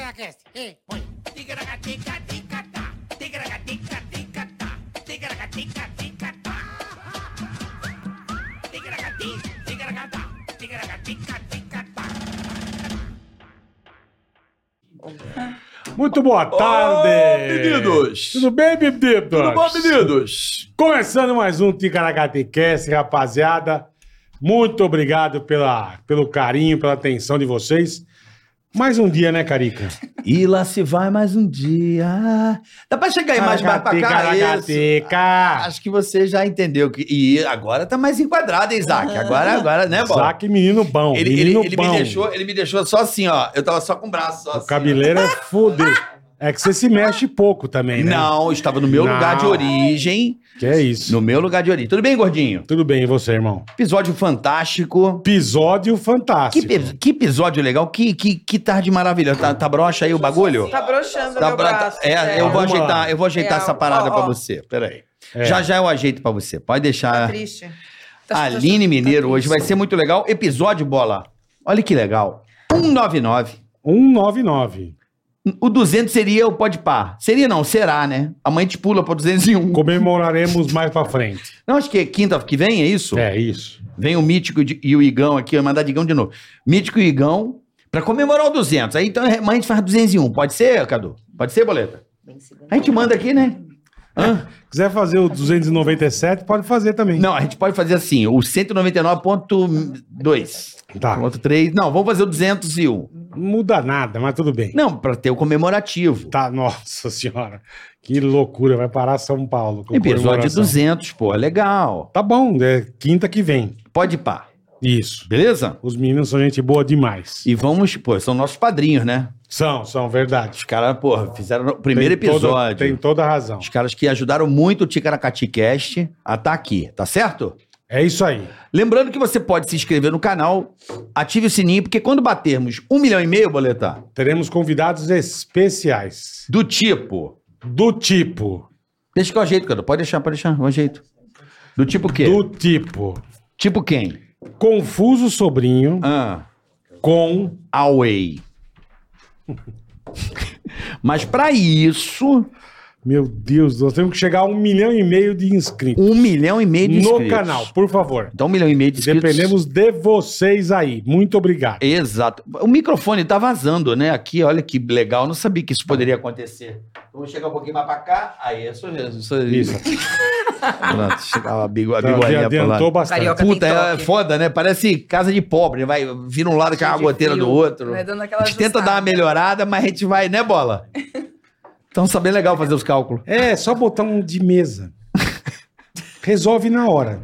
Tigracast. Ei, põe. Tigragatica-tica-tá. Tigragatica-tica-tá. Tigragatica-tica-tá. Tigragati, tigragatá. Tigragatica-tica-tá. Muito boa tarde! meninos! Tudo bem, bebidos? Tudo bom, meninos? Começando mais um Ticaracatecast, rapaziada. Muito obrigado pela, pelo carinho, pela atenção de vocês. Mais um dia, né, Carica? E lá se vai mais um dia. Dá pra chegar aí mais mais É, pra cá? Isso. Caracateca! Acho que você já entendeu. Que... E agora tá mais enquadrado, hein, Isaac? Ah. Agora, agora, né, Bola? Isaac, menino bom, Ele, ele, menino ele bom. me deixou, ele me deixou só assim, ó. Eu tava só com o braço, só O assim. cabeleiro é foder. É que você se mexe pouco também, né? Não, eu estava no meu Não. lugar de origem. Que é isso. No meu lugar de origem. Tudo bem, gordinho? Tudo bem, e você, irmão? Episódio fantástico. Episódio Que, fantástico. pe- que episódio legal. Que, que, que tarde maravilhosa. Tá, tá broxa aí o bagulho? Tá broxando Tá meu pra- braço. né? é, eu vou Vamos lá. ajeitar, eu vou ajeitar É, essa parada ó, pra ó. você. Peraí. É. Já já eu ajeito pra você. Pode Tá deixar. triste. Tá- Aline tá- Mineiro tá hoje vai triste. ser muito legal. Episódio bola. Olha que legal. 199. 199. O 200 seria o pode par. Seria não, será, né? Amanhã a gente pula pra 201. Comemoraremos mais pra frente. Não, acho que é quinta que vem, é isso? É isso. Vem o Mítico de- e o Igão aqui, eu mandar de Igão de novo. Mítico e Igão pra comemorar o 200. Aí então amanhã a gente faz 201. Pode ser, Cadu? Pode ser, Boleta? A gente manda aqui, né? Hã? Quiser fazer o 297, pode fazer também. Não, a gente pode fazer assim, o 199.2, Tá. ponto 3. Não, vamos fazer o 201. Não muda nada, mas tudo bem. Não, para ter o comemorativo. Tá, nossa senhora. Que loucura. Vai parar São Paulo. com Episódio comemoração. 200, pô, é legal. Tá bom, é quinta que vem. Pode pá. Isso. Beleza? Os meninos são gente boa demais. E vamos, pô, são nossos padrinhos, né? São, são, verdade. Os caras, pô, fizeram o primeiro Tem toda- episódio. tem toda a razão. Os caras que ajudaram muito o Ticaracati Cast a tá aqui, tá certo? É isso aí. Lembrando que você pode se inscrever no canal, ative o sininho, porque quando batermos um milhão e meio, Boleta, Teremos convidados especiais. do tipo Do tipo. Deixa que eu ajeito, cara. Pode deixar, pode deixar. Eu ajeito. Do tipo quê? Do tipo. Tipo quem? Confuso Sobrinho Ah, com. Away. Mas pra isso, Meu Deus, nós temos que chegar a um milhão e meio de inscritos. um milhão e meio de inscritos. No canal, por favor. Então, um milhão e meio de inscritos. Dependemos de vocês aí. Muito obrigado. Exato. O microfone tá vazando, né? Aqui, olha que legal. Eu Não sabia que isso poderia acontecer. Vamos chegar um pouquinho mais pra cá. Aí, é sorriso. Isso. Isso. Pronto, chegava a bigo- a Então, bigolinha tá pra lá. adiantou bastante. Carioca. Puta, Tem é toque. foda, né? Parece casa de pobre. Vai, vira um lado, cai uma Cheio de É goteira fio. do outro. Vai Né, dando aquela A gente tenta dar uma ajustada. melhorada, mas a gente vai, né, bola? Então tá bem legal fazer os cálculos. É, só botar um de mesa. Resolve na hora.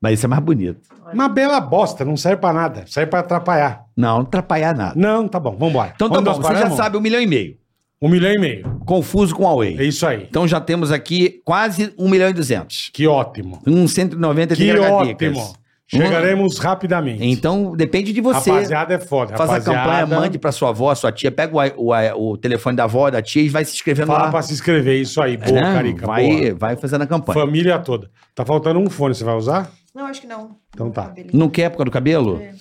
Mas isso é mais bonito. Uma bela bosta, não serve pra nada. Serve pra atrapalhar. Não, não atrapalhar nada. Não, tá bom, vambora. Então tá Onde nós bom, você já paramos? sabe um milhão e meio. Um milhão e meio. Confuso com É a Huawei. isso aí. Então já temos aqui quase um milhão e duzentos. Que ótimo. Um 190 Que tigragadicas. ótimo. Chegaremos rapidamente. Então depende de você. Rapaziada é foda. Faz a rapaziada. campanha, mande pra sua avó, sua tia, pega o, i- o i- o telefone da avó, da tia e vai se inscrevendo Fala lá. pra se inscrever. Isso aí. Boa, Né? Carica. vai, boa. vai fazendo a campanha. Família toda. Tá faltando um fone, você vai usar? Não, acho que não. Então tá. Não quer por causa do cabelo? É.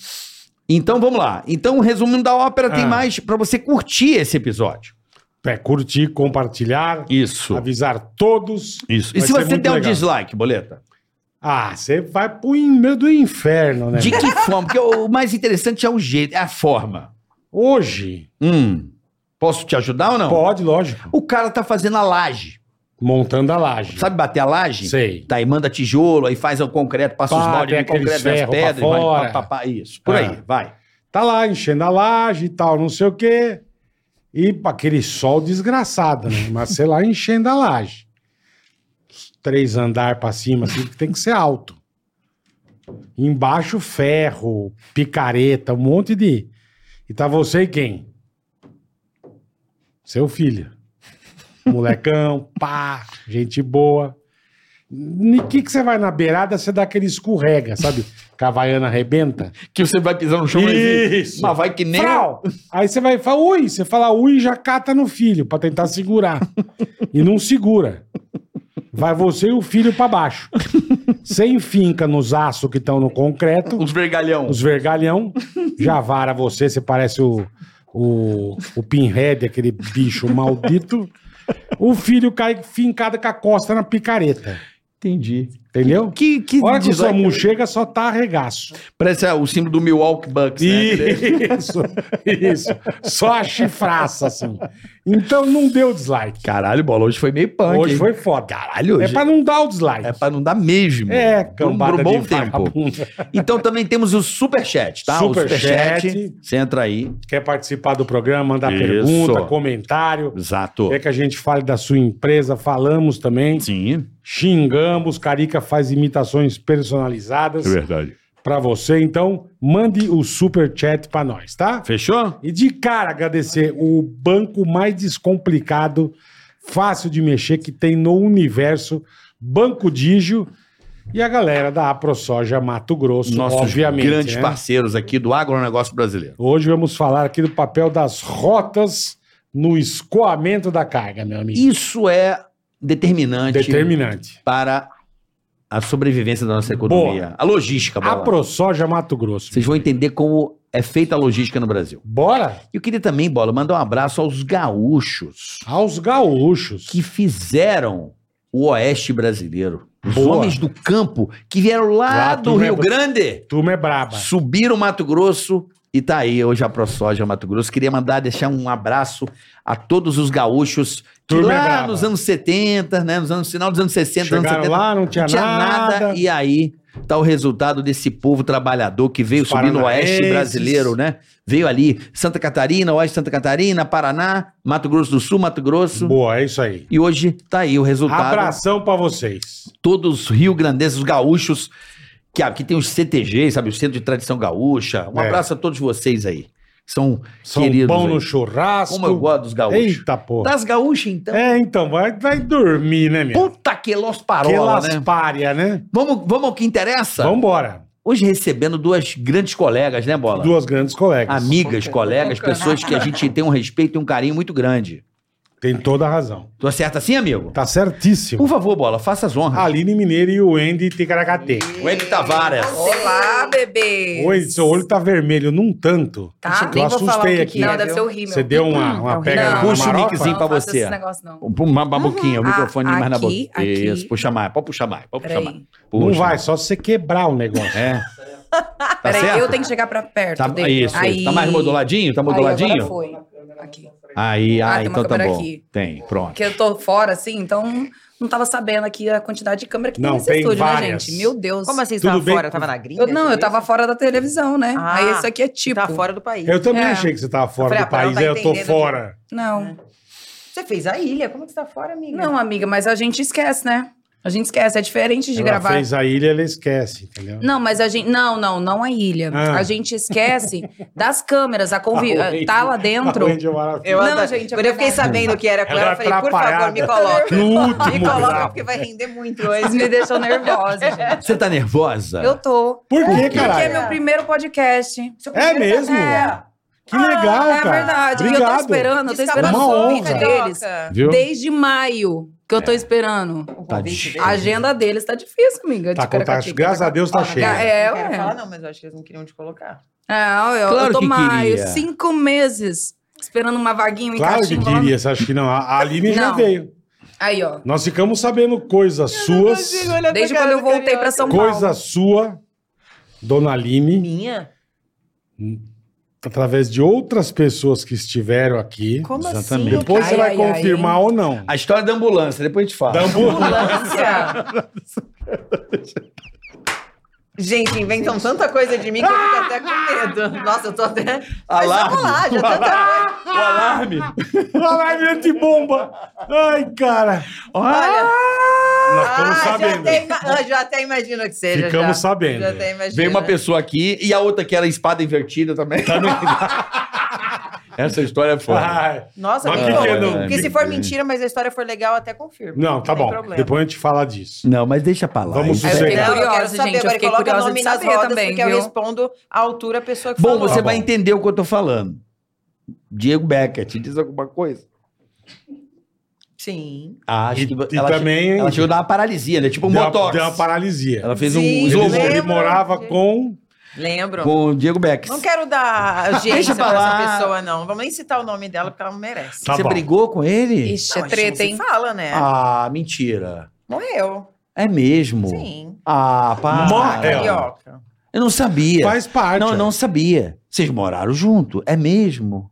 Então vamos lá. Então, resumindo da ópera, tem Ah. mais pra você curtir esse episódio. É, curtir, compartilhar, Isso. avisar todos. Isso. E Vai se ser você muito der um legal. dislike, boleta? Ah, você vai pro in- meio do inferno, né? De que forma? Porque o mais interessante é o jeito, é a forma. Hoje, Hum. Posso te ajudar ou não? pode, lógico. O cara tá fazendo a laje. Montando a laje. Sabe bater a laje? Sei. Tá, e manda tijolo, aí faz o concreto, passa os Pá, moldes tem de aqueles concreto, nas ferro pra pedras, fora. vai, pá, pá, pá, isso. Por Ah. aí, vai. Tá lá enchendo a laje e tal, não sei o quê. E pá, aquele sol desgraçado, né? Mas sei lá, enchendo a laje. Três andar pra cima, assim, que tem que ser alto. Embaixo, ferro, picareta, um monte de. E tá você e quem? Seu filho. Molecão, pá, gente boa. O que, que você vai na beirada, você dá aquele escorrega, sabe? Cavaiana arrebenta. Que você vai pisar no chão Isso. Mas vai que nem. Frau! Aí você vai falar ui, você fala ui e já cata no filho pra tentar segurar. e não segura. Vai você e o filho pra baixo. Você enfinca nos aços que estão no concreto, Os vergalhão. os vergalhão, já vara você, você parece o, o, o Pinhead, aquele bicho maldito, o filho cai fincado com a costa na picareta. Entendi. Entendeu? Que, que A hora que o design- Samu chega, só tá arregaço. Parece ah, o símbolo do Milwaukee Bucks, né? Aquele- Isso, isso. Só a chifraça, assim. Então não deu dislike. Caralho, bola, hoje foi meio punk. Hoje hein? foi foda. Caralho, hoje. É pra não dar o dislike. É pra não dar mesmo. É, Por um- cambada por um bom de tempo. vagabundo. Então também temos o superchat, tá? o Superchat. Você entra aí. Quer participar do programa, mandar Isso. pergunta, comentário. Exato. Quer que a gente fale da sua empresa? Falamos também. Sim, Xingamos. Carica faz imitações personalizadas verdade. pra você. Então, mande o super chat pra nós, tá? Fechou? E de cara agradecer o banco mais descomplicado, fácil de mexer que tem no universo, Banco Digio e a galera da AproSoja Mato Grosso, Nossos obviamente. grandes né? parceiros aqui do agronegócio brasileiro. Hoje vamos falar aqui do papel das rotas no escoamento da carga, meu amigo. Isso é determinante, Determinante. para a sobrevivência da nossa economia. A logística, A bola. AproSoja Mato Grosso. Tá Vocês vão entender como é feita a logística no Brasil. Bora Eu queria também, Bola, mandar um abraço aos gaúchos aos gaúchos. que fizeram o Oeste brasileiro. Os Boa. homens do campo que vieram lá, Lá do do Rio Rio- Grande, Turma é braba. subiram o Mato Grosso e tá aí hoje a ProSoja Mato Grosso. Queria mandar, deixar um abraço a todos os gaúchos que Turma é lá braba. nos anos 70, né, nos anos final dos anos 60, anos Chegaram 70, lá, não tinha, não tinha nada. nada. E aí tá o resultado desse povo trabalhador que veio Os subir no oeste paranaenses. brasileiro, né? Veio ali Santa Catarina, oeste de Santa Catarina, Paraná, Mato Grosso do Sul, Mato Grosso. Boa, é isso aí. E hoje tá aí o resultado. Abração pra vocês. Todos os rio-grandenses, os gaúchos, que aqui tem os CTG, sabe? O Centro de Tradição Gaúcha. Um É. abraço a todos vocês aí. São São queridos pão aí. no churrasco. Como eu gosto dos gaúchos. Eita porra. Das gaúchas, então. É, então, vai, vai dormir, né, meu? Puta que los Que parola, né? Tá. laspária, né? Vamos, vamos ao que interessa? Vambora. Hoje recebendo duas grandes colegas, né, Bola? Duas grandes colegas. Amigas, Tô colegas, tocando. pessoas que a gente tem um respeito e um carinho muito grande. Tem toda a razão. Tô certo assim, amigo? Tá certíssimo. Por favor, Bola, faça as honras. Aline Mineiro e o Andy Ticaracate. O Ed Tavares. Olá, bebê. Oi, seu olho tá vermelho, num tanto. Tá? eu Nem vou falar o assustei que aqui. que é, Não, deve ser o rímel. Você deu uma, uma Não, pega não, na Puxa o marofa? miczinho pra faço você. esse negócio, não. Uma boquinha, o Uhum. microfone Ah, mais na boca. aqui, Isso, aqui. puxa mais. Pode puxar mais, pode puxar mais. Peraí. Não Puxa. vai, só se você quebrar o negócio. É. Tá Peraí, certo? eu tenho que chegar pra perto Tá, dele. isso, isso. tá mais moduladinho? Tá Aí, agora moduladinho? foi. Aqui. Aí, Ah, ah, tem uma então tá câmera bom. aqui. Tem, pronto. Porque eu tô fora, assim, então não tava sabendo aqui a quantidade de câmera que Não, tem nesse tem estúdio, várias. né, gente? Meu Deus. Como assim, você Tudo tava bem fora? com- Tava na gringa? Eu- não, eu tava fora da televisão, né? Ah, Aí isso aqui é tipo. Tava fora do país. Eu também É. achei que você tava fora Eu falei, do ah, ela país, tá aí eu tô entendendo fora. Não. Você fez a ilha. Como que você tá fora, amiga? Não, amiga, mas a gente esquece, né? A gente esquece, é diferente de Ela gravar. fez a ilha, ela esquece, entendeu? Não, mas a gente. Não, não, não a ilha. Ah. A gente esquece das câmeras, a convi... A Wendy- tá lá A dentro. Wendy é maravilhosa. Eu Não, adoro. gente, é Quando eu fiquei verdade. sabendo que era com Ela ela, eu é falei, por favor, me coloca. No Me último coloca, grau. porque vai render muito Vocês hoje. me deixam nervosa, gente. Você tá nervosa? Eu tô. Por que, Porque é caralho? meu primeiro podcast. É mesmo? Que legal, é cara. verdade. E eu tô Obrigado. Tá esperando, eu tô esperando Uma o convite honra. deles. Viu? É. Desde maio que eu tô esperando. Tá A agenda deles tá difícil, amiga. Tá de com, tá, Caracatica. graças a Deus tá cheio. É, não quero ué. falar não, mas eu acho que eles não queriam te colocar. É, eu, eu Claro tô que maio, queria. cinco meses, esperando uma vaguinha, um Claro que encaixinho. queria, você acha que não? A a Aline já Não. veio. Aí, ó. Nós ficamos sabendo coisas suas, Desde quando eu voltei pra São Paulo. coisa sua, Dona Aline, Minha? através de outras pessoas que estiveram aqui. Como Exatamente. assim? Depois você Ai, vai ai, confirmar ou não. A história da ambulância, depois a gente fala. Da ambulância. Ambulância. Gente, inventam tanta coisa de mim que eu fico até com medo. Nossa, eu tô até... Ah Mas Alarme. vamos lá, já tanta coisa. O alarme. Alarme de bomba. Ai, cara. Olha... Nós Ah, estamos já sabendo. até, ima- ah, já até imagino que seja. Ficamos já. sabendo. Já até imagino. Veio uma pessoa aqui e a outra que era espada invertida também. Essa história é foda. Ai. Nossa, Mas bem que bom. que é, não? Porque se for mentira, mas a história for legal, até confirmo. Não, tá tem bom. problema. Depois a gente fala disso. Não, mas deixa pra lá. Vamos Isso Aí eu é- fiquei Sossegado. Não, eu quero curiosa, saber, gente. Eu agora fiquei coloca o curiosa de nome nas saber rodas, também, porque eu viu? respondo à altura a pessoa que Bom, falou. você Tá bom. vai entender o que eu tô falando. Diego Beckett, diz alguma coisa? Sim. Ah, Acho E- que e ela, che- também- ela chegou a dar uma paralisia, né? Tipo um deu, botox. deu uma paralisia. Ela fez um Sim, Ele, Slow slow lembro. ele motion. morava com Lembro. com o Diego Becks. Não quero dar Deixa audiência pra pra lá. essa pessoa, não. Vamos nem citar o nome dela, porque ela não merece. Tá Você bom. brigou com ele? Ixi, Não, é a gente treta, não hein? se fala, né? Ah, mentira. Morreu. É mesmo? Sim. Ah, para. Morreu. Carioca. Eu não sabia. é, Faz parte. Não, eu não sabia. Vocês moraram junto, é mesmo?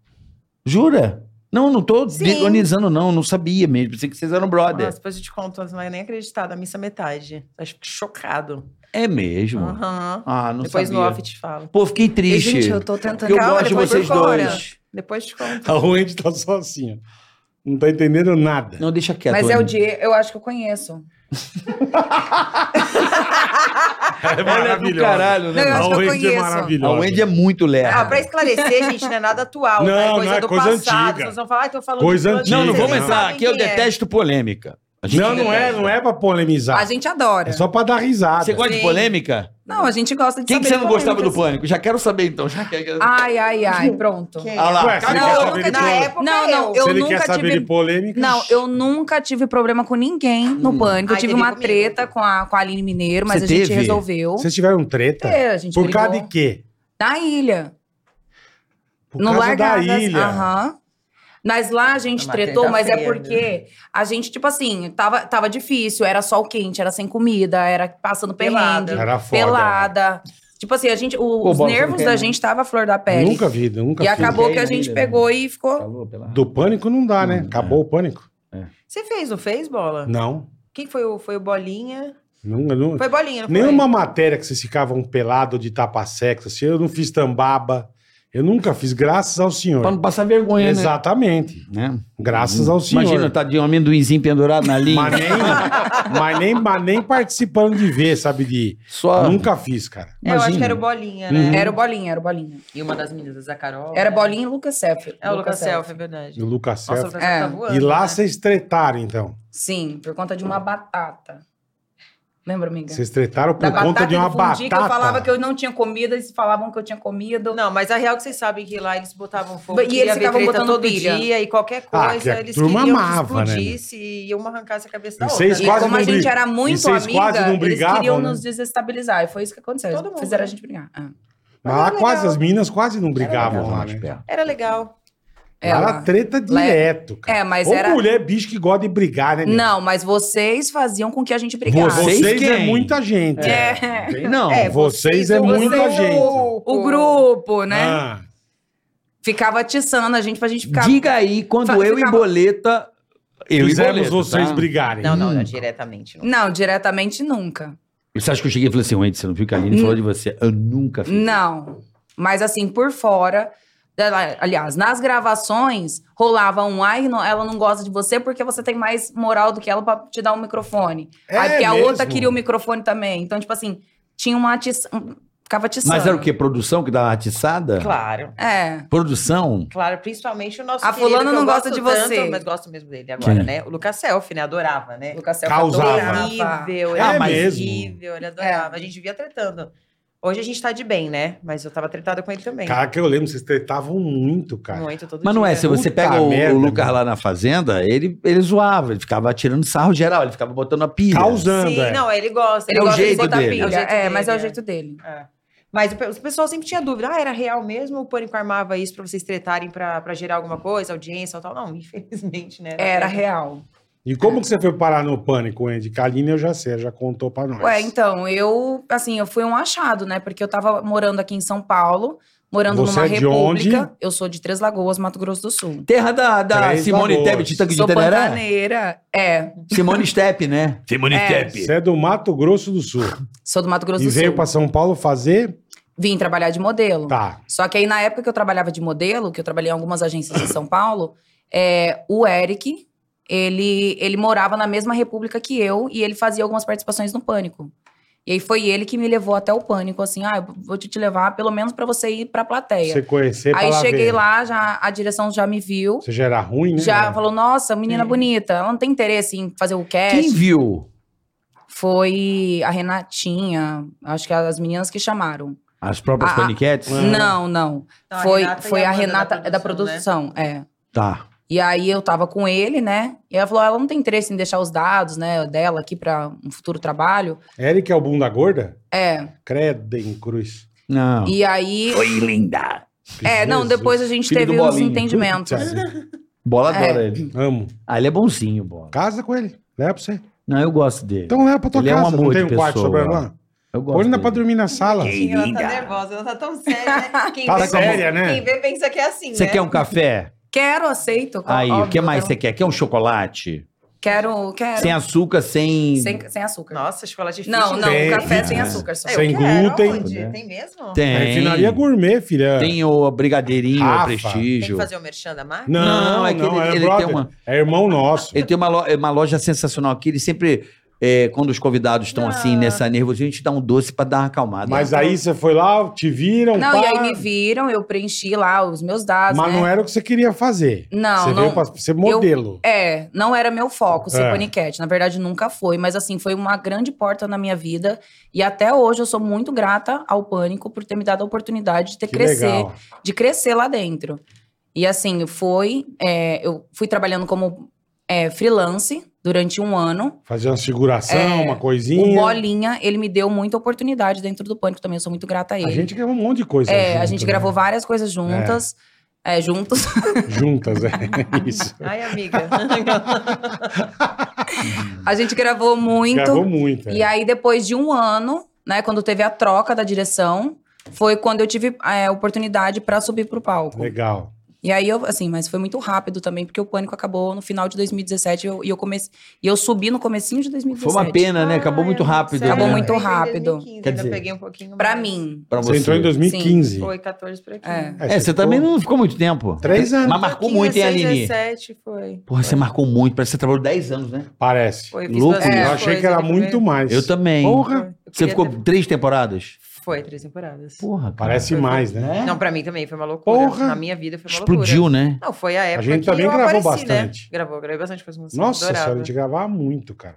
Jura? Não, não tô Sim. degonizando, não. Não sabia mesmo. Pensei que vocês eram brother. Nossa, depois eu te conto, você não vai nem acreditar da missa metade. Acho que chocado. É mesmo. Aham. Ah, não Depois sabia. no off te falo. Pô, fiquei E, triste. gente, eu tô Porque tentando. eu Calma, gosto de depois vocês procura. dois. Depois te conto. A Wendy tá só assim, ó. Não tá entendendo nada. Não, deixa quieto. Mas é o Anny. Diego, eu acho que eu conheço. É Ela é do caralho, né? Não, eu A acho que eu Wendy é conheço. A maravilhosa. Wendy é muito lerda. Ah, pra esclarecer, gente, não é nada atual, tá? Não, É coisa não, é do coisa passado. antiga. Vocês vão falar, ah, tô falando Coisa de fulano, Não, não vocês vamos Não. entrar. sabem Aqui eu quem é. detesto polêmica. A gente Não, não é, não é pra polemizar. A gente adora. É só pra dar risada. Você gosta de Sim. polêmica? Não, a gente gosta de Quem que saber você não de gostava do polêmicas. assim. pânico? Já quero saber então. Já quero. Ah. Ai, ai, ai, pronto. Quem? é? Ah lá, Ué, se ele cagou. quer eu saber de nunca- Na polêmica- época, é Não, não, eu. eu Se ele nunca quer saber tive- de polêmica. Não, eu nunca tive problema com ninguém Hum. no pânico. Eu Ai, teve tive uma comigo. treta com a, com a Aline Mineiro, mas Você a gente teve? resolveu. Vocês tiveram treta? É, a gente Por brigou. causa de quê? Na ilha. Por no causa da Largadas. ilha. Aham. Mas lá a gente Uma tretou, mas é terça-feira, né? porque a gente, tipo assim, tava, tava difícil, era sol quente, era sem comida, era passando Pelada. perrengue. Era foda. né? Pelada. Tipo assim, a gente, o- Pô, Bola, os você não nervos quer, da né? gente tava à flor da né? pele. Nunca vi, nunca e vi. acabou Quem que a é gente ilha, né? pegou e ficou. Falou pela- Do pânico não dá, né? Hum, Acabou o pânico? Você fez, não fez, É. Bola? Não. Quem foi o, foi o Bolinha? Nunca, nunca. Foi Bolinha, não foi? Nenhuma matéria que vocês ficavam pelado de tapa sexo, assim, eu não fiz tambaba. Eu nunca fiz, graças ao senhor. Pra não passar vergonha, né? Exatamente. né? Graças ao senhor. Imagina, tá de um amendoinzinho pendurado na linha. mas, nem, mas, nem, mas nem participando de ver, sabe? De... Só. Nunca fiz, cara. É, eu acho que era o Imagina. Bolinha, Uhum. né? Era o Bolinha, era o Bolinha. E uma das meninas, a Carol. Era né? Bolinha e Lucas Selfie. É o Lucas Self, é verdade. O Lucas Nossa, o Self. Lucas Self tá É. voando. E lá né? vocês tretaram, então. Sim, por conta de uma batata. Lembra, amiga? Vocês tretaram por conta de e do uma batata. fundi, que eu falava que eu não tinha comida, eles falavam que eu tinha comido. Não, mas a real é que vocês sabem que lá eles botavam fogo. E queria eles ver ficavam treta botando todo pilha. dia e qualquer Ah, coisa. que a eles turma queriam que amava, né? explodisse e iam arrancar essa cabeça da E outra. assim? vocês E quase como não a gente briga- era e muito vocês amiga, quase não brigavam, eles queriam né? nos desestabilizar. E foi isso que aconteceu. Todo mundo, Eles fizeram né? a gente brigar. Ah. Mas lá Era quase legal. as meninas quase não Ela brigavam tava lá, mais né? perto. Era legal. É, Lá lá. Era treta Lá é- direto, cara. É, mas Ou era... mulher é bicho que gosta de brigar, né? meu? Não, mas vocês faziam com que a gente brigasse. Você- Vocês, Vocês é quem? muita gente. É. Não. É, vocês é o- muita vocês, gente. O, O grupo, né? Ah, Ficava atiçando a gente pra gente ficar... Diga aí quando Fa- eu e ficava- Boleta. Eu fizemos e Boleta. vocês tá? brigarem. Não, não, não, diretamente. Não. Não, diretamente nunca. Você acha que eu cheguei e falei assim, Wendy, você não viu que a Aline Hum. falou de você? Eu nunca fiz. Não. Mas assim, por fora... ela- Aliás, nas gravações, rolava um ai, não- ela não gosta de você porque você tem mais moral do que ela pra te dar um microfone. É aí porque a mesmo? outra queria o microfone também. Então, tipo assim, tinha uma atição... Ficava atiçando. Mas era o quê? Produção que dava atiçada? Claro. É. Produção? Claro, principalmente o nosso A querido, fulana que eu não gosto gosta de tanto, você. Mas gosto mesmo dele agora, Sim. né? O Lucas Self, né? Adorava, né? Lucas Self Causava. adorava. Horrível, ele É era mesmo. horrível, ele adorava. A gente vivia tretando. Hoje a gente tá de bem, né? Mas eu tava tretada com ele também. Cara, que eu lembro, vocês tretavam muito, cara. Muito, todo Mas não é, se dia. você Puta pega o, merda, o Lucas mano. lá na fazenda, ele, ele zoava, ele ficava tirando sarro geral, ele ficava botando a pilha. Causando, Sim, é. não, ele gosta. É Ele o gosta de jeito botar dele. pilha. É, o é, mas é o dele, jeito dele. é. Mas o pe- o pessoal sempre tinha dúvida. Ah, era real mesmo? O Pânico armava isso pra vocês tretarem pra, pra gerar alguma coisa, audiência ou tal? Não, infelizmente, né? É, Era real. E como que você foi parar no pânico, Andy? Kaline, eu já sei, já contou pra nós. Ué, então, eu, assim, eu fui um achado, né? Porque eu tava morando aqui em São Paulo, morando Você numa é de república. onde? Eu sou de Três Lagoas, Mato Grosso do Sul. Terra da, da Três Simone Lagoas. Tebet, de Tanque de sou Itaneré? pantaneira. É, Simone Step, né? Simone Você é do Mato Grosso do Sul. sou do Mato Grosso e do veio Sul. pra São Paulo fazer. Vim trabalhar de modelo. Tá. Só que aí, na época que eu trabalhava de modelo, que eu trabalhei em algumas agências em São Paulo, é, o Eric, ele, ele morava na mesma república que eu e ele fazia algumas participações no Pânico. E aí foi ele que me levou até o Pânico, assim, ah, eu vou te te levar pelo menos pra você ir pra plateia. Você conhecer pra aí lá cheguei ver. lá, já, a direção já me viu, Você já era ruim, né? já falou, nossa, menina Sim. bonita, ela não tem interesse em fazer o cast. Quem viu? Foi a Renatinha, acho que é as meninas que chamaram. As próprias Ah, paniquetes? ah. Não, não. Então, foi foi Então, a Renata é da né? produção, é. Tá. E aí eu tava com ele, né? E ela falou: ela não tem interesse em deixar os dados, né, dela aqui pra um futuro trabalho. Ah. Eric é o bunda gorda? É. Credem Cruz. Não. E aí. Foi linda. É, não, Jesus. depois a gente Filho do teve uns Bolinho. entendimentos. Puta, Bola É. adora ele. Amo. Ah, ele é bonzinho, Bola. Casa com ele. Leva pra você. Não, eu gosto dele. Então leva pra tua Ele é um casa. Não amor tem um de quarto pessoa. sobrando lá? eu gosto Ou ele dá dele. pra dormir na sala. Que ela linda. tá nervosa, ela tá tão séria, né? Quem Tá vê- séria, né? Quem vê pensa que é assim, Você né? quer um café? Quero, aceito. ó- Aí, o óbvio, que mais quero- você quer? Quer um chocolate? Quero, quero. Sem açúcar, sem... Sem, sem açúcar. Nossa, chocolate difícil. Não, não, Sem- café sem É. açúcar. Só. É, eu Sem quero, glúten. aonde? Né? Tem mesmo? Tem. É refinaria gourmet, filha. Tem o brigadeirinho, o Rafa. Tem que prestígio. fazer o merchan da marca? Não, não, Não, é que ele- é ele brother. tem uma- É irmão nosso. Ele tem uma lo- uma loja, sensacional aqui. Ele sempre, é, quando os convidados estão Não. assim, nessa nervosinha, a gente dá um doce pra dar uma acalmada. Mas aí você foi lá, te viram, Não, é um pá, e aí me viram, eu preenchi lá os meus dados, mas né? não era o que você queria fazer. Não, você não- veio pra ser modelo. É, não era meu foco ser É. paniquete. Na verdade, nunca foi. Mas assim, foi uma grande porta na minha vida. E até hoje eu sou muito grata ao pânico por ter me dado a oportunidade de ter Que crescer, legal. de crescer lá dentro. E assim, foi. é, eu fui trabalhando como é, freelance durante um ano. Fazer uma seguração, É, uma O coisinha. Bolinha, ele me deu muita oportunidade dentro do pânico também. Eu sou muito grata a ele. A gente gravou um monte de coisa. é, a junto, gente né? gravou várias coisas juntas. é, juntos. Juntas, é isso. Ai, amiga. A gente gravou muito. Gravou muito. é. E aí, depois de um ano, né, quando teve a troca da direção, foi quando eu tive é, a oportunidade pra subir pro palco. Legal. E aí eu, assim, mas foi muito rápido também, porque o pânico acabou no final de 2017 eu- e eu comecei. E eu subi no comecinho de 2017. Foi uma pena, né? Acabou Ai, muito amiga, rápido. sério, Acabou né? muito eu entrei em rápido. 2015, Quer ainda dizer, peguei um pouquinho Pra mais. mim. Pra Você você. entrou em 2015. Foi 14 pra 15. É. É, você ficou também não ficou muito tempo. Três anos. Mas marcou muito, hein, 15, Aline? 17 foi. Porra, você marcou muito. Parece que você trabalhou 10 anos, né? Parece. Foi, Louco, bastante É, eu achei coisa que era também. muito mais. Eu também. Porra. Foi. Eu Você queria ficou ter- três temporadas? Foi, três temporadas. Porra, cara. Parece Foi, foi. mais, né? Não, pra mim também foi uma loucura. Porra. Na minha vida foi uma loucura. é? Explodiu, né? Não, foi a época gente que também eu gravou apareci, bastante. Né? Gravou, gravei bastante coisa com Nossa adorava. senhora, a gente gravava muito, cara.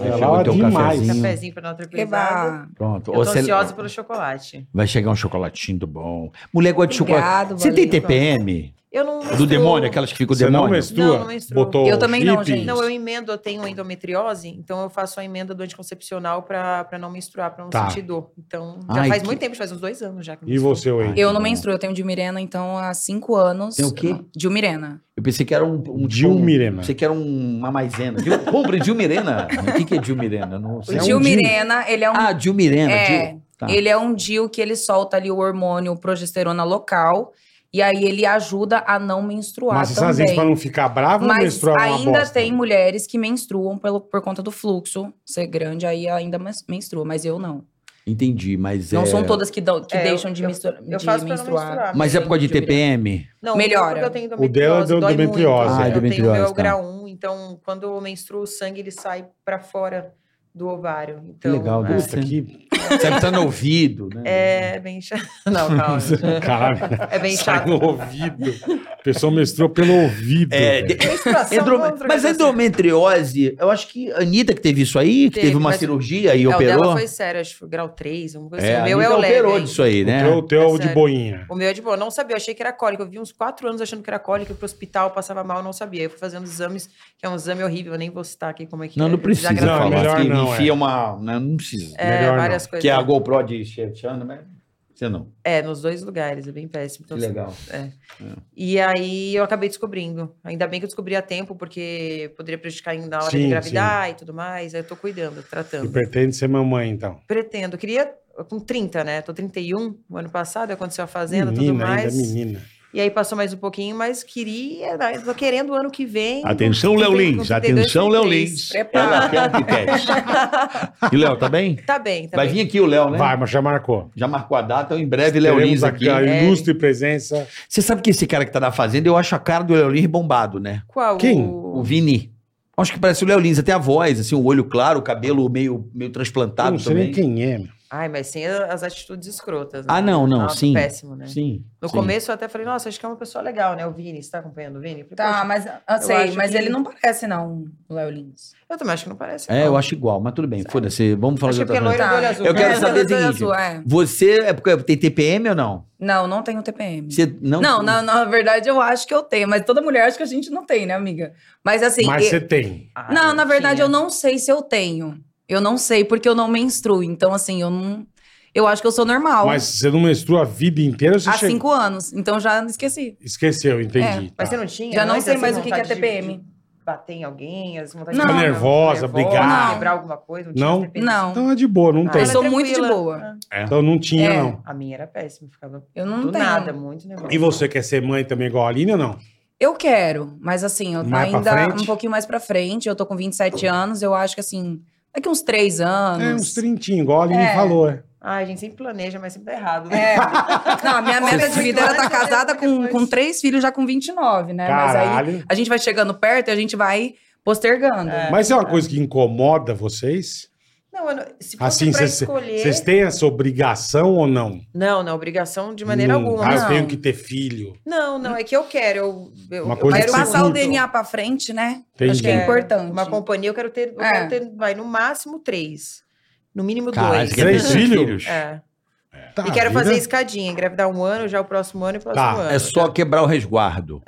Aí Ela chegou era teu demais. cafezinho. Cafezinho pra dar outra coisa. Eba! Pronto. Eu Ou tô você- ansiosa pelo chocolate. Vai chegar um chocolatinho do bom. Mulher gosta de chocolate. Obrigado, Você tem Bolinha. TPM? Eu não menstruo. Do demônio, aquelas que ficam o Você não demônio? menstrua? Não, não menstruo. Botou Eu também não, chip? gente. Não, Então, eu emendo, eu tenho endometriose, então eu faço a emenda do anticoncepcional pra, pra não menstruar, pra não Tá. sentir dor. Então, já Ai, faz que- muito tempo, faz uns dois anos já que eu não E menstruo. você, Wayne? Eu não menstruo, eu tenho Dilmirena, então há cinco anos. Tem o quê? Dilmirena. Eu pensei que era um. um Dilmirena. Um, pensei que era um- uma maisena. Dil- Compre Dilmirena. O que, que é Dilmirena? Não O sei. É um Dilmirena, ele é um Ah, Dilmirena. É, Dil- tá. Ele é um DIU que ele solta ali o hormônio progesterona local. E aí ele ajuda a não menstruar Mas você sabe, às também. vezes, pra não ficar bravo, não Mas menstruar é uma ainda bosta. tem mulheres que menstruam pelo, por conta do fluxo ser grande, aí ainda mes- menstrua, mas eu não. Entendi, mas é. Não são todas que, dão- que É, eu- deixam de, eu- mistura- Eu de faço pra não menstruar. menstruar. Mas é por causa de Dilmirena. TPM? Não, Melhora. Melhora. porque eu tenho O dela endometriose, deu dói endometriose, muito. Ah, eu tenho o endometriose, meu tá. grau 1, então quando eu menstruo, o sangue ele sai pra fora do ovário. Então, legal, é, Dulce. Puta que... Sempre tá no ouvido, né? é bem chato. Não, calma. Caralho, É bem sai chato. no ouvido. A pessoa menstrua pelo ouvido. É, velho. de- Menstruação, Endrome- vamos trocar Mas a de assunto. endometriose, eu acho que a Anitta que teve isso aí, que teve, Teve, uma mas- cirurgia e É, o dela operou. foi sério, acho que foi grau 3, uma coisa É, assim. a O meu é Anitta o leve. operou hein? disso aí, né? O teu, o teu É de sério. boinha. O meu é de boa. Eu não sabia, eu achei que era cólica. Eu vi uns quatro anos achando que era cólica, eu fui pro hospital, passava mal, eu não sabia. Eu fui fazendo exames, que é um exame horrível, eu nem vou citar aqui como é que Não, é. não precisa Não, desagradável. falar. melhor que não, enfia é. uma. Não, não precisa. É, Melhor não. várias coisas. Que é a GoPro de Xerxano, né? Você não. É, nos dois lugares, é bem péssimo. Que Então, legal. E aí eu acabei descobrindo. Ainda bem que eu descobri a tempo, porque poderia prejudicar ainda na hora Sim, de engravidar e tudo mais. Aí eu tô cuidando, E tratando. pretende ser mamãe, então. Pretendo. Queria com 30, né? Tô 31 o ano passado, aconteceu a fazenda e tudo menina mais. ainda, menina. E aí passou mais um pouquinho, mas queria, né, tô querendo o ano que vem. Atenção, com Léo 30, com Lins. 32, Atenção, Léo 33. Lins. Prepara. quer um pipete. E Léo, tá bem? Tá bem, tá Vai bem. vir aqui o Léo, né? Vai, mas já marcou. Já marcou a data, em breve Léo Lins Teremos aqui. A É. ilustre presença. Você sabe que esse cara que tá na fazenda, eu acho a cara do Léo Lins bombado, né? Qual? Quem? O O... Vini. Acho que parece o Léo Lins, até a voz, assim, o olho claro, o cabelo meio, meio Eu transplantado não sei também. nem quem é, meu. Ai, mas sem as atitudes escrotas. né? Ah, não, não, sim. Péssimo, né? Sim. No sim. começo eu até falei, nossa, acho que é uma pessoa legal, né? O Vini, você tá acompanhando o Vini? Eu falei, Tá, "Poxa, mas eu sei, acho mas que- ele não parece, não, o Léo Lins. Eu também acho que não parece. É, não. eu acho igual, mas tudo bem, foda-se. Vamos falar Acho de que outra é coisa. loiro coisa. do olho azul. Eu quero É. saber o seguinte, Azul, Tá. é. Você é porque tem TPM ou não? Não, não tenho TPM. Você não. Não, não, na verdade eu acho que eu tenho, mas toda mulher acho que a gente não tem, né, amiga? Mas assim, Mas eu- você tem. Ah, Não, na verdade tinha. eu não sei se eu tenho. Eu não sei porque eu não menstruo. Então assim, eu não Eu acho que eu sou normal. Mas você não menstrua a vida inteira, você há chega- Ah, cinco anos. Então já esqueci. Esqueceu, Mas entendi. tá. você não tinha? Já não antes, sei assim, mais o que que é vontade de- TPM. de bater em alguém, as vontades Não. de Nervosa, brigar. quebrar alguma coisa. tinha Não? essa TPM? Não. Então é de boa, não Ah, tem. Eu sou ela é muito de tranquila. boa. Ah, Então não tinha, É. não. A minha era péssima, ficava Eu não do tenho. nada, muito nervosa. E você quer ser mãe também igual a Aline ou não? Eu quero, mas assim, eu tô Mais pra ainda frente? um pouquinho mais pra frente. Eu tô com 27 anos, eu acho que assim, daqui uns três anos. É, uns trintinhos, igual a Aline É. falou. É. Ai, a gente sempre planeja, mas sempre dá errado, né? É. Não, a minha meta de vida era estar casada com, Depois. com três filhos já com 29, né? Mas aí Caralho. a gente vai chegando perto e a gente vai postergando. É. Mas é uma coisa que incomoda vocês? Não, eu não- se fosse Ah, Assim, pra vocês escolher... vocês têm essa obrigação ou não? Não, não, obrigação de maneira Hum, Não. alguma. Ah, eu não. tenho que ter filho. Não, não, é que eu quero. Eu, eu, Uma eu coisa Mas quero que você passar o curta. DNA pra frente, né? Entendi. Acho que é Quero. importante. uma companhia, eu quero ter, eu É. quero ter, vai, no máximo três. No mínimo Caralho, dois. você quer Três ter filhos? É. Tá, e quero vida- fazer escadinha, engravidar um ano, já o próximo ano e o próximo Tá, ano. É só quebrar o resguardo.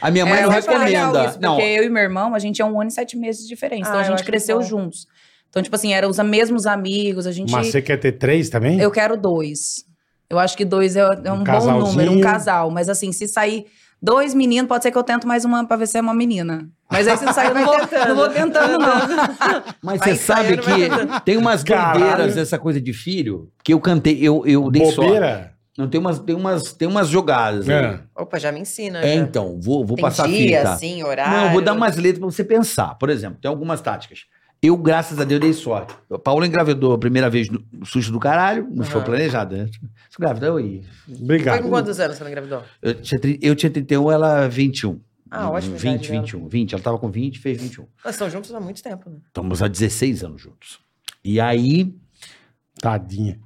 A minha mãe É, não eu acho legal recomenda. isso, tá? não, porque eu e meu irmão, a gente é um ano e sete meses de diferença. Então Ah, a eu gente acho cresceu bom. juntos. Então, tipo assim, eram os mesmos amigos, a gente. Mas você quer ter três também? Eu quero dois. Eu acho que dois é, é Um um, bom número, um casalzinho. casal. Mas assim, se sair dois meninos, pode ser que eu tento mais uma pra ver se é uma menina. Mas aí se não sair, eu não vou, Vai tentando. não vou tentando, não. mas Vai você sabe ensaiando, vai que tem umas Caralho. doideiras dessa coisa de filho que eu cantei, eu, eu dei sorte. Bobeira? Não, tem umas, tem umas, tem umas jogadas. aí. É. Opa, já me ensina. É, já. então, vou, vou Tem passar dia, fita. assim, horário. Não, eu vou dar umas letras pra você pensar. Por exemplo, tem algumas táticas. Eu, graças a Deus, dei sorte. A Paula engravidou a primeira vez no susto do caralho, não foi Aham. planejado, né? Se grávida, eu ia. Foi com Obrigado. quantos anos você não engravidou? Eu tinha, tri- eu tinha 31, ela 21. Ah, ótimo. 20, 21, 20. um, Ela tava com 20, fez 21. Nós estamos juntos há muito tempo, né? Estamos há 16 anos juntos. E aí, Tadinha.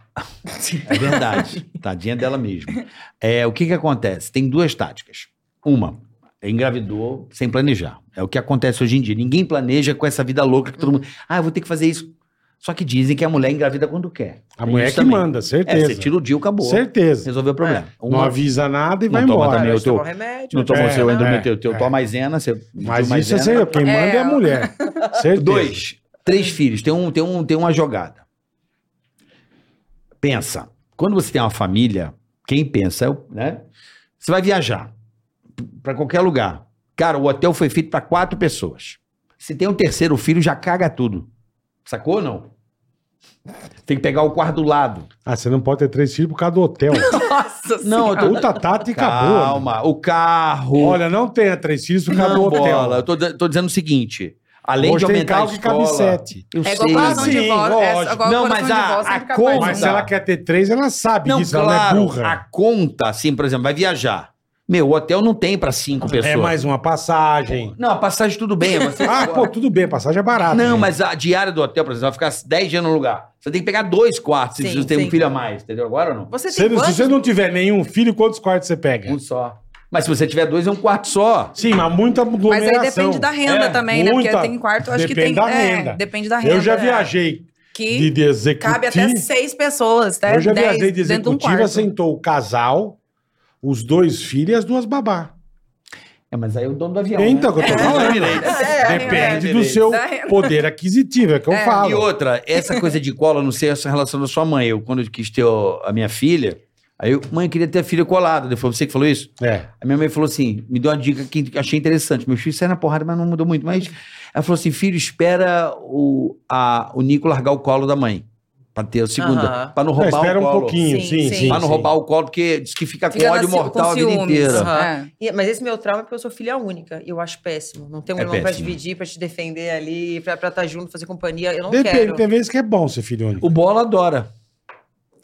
É verdade. Tadinha dela mesma. É, o que que acontece? Tem duas táticas. Uma, engravidou sem planejar. É o que acontece hoje em dia. Ninguém planeja com essa vida louca que todo Uhum. mundo... Ah, eu vou ter que fazer isso. Só que dizem que a mulher engravida quando quer. A Tem mulher isso que também. manda, É, certeza. você tira o dia, acabou. Certeza. É. Resolveu o problema. Não Uma- avisa nada e Não vai toma embora. também. Cara, eu você tô- toma remédio. não toma É, o seu é, endometrio, teu é. toma maisena, você... Mas maisena, isso é sério, quem É. manda é a mulher. Certeza. Dois, três filhos, tem, um, tem, um, tem uma jogada. Pensa, quando você tem uma família, quem pensa, é o- né? Você vai viajar para qualquer lugar. Cara, o hotel foi feito para quatro pessoas. Se tem um terceiro filho, já caga tudo. Sacou ou não? Tem que pegar o quarto do lado. Ah, você não pode ter três filhos por causa do hotel. Nossa Não, eu tô- Puta tática boa. Calma, o carro. Olha, não tenha três filhos por causa do não, hotel. bola. Eu tô, di- tô dizendo o seguinte: além Hoje de tem aumentar carro a que cabe escola, sete. Eu sei. É igual coração Sim, de vó. lógico. É igual Não, coração mas de a- vó, a sempre um capaz conta- de Mas se mudar. ela quer ter três, ela sabe um. Não, disso, ela claro, não é a burra. conta, assim, por exemplo, vai viajar. Meu, o hotel não tem pra cinco pessoas. É mais uma passagem. Não, a passagem tudo bem. é Você... Ah, pô, tudo bem, passagem é barata. não, gente. mas a diária do hotel, por exemplo, vai ficar 10 dias no lugar. Você tem que pegar dois quartos se Sim, você tem um sim. filho a mais, entendeu? Agora ou não? Você Se, tem não- se quantos? você não tiver nenhum filho, quantos quartos você pega? Um só. Mas se você tiver dois, é um quarto só. Sim, mas muita Mas aglomeração. aí depende da renda É, também, né? Porque muita- tem quarto, eu acho que tem. depende da é, renda. depende da renda. Eu já é. viajei de, Que de executivo. cabe até seis pessoas, até Eu já dez viajei de dentro de um executiva, quarto. sentou o casal, os dois filhos e as duas babá. É, mas aí é o dono do avião. Então, que eu tô falando. É, Depende é, do é. seu Da renda. poder aquisitivo, é que eu É. E falo. outra, essa coisa de cola, não sei essa relação da sua mãe. Eu, quando eu quis ter ó, a minha filha, aí eu, mãe, eu queria ter a filha colada. Foi você que falou isso? É. A minha mãe falou assim: me deu uma dica que eu achei interessante. Meu filho saiu na porrada, mas não mudou muito. Mas ela falou assim: filho, espera o, a, o Nico largar o colo da mãe. Pra ter a segunda. Aham. Pra não É, roubar espera o um colo. pouquinho, Sim, sim, sim. sim. Pra não roubar o colo, porque diz que fica com Um Fica ódio na- mortal com a vida ciúmes. inteira. Aham. É. E- Mas esse meu trauma é porque eu sou filha única. E eu acho péssimo. Não ter um É irmão pra péssimo. dividir, pra te defender ali, pra estar junto, fazer companhia. Eu não Depende, quero. tem vezes que é bom ser filho único. O Bola adora.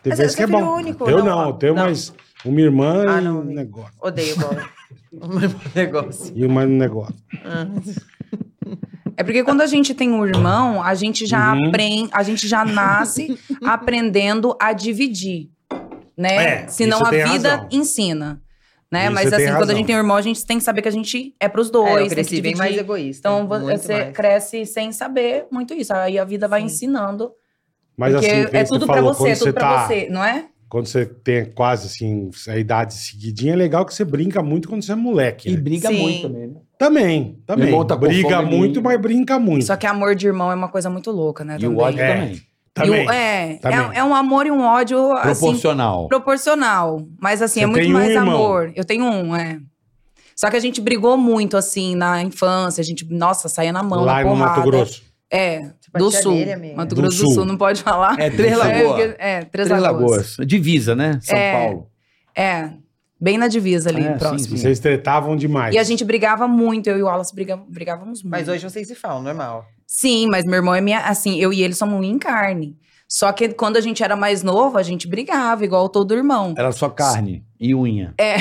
Tem Mas vezes você que é é filho bom. único, eu não, não, eu tenho não. mais uma irmã Ah, e não, um amigo. negócio. Odeio bola. o meu negócio. E uma no Um é negócio. Ah. É porque quando a gente tem um irmão, a gente já Uhum. aprende, a gente já nasce aprendendo a dividir, né? É, Senão isso a tem vida razão. ensina, né? Isso Mas você assim, tem quando a razão. gente tem um irmão, a gente tem que saber que a gente é pros É, dois, eu tem que cresci bem dividir. mais egoísta. então vo- muito você mais. cresce sem saber muito isso. Aí a vida vai ensinando, Mas porque assim, que é você tudo pra falou, você, quando tudo pra tá- você, não é? Quando você tem quase assim, a idade seguidinha, é legal que você brinca muito quando você é moleque. né? briga Sim. também, né? Também, também. irmão tá com briga fome, muito, ele- mas brinca muito. Só que amor de irmão é uma coisa muito louca, né? E o também. ódio É. também. E o- Também. é, Também. é, é um amor e um ódio assim, Proporcional. proporcional. Mas assim, Você é muito tem um mais irmão? amor. Eu tenho um, é. Só que a gente brigou muito, assim, na infância. A gente, nossa, saía na mão, Lá na no porrada. Mato Grosso. É, Você do batia sul. nele, amiga. Mato Do Grosso do Sul. Sul, não pode falar. É, Três É, Lagoas. porque- É, Três, Três Lagoas. Lagoas. Divisa, né? São É. Paulo. É, bem na divisa ali, É, sim, próximo. sim. Vocês tretavam demais. E a gente brigava muito, eu e o Wallace brigava- brigávamos muito. Mas hoje vocês se falam, normal. Sim, mas meu irmão é minha. Assim, eu e ele somos um em carne. Só que quando a gente era mais novo, a gente brigava, igual todo É. irmão. Era só carne e unha. É.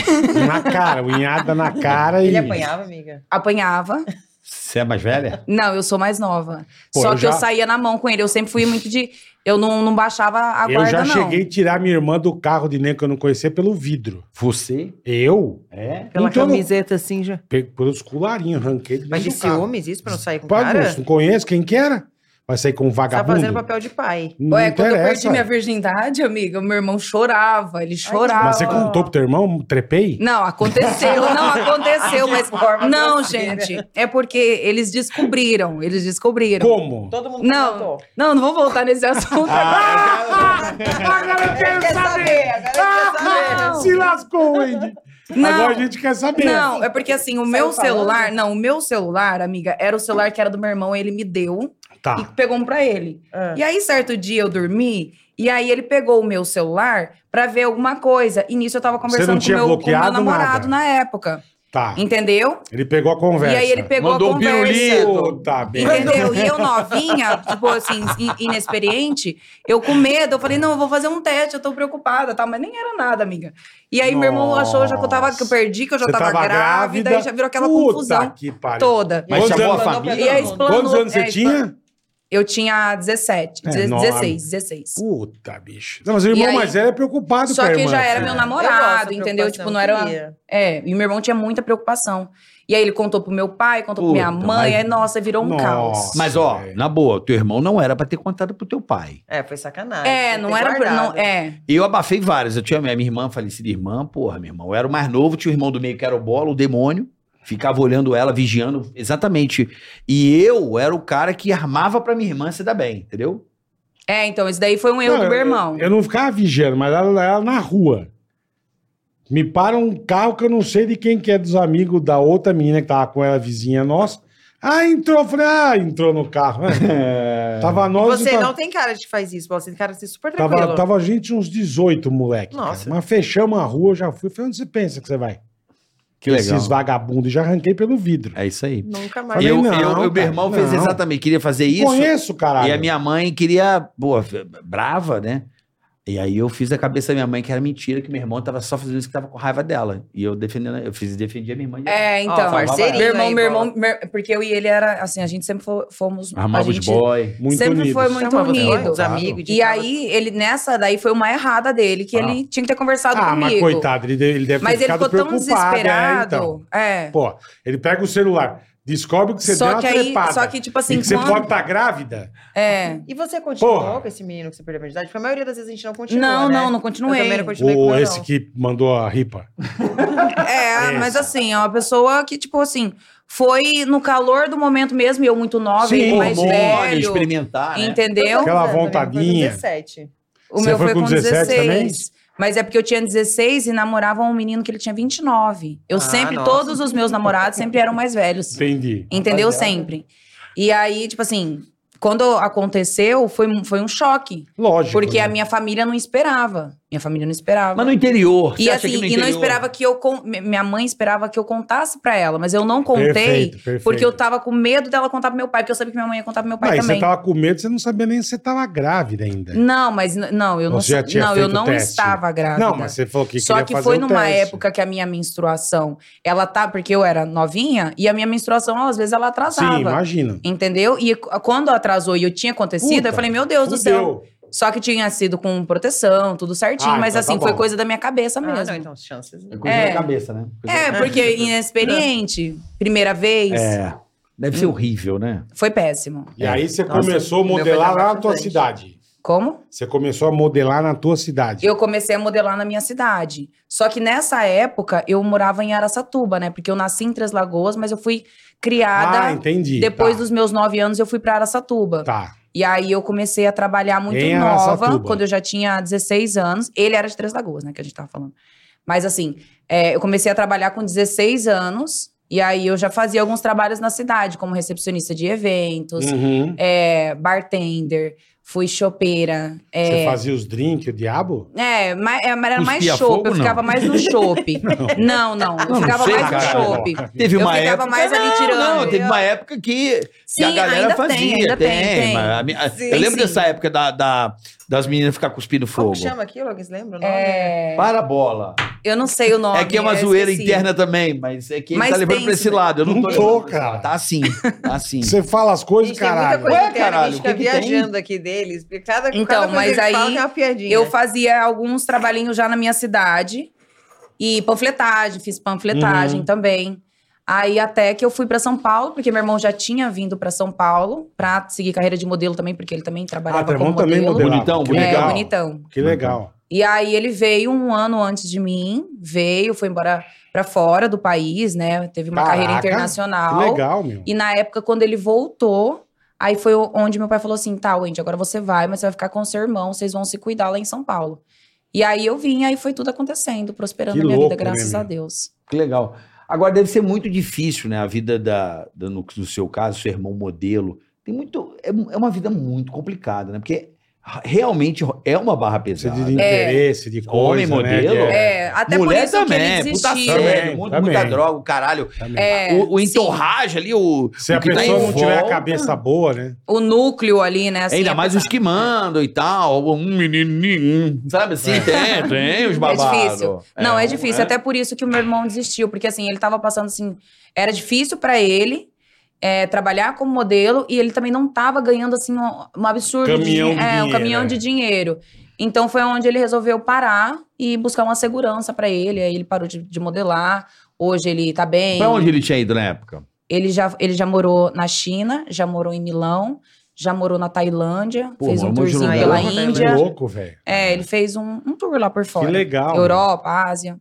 Na cara, unhada na cara e. Ele apanhava, amiga? Apanhava. Você é mais velha? Não, eu sou mais nova. Pô, Só eu que eu já- saía na mão com ele. Eu sempre fui muito de. Eu não, não baixava a Eu guarda, já não. cheguei a tirar minha irmã do carro de nego que eu não conhecia pelo vidro. Você? Eu? É? Pela Então, camiseta assim já. Pe- Pelos cularinhos, arranquei de Mas de dentro do carro. ciúmes, isso pra não sair com o Pá, cara? moço, Não conheço quem que era? Vai sair com um Você tá vagabundo? fazendo papel de pai. Não Ué, quando eu interessa. perdi minha virgindade, amiga, meu irmão chorava, ele chorava. Mas você contou pro teu irmão? Trepei? Não, aconteceu, não aconteceu, mas. forma Não, grosseira. gente, é porque eles descobriram, eles descobriram. Como? Todo mundo tá Não. perguntou. Não, não vou voltar nesse assunto Ah, Quer Agora eu Ah, saber? Agora quer saber. Não. Se lascou, Wendy. Não. Agora a gente quer saber. Não, é porque assim, o meu falando? celular, não, o meu celular, amiga, era o celular que era do meu irmão, ele me deu e Tá. pegou um pra ele. Ah. E aí, certo dia eu dormi, e aí ele pegou o meu celular pra ver alguma coisa. E nisso eu tava não conversando com tinha meu, com meu bloqueado nada? namorado na época. Tá. Entendeu? Ele pegou a conversa. E aí ele pegou Mandou um a conversa. piolito. Puta, merda. Entendeu? E eu novinha, tipo assim, in- inexperiente, eu com medo, eu falei, não, eu vou fazer um teste, eu tô preocupada, tal, mas nem era nada, amiga. E aí meu irmão achou já que eu tava, que eu perdi, que eu já Você tava, grávida, e já virou aquela Puta confusão que pariu. toda. Mas Quantos chamou a anos- família? E aí, Planou- Quantos anos é, você expla- tinha? Eu tinha 17, É, deze- não, 16, 16. Puta, bicho. Não, mas o irmão E aí- mais velho é preocupado com Só a que irmã, já era assim. meu Eu gosto dessa namorado, entendeu? Tipo, não era. preocupação, É, e meu irmão tinha muita preocupação. E aí ele contou pro meu pai, contou pra minha Puta, mãe, mas- aí, nossa, virou um Nossa. caos. Mas, ó, velho. na boa, teu irmão não era pra ter contado pro teu pai. queria. É, foi sacanagem. É, tem que não ter era. por- Não, guardado. é. Eu abafei várias. Eu tinha minha minha irmã, falecida irmã, porra, meu irmão. Eu era o mais novo, tinha o irmão do meio que era o bola, o demônio. Ficava olhando ela, vigiando, exatamente. E eu era o cara que armava pra minha irmã se dar bem, entendeu? É, então, isso daí foi um erro Não, do meu irmão. Eu, eu não ficava vigiando, mas ela, ela na rua. Me para um carro que eu não sei de quem que é dos amigos da outra menina que tava com ela, vizinha nossa. Ah, entrou. Eu Falei, ah, entrou no carro. Tava E nós. e tá Você tava- não tem cara de faz isso, Paulo. Você tem cara de ser super tranquilo. Tava, tava a gente uns 18, moleque. cara. Nossa. Mas fechamos a rua, eu já fui. Falei, onde você pensa que você vai? Que legal. Esses vagabundos. Já arranquei pelo vidro. É isso aí. Nunca mais. Falei, eu, não, eu- eu- meu cara, irmão fez não. exatamente, queria fazer Não É isso. Conheço, caralho. E a minha mãe queria, pô, brava, né? E aí eu fiz a cabeça da minha mãe que era mentira, que meu irmão tava só fazendo isso que tava com raiva dela. E eu defendendo, eu fiz defendi a minha irmã. de- É, Ó, então. parceirinho meu irmão, aí, meu irmão, bola. meu- porque eu e ele era assim, a gente sempre fo- fomos. a Armava os gente boy. Muito sempre unidos. foi muito Chamava unido. Os amigos E aí, ele, nessa daí foi uma errada dele, que Ah. ele tinha que ter conversado Ah, comigo. mas coitado, ele deve, ele deve Mas ter ele ficado ficou tão preocupado. É, desesperado. É. então. Pô, ele pega o celular, descobre que você deu Só uma que aí, trepada. só que, tipo assim, e que você quando- pode estar grávida. É. E você continuou Porra. com esse menino que você perdeu a virgindade? Porque a maioria das vezes a gente não continua. Não, né? não, não Eu continuei. também não continuei com o Ou meu, esse não. que mandou a ripa. É, Esse. mas assim, é uma pessoa que, tipo assim, foi no calor do momento mesmo, e eu muito nova, Sim, ele mais Hormônio, velho. experimentar, né? Entendeu? Quantos Aquela anos, amigo? Foi vontadinha. com 17. O Você meu foi foi, com com 17 16. também? Mas é porque eu tinha 16 e namorava um menino que ele tinha 29. Eu Ah, sempre, nossa. todos os meus namorados sempre eram mais velhos. Entendi. Entendeu? Rapaziada. Sempre. E aí, tipo assim, quando aconteceu, foi, um- foi um choque. Lógico. Porque né? a minha família não esperava. Minha família não esperava. Mas no interior, e você acha que assim, no e não interior- esperava que eu. con- mi- Minha mãe esperava que eu contasse pra ela, mas eu não contei. Perfeito, perfeito. Porque eu tava com medo dela contar pro meu pai, porque eu sabia que minha mãe ia contar pro meu pai Não, e também. você tava com medo, você não sabia nem se você tava grávida ainda. Não, mas n- não, eu Ou não, você já sa- tinha não, eu feito o não teste? estava grávida. Não, mas você falou que Só queria que fazer foi o numa teste. época que a minha menstruação, ela tá, porque eu era novinha, e a minha menstruação, às vezes, ela atrasava. Sim, imagina. Entendeu? E c- quando atrasou e eu tinha acontecido, Puta, eu falei, meu Deus do céu. Fudeu. Só que tinha sido com proteção, tudo certinho, Ah, mas então assim, tá bom. foi coisa da minha cabeça Ah, mesmo. não, então, chances. É coisa É. da cabeça, né? Coisa É, da- porque inexperiente, primeira vez, É. Deve Hum. ser horrível, né? foi péssimo. E aí você Nossa, começou a meu foi é modelar lá na abaixo tua frente. cidade. Como? Você começou a modelar na tua cidade. Eu comecei a modelar na minha cidade. Só que nessa época, eu morava em Araçatuba, né? Porque eu nasci em Três Lagoas, mas eu fui Ah, criada. entendi. depois tá. dos meus nove anos, eu fui pra Araçatuba. Tá. E aí eu comecei a trabalhar muito Em nova, Araçatuba. quando eu já tinha 16 anos. Ele era de Três Lagoas, né, que a gente tava falando. Mas assim, é, eu comecei a trabalhar com 16 anos. E aí eu já fazia alguns trabalhos na cidade, como recepcionista de eventos, Hum. Uhum. é, bartender, fui chopeira. é, Você fazia os drinks, o diabo? é, ma- é, mas era mais Cuspia chopp, fogo, eu não? ficava mais no chopp. não, não, eu não ficava sei, mais cara. no chopp. Teve Eu uma ficava época. mais ali tirando. Não, teve uma época que, que Sim, a galera ainda fazia. tem, ainda tem, tem. mas a minha- Sim, eu lembro sim. dessa época da, da- das meninas ficar cuspindo Como fogo. que chama aquilo? Alguém se lembra o nome? É, Para a bola. eu não sei o nome. é que é uma eu zoeira esqueci. interna também, mas é que ele Mas tá levando tem pra isso né? esse daí. lado. Eu não, Não tô, levando pra esse cara. lado. Tá assim, tá assim. Você fala as A coisas, gente tem muita caralho. coisa Ué, interna, a caralho, gente o que fica que tem? viajando aqui deles. porque Cada, Então, cada coisa mas que eles falam aí tem uma piadinha. Eu fazia alguns trabalhinhos já na minha cidade. E panfletagem, fiz panfletagem também. Aí até que eu fui pra São Paulo, porque meu irmão já tinha vindo pra São Paulo pra seguir carreira de modelo também, porque ele também trabalhava Ah, teu como irmão também modelo. modelava. Bonitão, que É, legal. bonitão. Que legal. E aí ele veio um ano antes de mim, veio, foi embora pra fora do país, né? Teve uma Caraca, carreira Que internacional. legal, meu. E na época, quando ele voltou, aí foi o- onde meu pai falou assim: tá, Wendy, agora você vai, mas você vai ficar com seu irmão, vocês vão se cuidar lá em São Paulo. E aí eu vim, aí foi tudo acontecendo, prosperando Que a minha louco, vida, graças né, a meu? Deus. Que legal. Agora, deve ser muito difícil, né? A vida da, da- no, no seu caso, seu irmão modelo. Tem muito, é, é uma vida muito complicada, né? Porque realmente é uma barra Você pesada. de interesse, de coisa, Homem modelo? Né? É, até por Mulher isso que também, é, ele puta desistiu. sério, muito- Também. muita droga, o caralho. Também. É, o o sim. entorragem ali, o. Se o é a que tá em pessoa não tiver a volta. cabeça boa, né? O núcleo ali, né? assim, ainda é mais os pesado. que mandam e tal, ou um menininho, sabe É. assim? Tem, tem os É babados. difícil. Não, né? é difícil. Até por isso que o meu irmão desistiu. Porque, assim, ele tava passando, assim... Era difícil pra ele é, trabalhar como modelo. E ele também não tava ganhando, assim, um, um absurdo... Caminhão dinhe- de é, dinheiro, um caminhão é. de dinheiro. Então, foi onde ele resolveu parar e buscar uma segurança pra ele. Aí, ele parou de, de modelar. Hoje, ele tá bem. Pra onde ele tinha ido na época? Ele já, ele já morou na China, já morou em Milão, já morou na Tailândia. Pô, fez um morou de tourzinho lugar. pela Porra, velho. Que Índia. louco, velho. É, ele fez um, um tour lá por Que fora. legal. Europa, Ásia.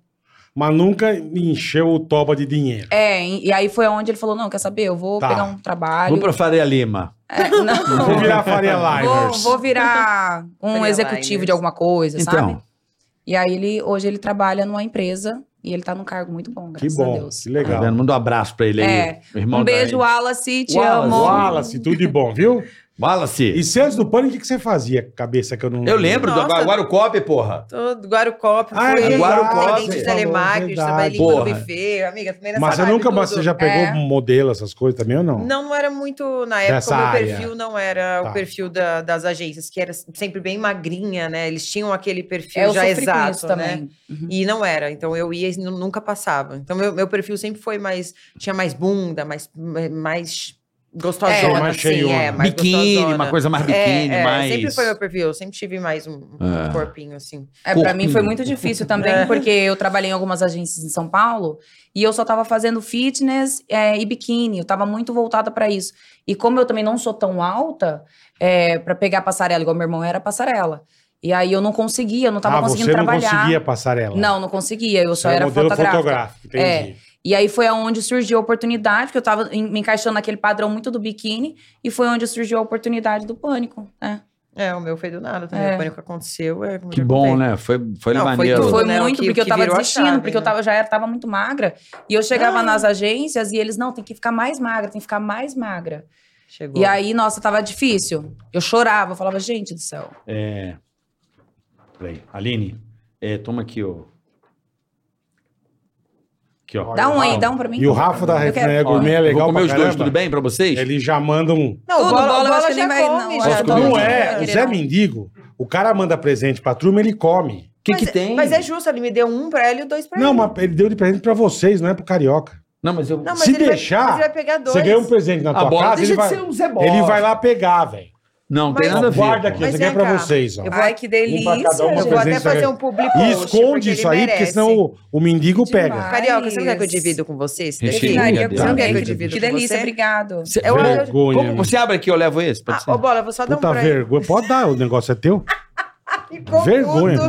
Mas nunca encheu o toba de dinheiro. É, e e aí foi onde ele falou: não, quer saber? Eu vou Tá. pegar um trabalho. Vou pra Faria Lima. É, não. Vou virar Faria Vou, Liners. vou virar um Faria executivo liners. de alguma coisa, sabe? Então, E aí ele hoje ele trabalha numa empresa e ele tá num cargo muito bom, Que graças a bom, Deus. que tá vendo? legal. manda um abraço pra ele aí. É, meu irmão Um beijo, Wallace. Wallace, te Wallace. amo. Wallace, tudo de bom, viu? E Wallace. se antes do pânico, o que você fazia? Cabeça que eu não. Eu lembro do Nossa. Guarucop, porra. Todo Guarucop, Ah, é fui verdade, atendente você de falou, telemarketing, verdade. trabalhei no Porra. buffet, amiga, também nessa Mas você vibe nunca tudo. mas você já pegou É. modelo, essas coisas também ou não? Não, não era muito. Na época, Dessa o meu área. perfil não era Tá. o perfil da- das agências, que era sempre bem magrinha, né? Eles tinham aquele perfil É, eu já sofri com exato, isso né? também. Uhum. E não era. Então eu ia e nu- nunca passava. Então meu, meu perfil sempre foi mais. Tinha mais bunda, mais. mais gostosona. É, mais assim, cheiona. é, mais biquíni, gostosona. uma coisa mais É, biquíni, é, mais. Sempre foi meu perfil. Eu sempre tive mais um, um É. corpinho assim. É, pra Corpinho. mim foi muito difícil também, É. porque eu trabalhei em algumas agências em São Paulo e eu só tava fazendo fitness é, e biquíni, eu tava muito voltada pra isso. E como eu também não sou tão alta, é, para pegar passarela, igual meu irmão era passarela. E aí eu não conseguia, eu não tava ah, conseguindo você trabalhar. não conseguia passarela. Não, não conseguia, eu só Você é era modelo fotográfica. fotográfico, entendi. E aí foi aonde surgiu a oportunidade, porque eu tava em- me encaixando naquele padrão muito do biquíni, e foi onde surgiu a oportunidade do pânico, né? É, o meu foi do nada também. É. O pânico aconteceu. É, como Que já bom, contei. né? Foi, foi Não, foi maneiro. Tá tudo. Foi né? O muito, que- porque o eu que tava virou a desistindo, chave, porque eu né? tava, já era, tava muito magra. E eu chegava Ah. nas agências e eles, não, tem que ficar mais magra, tem que ficar mais magra. Chegou. E aí, nossa, tava difícil. Eu chorava, eu falava, gente do céu. É... Peraí, Aline, é, toma aqui, ó. Aqui, ó. Dá um aí, dá um pra mim. E o Rafa da Eu quero- Refneia Gourmet é Eu legal Vou comer pra os dois, tudo caramba. bem pra vocês? Ele já manda um... Não, Tudo, o bola, bola, o eu bola acho que já nem vai- come, não, já. tá né? acho que Bola Não Não já é, querer, Zé não. Mendigo, o cara manda presente pra turma, ele come. O que, Mas que é- tem? Mas é justo, ele me deu um pra ele e dois pra Não, ele. mas ele deu de presente pra vocês, não é pro carioca. Não, mas eu. Não, mas Se ele vai- deixar, mas ele vai pegar dois. Você ganha um presente na a tua bola casa, deixa ele vai, de ser um Zé Bola. ele vai lá pegar, velho. Não, Mas- tem nada a ver. Guarda aqui, pô. Mas isso aqui é vem pra cá, vocês, ó. eu vou- Ai, que delícia, pra cada um Eu uma vou gente. até presente, fazer né? um public E post, porque esconde isso ele aí, porque merece. senão o, o mendigo Demais. pega. Carioca, você não quer que eu Mas- divido com você? esse Recheio, daqui? né, Ai, eu- um Deus? você não Você quer quer que que eu eu divida Que com delícia, você? obrigado. Cê- Eu- Como- Vergonha, como- meu. Você abre aqui, eu levo esse? Pode é Ah, ser? ô, Bola, vou só dar um Puta pra ele. vergonha. Pode dar, o negócio é teu. Ficou vergonha. né?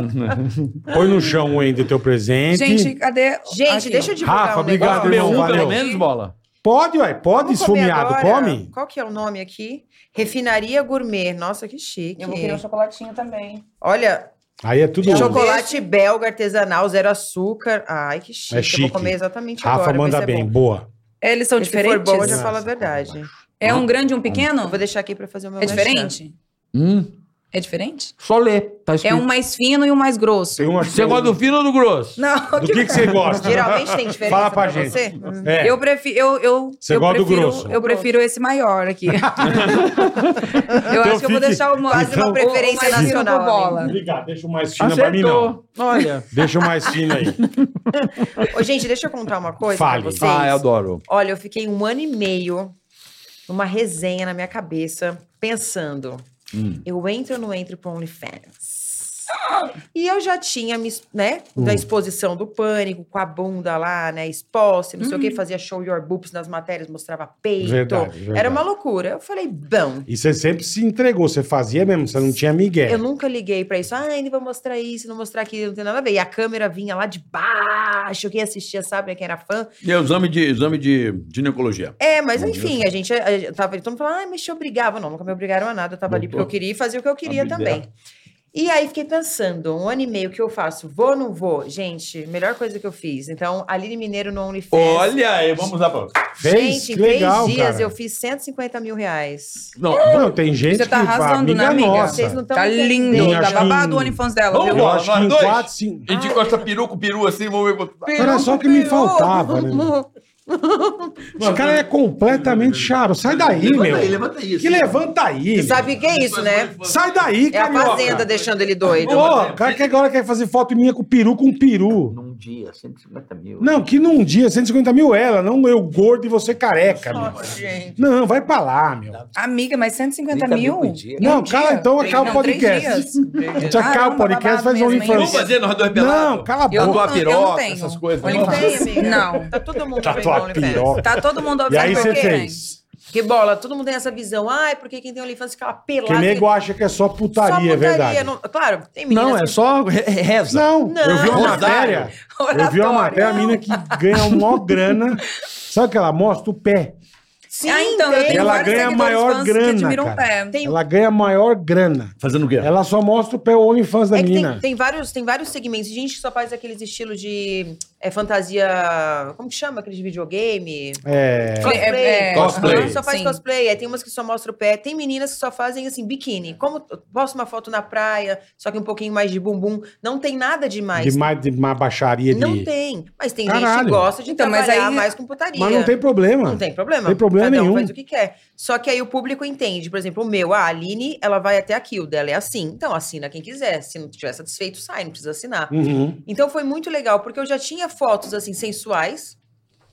tudo. Põe no chão ainda o teu presente. Gente, cadê? Gente, deixa eu divulgar Rafa, um obrigado, negócio. irmão, Comeu um, valeu. pelo menos, bola? Pode, ué, pode, Vamos comer esfomeado, agora? come. Qual que é o nome aqui? Refinaria Gourmet. Nossa, que chique. Eu vou querer um chocolatinho também. Olha, Aí é tudo. chocolate belga artesanal, zero açúcar. Ai, que chique. Eu É chique. vou comer exatamente Rafa agora. ver manda se é bem, bom. boa. Eles são Se Então, tipo, for É diferentes? bom, eu já Nossa, falo a verdade. É um grande e um pequeno? Eu vou deixar aqui pra fazer o meu É merchan. diferente? Hum, É diferente? só lê. Hum? Tá É escrito. um mais fino e um mais grosso. Tem uma- Você gosta do fino ou do grosso? Não, Do que, que você gosta? Geralmente tem diferença Fala pra gente. você? Hum. É, eu prefiro. Eu, eu, Você eu gosta do prefiro, grosso? Eu prefiro esse maior aqui. eu acho que eu vou Então fique- então, deixar o, Quase uma o- o preferência mais fino nacional, por bola. Obrigado, deixa o mais fino pra mim, não. Olha. Deixa o mais fino aí. Ô, gente, deixa eu contar uma coisa Fale. pra vocês. Ah, eu adoro. Olha, eu fiquei um ano e meio numa resenha na minha cabeça, pensando: Hum. eu entro ou não entro pro OnlyFans? E eu já tinha, me, es- né, Hum. da exposição do pânico, com a bunda lá, né, exposta, não sei o Uhum. que, fazia show your boobs nas matérias, mostrava peito. Verdade, verdade. Era uma loucura. Eu falei, bom, E você sempre se entregou, você fazia mesmo, você não tinha migué. Eu nunca liguei pra isso. Ah, ainda vou mostrar isso, não mostrar aquilo, não tem nada a ver. E a câmera vinha lá de baixo, quem assistia sabe né, quem era fã. E é o exame de, exame de ginecologia. É, mas Uhum. enfim, a gente, a gente tava ali, todo mundo falando, ai, mas te obrigava. Não, nunca me obrigaram a nada, eu tava ali porque eu Doutor. queria e fazia o que eu queria Amiga. também. E aí fiquei pensando, um ano e meio que eu faço, vou ou não vou? Gente, melhor coisa que eu fiz. Então, Aline Mineiro no OnlyFans. Olha aí, vamos lá pra. Fez? Gente, que em três legal, dias cara. eu fiz 150 mil reais. Não, Não, tem gente Você tá que fala, arrasando, amiga, né, amiga? nossa. Vocês não estão Tá lindo, Eu tá acho que- babado o OnlyFans dela, Vamos viu? Eu Bora, acho nós que em dois? quatro, cinco... Indica essa peruca, o peru assim, vamos ver. Era só o que me faltava, né? Esse cara é completamente charo. Sai daí, meu. levanta isso. Que levanta aí. meu. Sabe o que é isso, né? Sai daí, É a carioca. fazenda deixando ele doido. Ô, o cara que agora quer fazer foto minha com peru, com peru. Num dia, 150 mil. Não, que num dia, 150 mil ela, não eu gordo e você careca, meu. gente. Não, vai pra lá, meu. Tá Amiga, mas 150 30 mil? mil por dia. Em Não, um cala dia? então, acaba Não, o três podcast. dias. A gente acaba o Caramba, podcast, faz um babado mesmo, hein? Vamos infância. fazer nós dois pelados? Não, cala a boca. Eu Tatuar não, piroca, eu não tenho. essas coisas, né? Não tem, OnlyFans. amiga. Não. Tá todo mundo vendo Tatuar OnlyFans. piroca. Tá todo mundo E ouvindo aí por você quê? fez. Que bola, todo mundo tem essa visão. Ai, porque quem tem OnlyFans fica lá pelado. Que nego Só acha que é só putaria, é verdade. não- claro, tem meninas Não, é que- só re- re- reza. Não, Não. eu vi uma Rosário. matéria. Eu vi uma matéria, a mina que ganha uma grana. Sabe que ela mostra o pé. Sim, ah, então, eu tem. tenho Ela vários ganha seguidores maior fãs grana, que admiram o cara. pé. Tem- Ela ganha maior grana. Fazendo o quê? Ela só mostra o pé o OnlyFans da É que menina. tem, tem vários, tem vários segmentos. Gente que só faz aqueles estilos de é, fantasia. Como que chama? Aqueles de videogame? É. Cosplay. É, é, Cosplay. Aham, Só faz Sim. cosplay. Aí tem umas que só mostram o pé. Tem meninas que só fazem, assim, biquíni. Como posta uma foto na praia, só que um pouquinho mais de bumbum. Não tem nada demais. De mais de uma baixaria de. né? Não tem. Mas tem gente Caralho. que gosta de Então, mas trabalhar aí- mais com putaria. Mas não tem problema. Não tem problema. Tem problema Cada um nenhum. faz o que quer. Só que aí o público entende. Por exemplo, o meu, a Aline, ela vai até aqui. O dela é assim. Então, assina quem quiser. Se não estiver satisfeito, sai. Não precisa assinar. Uhum. Então, foi muito legal. Porque eu já tinha fotos, assim, sensuais.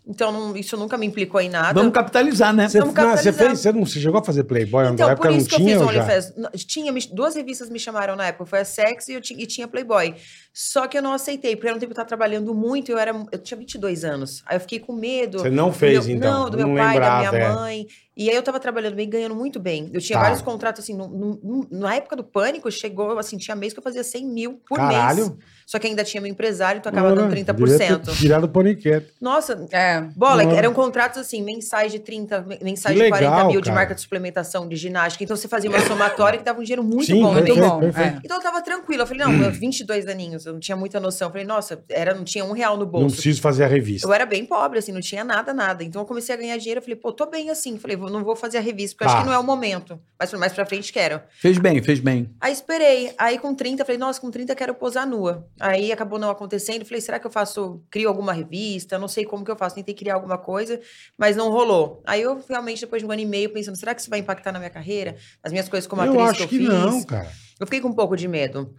Então, não- isso nunca me implicou em nada. Vamos capitalizar, né? Você, Vamos não, você capitalizar. fez, você não você chegou a fazer Playboy Então, na por época isso não que eu tinha fiz ou já? OnlyFans. N- Tinha, me- duas revistas me chamaram na época, foi a Sex e, eu ti- e tinha Playboy. Só que eu não aceitei, porque era um tempo que eu tava trabalhando muito, eu era, eu tinha 22 anos. Aí eu fiquei com medo. Você não fez, meu, então. Não, do meu Não pai, lembrava, da minha é. mãe. E aí eu tava trabalhando bem, ganhando muito bem. Eu tinha Tá. vários contratos, assim, no- no- no- na época do pânico, chegou, assim, tinha mês que eu fazia 100 mil por mês. Caralho. Só que ainda tinha meu empresário, então acaba dando Olha, devia ter 30%. Tirado o paniquete. Nossa, É. Bola, Olha. eram contratos assim, mensais de 30, men- mensais Que de legal, 40 mil de cara. marca de suplementação, de ginástica. Então você fazia uma somatória que dava um dinheiro muito Sim, bom. Muito Perfeito, bom. perfeito. é. Então eu tava tranquila. Eu falei, não, eu 22 aninhos, eu não tinha muita noção. Eu falei, nossa, era, não tinha um real no Não bolso. preciso fazer a revista. Eu era bem pobre, assim, não tinha nada, nada. Então eu comecei a ganhar dinheiro. Eu falei, pô, tô bem assim. Falei, vou- não vou fazer a revista, porque eu Tá. acho que não é o momento. Mas mais pra frente quero. Fez bem, fez bem. Aí esperei. Aí com 30, falei, nossa, com 30 quero posar nua. Aí acabou não acontecendo. Falei, será que eu faço, crio alguma revista? Não sei como que eu faço. Tentei criar alguma coisa, mas não rolou. Aí eu realmente, depois de um ano e meio, pensando, será que isso vai impactar na minha carreira? Nas minhas coisas como Eu atriz acho que que eu fiz? não, cara. Eu fiquei com um pouco de medo.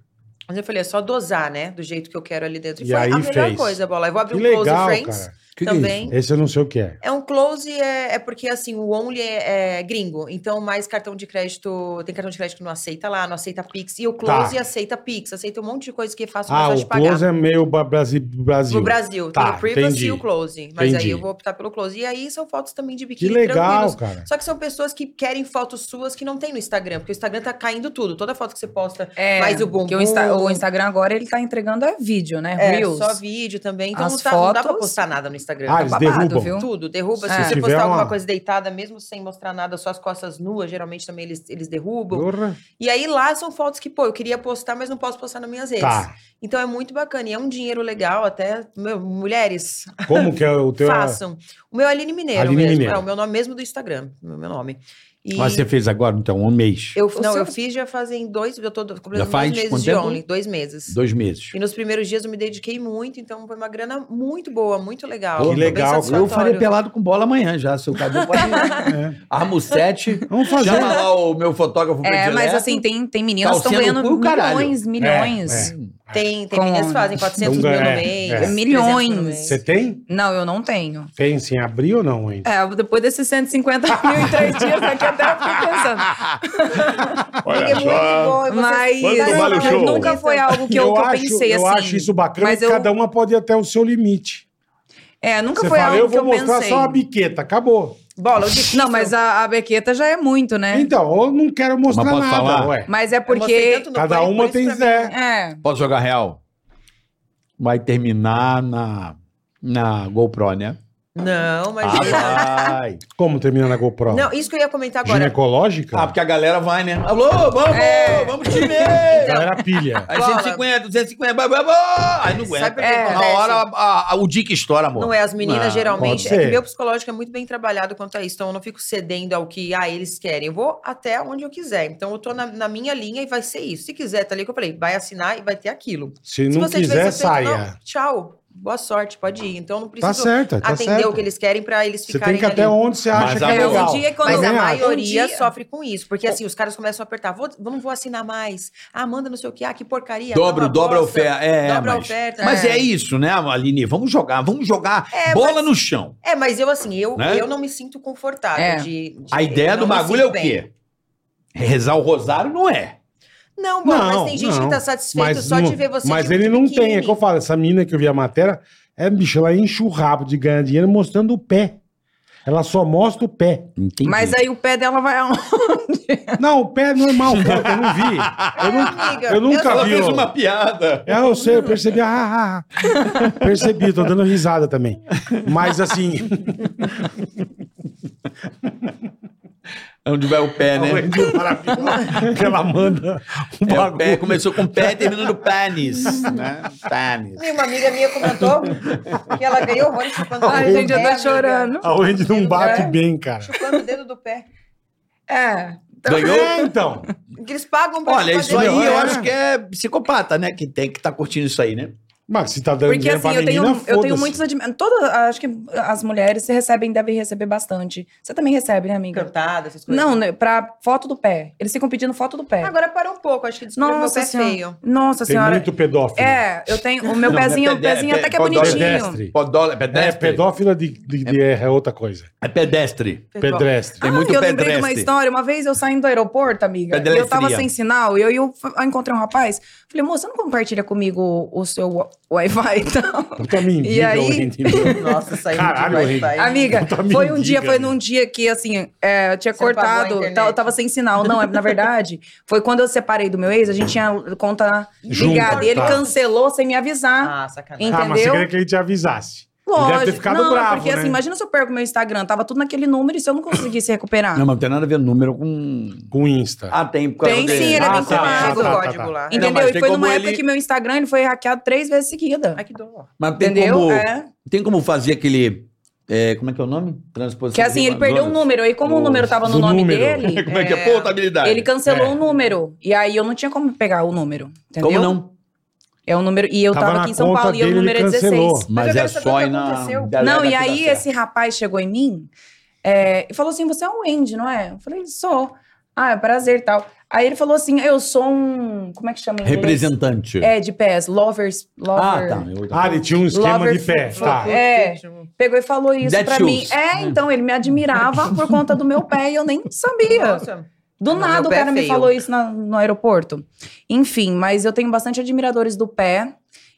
Mas eu falei, é só dosar, né? Do jeito que eu quero ali dentro. E, E foi aí a melhor fez. coisa, Bola. Eu vou abrir Que um Close legal, Friends cara. Que que é também. Esse eu não sei o que é. É um close, é, é porque assim, o Only é, é gringo. Então, mais cartão de crédito. Tem cartão de crédito que não aceita lá, não aceita Pix. E o Close Tá. aceita Pix, aceita um monte de coisa que é fácil Ah, pra o te pagar. close é meio ba- Brasi- Brasil. No Brasil, Tá, tem o Privacy entendi. e o Close. Mas Entendi. aí eu vou optar pelo Close. E aí são fotos também de Que biquíni legal, tranquilos. cara. Só que são pessoas que querem fotos suas que não tem no Instagram, porque o Instagram tá caindo tudo. Toda foto que você posta É, Mas o bumbum- que o, Insta- o Instagram agora ele tá entregando é vídeo, né? é Reels. só vídeo também. Então As não, tá- não dá pra fotos- postar nada no Instagram. Ah, Tá eles babado, derrubam. viu? Tudo, derruba. É. Se Se você postar tiver alguma uma- coisa deitada, mesmo sem mostrar nada, só as costas nuas, geralmente também eles, eles derrubam. Porra. E aí lá são fotos que, pô, eu queria postar, mas não posso postar nas minhas redes. Tá. Então é muito bacana. E é um dinheiro legal, até. meu, mulheres, Como que é o teu. façam. O meu é Aline Mineiro Aline mesmo. Mineiro. É o meu nome mesmo do Instagram. o Meu nome. E Mas você fez agora, então, um mês. eu, O não, seu- eu fiz já fazem dois. Eu tô completando faz dois meses quanto de tempo? Only, dois meses. Dois meses. E nos primeiros dias eu me dediquei muito, então foi uma grana muito boa, muito legal. Que Foi bem legal, cara. Eu satisfatório. farei pelado com bola amanhã já, seu cabelo pode ir. É. Armo 7, Vamos fazer. chama lá o meu fotógrafo É, predileto. mas assim, tem, tem meninas que estão Calcinha no ganhando cu, caralho. milhões, milhões. É, Tem, tem Com- meninas que fazem 400 Então, mil é, no mês. é. 300 Milhões. no mês. Você tem? Não, eu não tenho. Tem sim, abrir ou não ainda? É, depois desses 150 mil em três dias, aqui até eu fiquei pensando. É Olha muito só. bom, e você- Mas, Quanto vale o mas show? nunca foi algo É, que eu, que eu pensei eu assim. acho isso bacana, mas que eu- cada uma pode ir até o seu limite. É, nunca Você foi fala, algo eu que vou eu mostrar pensei. só uma biqueta, acabou. Bola, o difícil. Não, mas a, a bequeta já é muito, né? Então, eu não quero mostrar Mas pode nada, falar? ué. Mas é Eu mostrei porque. tanto no Cada pânico, por uma isso tem pra mim- Zé. É. Posso jogar real? Vai terminar na, na GoPro, né? Não, mas. tá. Ah, vai. Como termina na GoPro? Não, isso que eu ia comentar agora. é Ginecológica? Ah, porque a galera vai, né? Alô, vamos! É. Vamos, time! Ela era pilha. Aí Bola. 150, 250, blá, blá, blá. aí não aguenta. Sabe por que É. acontece? Na hora a- a- o dia que estoura, amor. Não é, as meninas Não, geralmente. Ah, pode É que ser. meu psicológico é muito bem trabalhado quanto a isso. Então eu não fico cedendo ao que ah, eles querem. Eu vou até onde eu quiser. Então eu tô na, na minha linha e vai ser isso. Se quiser, tá ali que eu falei, vai assinar e vai ter aquilo. Se Se não você tiver quiser, satisfeito, não, saia. tchau. Boa sorte, pode ir. Então eu não Tá preciso certo, tá atender certo. o que eles querem pra eles Você ficarem tem que ali. até onde você acha Mas que a- é É, hoje legal. em dia, quando Mas Também a acho. maioria Um dia. sofre com isso, porque assim, os caras começam a apertar, vou, vamos, vou assinar mais. Ah, manda não sei o que, ah, que porcaria. Dobro, não, uma dobra a bosta. oferta. É, dobra a mas, oferta. mas é. é. isso, né, Aline? Vamos jogar, vamos jogar É, bola mas- no chão. É, mas eu assim, eu, Né? eu não me sinto confortável É. de, de- A ideia eu do não me bagulho é o sinto bem. quê? Rezar o rosário não é. Não, bom, Não, mas tem gente não. que tá satisfeito Mas, só de não- ver você mas de um ele não tem, é que eu biquíni. falo, essa mina que eu vi a matéria, é, bicho, ela enche o rabo de ganhar dinheiro mostrando o pé. Ela só mostra o pé. Entendi. Mas aí o pé dela vai aonde? Não, o pé é normal, o pé eu não vi. Eu, É, não, amiga, eu nunca eu ela sou- vi. fez ó. uma piada. É, eu sei, eu percebi. Ah, ah, ah. Percebi, tô dando risada também. Mas assim, É Onde vai o pé, né? que ela manda um É, o bagulho. pé começou com pé, terminando panis, né? Panis. E Uma amiga minha comentou que ela ganhou horrores chupando o Ai, dedo do gente, eu pé, tô amiga. chorando. A Wendy não bate É. bem, cara. Chupando o dedo do pé. É. Ganhou? É, então. Eles pagam pra né? Olha, chupar isso dedo aí do pé. eu é. acho que é psicopata, né? Que tem que tá curtindo isso aí, né? Mas se tá dando Porque dinheiro assim, pra eu tenho, menina, eu tenho foda-se. muitos admiradores. Todas, acho que as mulheres se recebem, devem receber bastante. Você também recebe, né, amiga? Encantada, essas coisas. Não, né, pra foto do pé. Eles ficam pedindo foto do pé. Agora para um pouco, acho que descobriu meu É. Nossa pé é senhora. feio. Nossa Tem senhora. muito pedófilo. É, eu tenho. O meu Não, pezinho, é o pezinho pede- até que é pede- bonitinho. Pedestre. Podola, é É, pedestre? pedófilo de, de- de- é outra coisa. É pedestre. Pedestre. Tem muito Ah, eu lembrei de uma pedestre. história. Uma vez eu saindo do aeroporto, amiga, e eu tava Pedestria. sem sinal, e aí eu, f- eu encontrei um rapaz. Falei, moça, você não compartilha comigo o seu wa- Wi-Fi, então? Puta mendiga, E aí- Wendy, meu. Nossa, é saiu Caralho, de horrível. Wi-Fi. Amiga, Puta foi um mendiga, dia, foi né? num dia que, assim, é, eu tinha Você apagou a cortado, internet. tá- eu tava sem sinal. Não, é, na verdade, foi quando eu separei do meu ex, a gente tinha conta Junto, ligada, e ele tá. cancelou sem me avisar. Ah, sacanagem. Ah, mas você Entendeu? queria que ele te avisasse. Lógico. Ele deve ter ficado não, bravo, porque né? assim, imagina se eu perco meu Instagram, tava tudo naquele número e se eu não conseguisse recuperar. Não, mas não tem nada a ver número com. Com o Insta. Ah, tem. por causa Tem dele. sim, ele é Ah, bem tá, Paga comigo. o tá, tá, código tá. lá. Não, Entendeu? mas e tem foi como numa época ele- que meu Instagram ele foi hackeado três vezes seguida. Ai, que dor. Tá. Mas tem Entendeu? como. É. Tem como fazer aquele. é, como é que é o nome? Transposição. Que assim, ele de- perdeu um número. E como o número tava no Do nome número. dele, Como é que é? Portabilidade. ele É. cancelou o número. E aí eu não tinha como pegar o número. Entendeu? Como não? É o número. E eu Tava tava, na aqui em São conta Paulo e o dele, ele número é 16. cancelou. Mas Mas eu é quero saber o só que ir na. aconteceu. da- não, da- e da- aí assim, da- esse rapaz chegou em mim é, e falou assim: Você é o Wendy, não é? Eu falei: Sou. Ah, é prazer e tal. Aí ele falou assim: Eu sou um. Como é que chama? em inglês? Representante. É, de pés. Lovers. Lover. Ah, tá. Eu- Ah, ele tinha um esquema Lover de pé. Fo- Tá. Fo- É. Pegou e falou isso That pra shoes. mim. É, então, ele me admirava por conta do meu pé e eu nem sabia. Nossa. Do Não, nada meu o pé é cara me feio. falou isso na- no aeroporto. Enfim, mas eu tenho bastante admiradores do pé.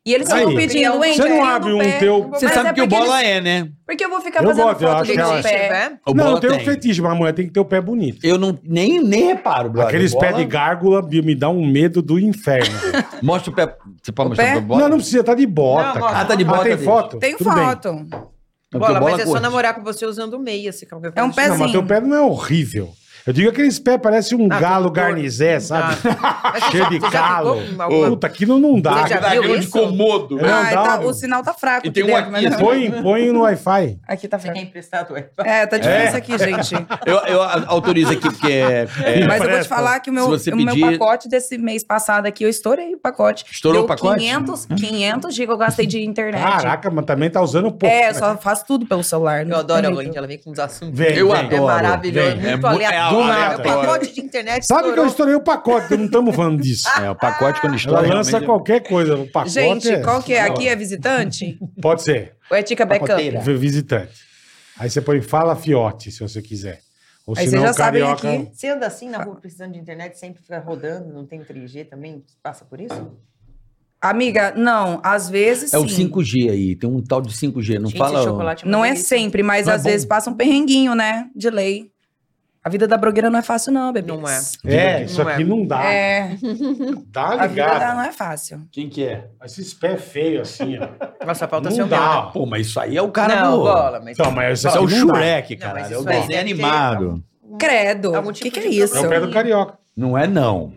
E eles Aí. ficam pedindo, hein? Você cria não do abre um pé. teu. Você Mas sabe é que o porque bola é, né? Porque eu vou ficar Eu fazendo gosto, eu foto acho do que é meu ela- pé. O não, bola eu tenho tem. um fetiche, mas mulher tem que ter o pé bonito. Eu não, nem, nem reparo, brother. Aqueles Bola- pés de gárgula me me dá um medo do inferno. velho. Mostra o pé. Você pode O mostrar pé? o bola? Não, não precisa, tá de bota. Não, cara. Ah, tá de Ah, bota tem dele. foto? Tem Tudo bem. foto. Porque Bola, bola mas é só curte. namorar com você usando assim, meia. Se calma, É um Não, pezinho. mas teu pé não é horrível. Eu digo aqueles pés parece um Ah, galo tô- tô- garnizé, sabe? Ah, Cheio de calo. Alguma... Puta, aquilo não dá. Você já cara. viu Daquilo de isso? comodo. É. Ah, tá- dá, o sinal tá fraco. E tem aqui um dentro, aqui, mas- assim. Põe, põe no Wi-fi. Aqui tá Você quer assim, fraco. emprestar tu? É, tá difícil aqui, gente. Eu, eu a- autorizo aqui, porque é, é, Mas eu vou te Empresta. falar que o meu, Se você o meu pedir- pacote desse mês passado aqui, eu estourei o pacote. Estourou Deu o pacote? Hum. 500, 500 gigas eu gastei de internet. Caraca, mas também tá usando pouco. É, eu né? só faço tudo pelo celular. né? Eu adoro a Muito. Lani, ela vem com uns assuntos. Vem, Eu vem. É adoro. maravilhoso, Vem. É muito tá mu- é aleatório. Meu aleatório. pacote um de internet Sabe que eu estourou. estourei o pacote, não estamos falando disso. é, o pacote quando Ela estoura. lança realmente- é qualquer coisa. O pacote Ah. Gente, é... qual que é? Aqui é visitante? Pode ser. Ou é Tica Backup? Pacoteira. vi- Visitante. Aí você põe fala fiote, se você quiser. Ou Aí se vocês não, já é sabem carioca... aqui. Você anda assim na rua precisando de internet, sempre fica rodando, não tem 3G também? Passa por isso? Amiga, não, às vezes É o sim. 5G aí, tem um tal de 5G, não Gente, fala. esse chocolate Não uma é delícia. sempre, mas Não é às bom. vezes passa um perrenguinho, né? De lei. A vida da blogueira não é fácil não, bebê. Não é. É, isso Não é. aqui não dá. É, Dá a vida da- ligado. não é fácil. Quem que é? Esses pés feios assim, ó. Nossa, falta ser Não um o meu. né? dá. ó. Pô, mas isso aí é o cara não, do. bola, mas... Então, mas isso Isso é o aqui não dá. Shurek, Não, mas cara. É o isso aí desenho deve ter animado. Credo, o Algum que, tipo que é de isso? É o pé do carioca. Não é, não.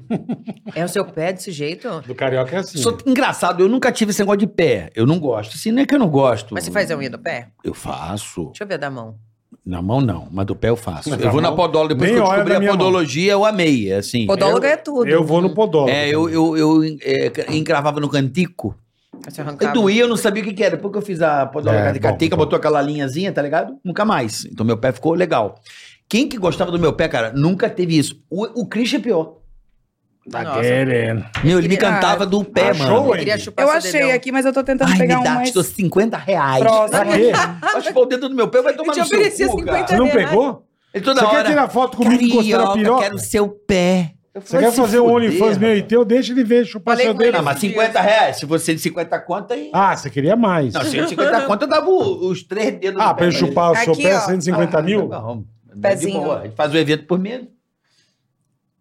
É o seu pé desse jeito? Do carioca é assim. Só que engraçado, eu nunca tive esse negócio de pé. Eu não gosto. Assim, não é que eu não gosto. Mas você faz a unha do pé? Eu faço. Deixa eu ver a da mão. Na mão, não. Mas do pé eu faço. Mas eu da vou na mão, podóloga. Depois que nem eu olha descobri na a minha mão. podologia, eu amei. Assim. Podóloga é tudo. Eu vou no podólogo. É, eu, eu, eu é, encravava no cantico. Você Eu arrancava. doía, eu não sabia o que, que era. Depois que eu fiz a podóloga É, catecatica, bom, bom. botou aquela linhazinha, tá ligado? Nunca mais. Então meu pé ficou legal. Quem que gostava do meu pé, cara, nunca teve isso. O, o Christian é pior. Tá Nossa. querendo. Meu, ele me Cara, cantava do pé, achou, mano. Eu queria chupar Eu seu achei dedão. aqui, mas eu tô tentando Ai, me pegar dá, um mais te dou 50 reais. Pra próximo. quê? Vai chupar o dedo do meu pé, vai tomar te no seu oferecia cu, 50 cara. Você não pegou? Ele toda Você hora... quer tirar foto comigo encostando a Carioca, piroca? quero o seu pé. Você quer fazer um OnlyFans meu e teu? Deixa ele ver, chupar Falei seu com ele. dedo. Não, mas 50 reais. Se você de 50 conta, aí... Ah, você queria mais. Não, se eu de 50 conta, eu dava o- os três dedos Ah, do pé pra eu ele. chupar o seu Aqui, pé, ó. 150 Tá mil? Não, Pezinho. de boa. Ele faz o evento por medo.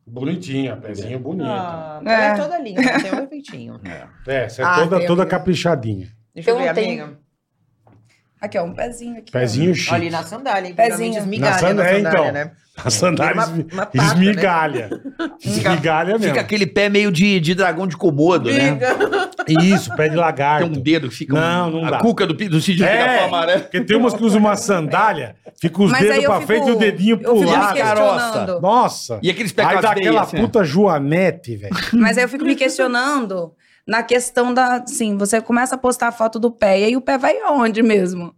Bonitinha, pezinho bonito. Ah, É. é. é toda linda, tem um perfeitinho. É, você é Ah, toda, tem- toda caprichadinha. Deixa eu Eu ver, não tenho- amiga. Aqui, ó, um pezinho aqui. ó. Pezinho Olha, e chique. na sandália, hein? Pezinho. Geralmente esmigalha na Na sandália, sandália, então. né? A Vira sandália uma- uma pata, né? esmigalha. Esmigalha Fica É mesmo. aquele pé meio de, de dragão de comodo, né? Isso, pé de lagarto. Tem um dedo que fica. Não, um- não a dá. cuca do, pi- do Cid É, fica amarelo. porque tem umas que usam uma sandália, fica os Mas dedos aí eu pra fico- frente e o dedinho eu pro fico me lado. caroça. questionando. Nossa. E aqueles pés Aí dá com as veias, aquela assim, puta Joanete, velho. Mas aí eu fico me questionando na questão da. Assim, você começa a postar foto do pé, e aí o pé vai aonde mesmo?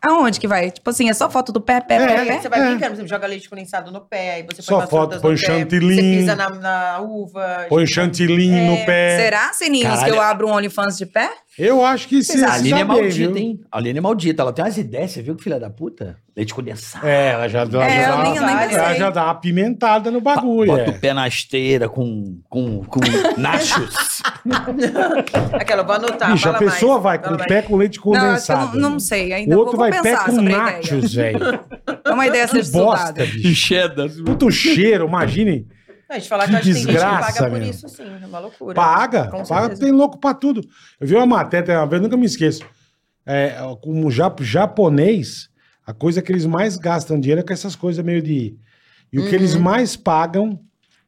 Aonde que vai? Tipo assim, é só foto do pé, pé, É, pé, Aí pé? você vai é. brincando, por exemplo, joga leite condensado no pé, aí você Só põe umas foto, frutas põe no pé, chantilly. Você pisa na, na uva. Põe chantilinho no pé. Será, sininhos, Caralho. que eu abro um OnlyFans de pé? Eu acho que se A Aline é maldita, viu? hein? A Aline é maldita. Ela tem umas ideias, você viu que filha da puta? Leite condensado. É, ela já dá, É, já, eu dá- nem- eu nem ela pensei. já dá uma pimentada no Pa- bagulho. Bota é. o pé na esteira com, com, com nachos. Aquela, eu vou anotar. Bicho, a fala mais, pessoa vai com fala o mais. pé com leite Não, acho que eu não, condensado. não sei. o Ainda vou, outro vai vou pé pensar com sobre a ideia. nachos, velho. É uma ideia a ser Que bosta, estudada. bicho. Enxeda. Puto cheiro, imagine. Não, A gente falar que, Que acho que tem gente que desgraça, paga por meu. isso, sim. É uma loucura. Paga, Com paga, certeza. tem louco pra tudo. Eu vi uma matéria uma vez, nunca me esqueço. É, como ja- japonês, a coisa que eles mais gastam dinheiro é com essas coisas meio de. E o que Uhum. eles mais pagam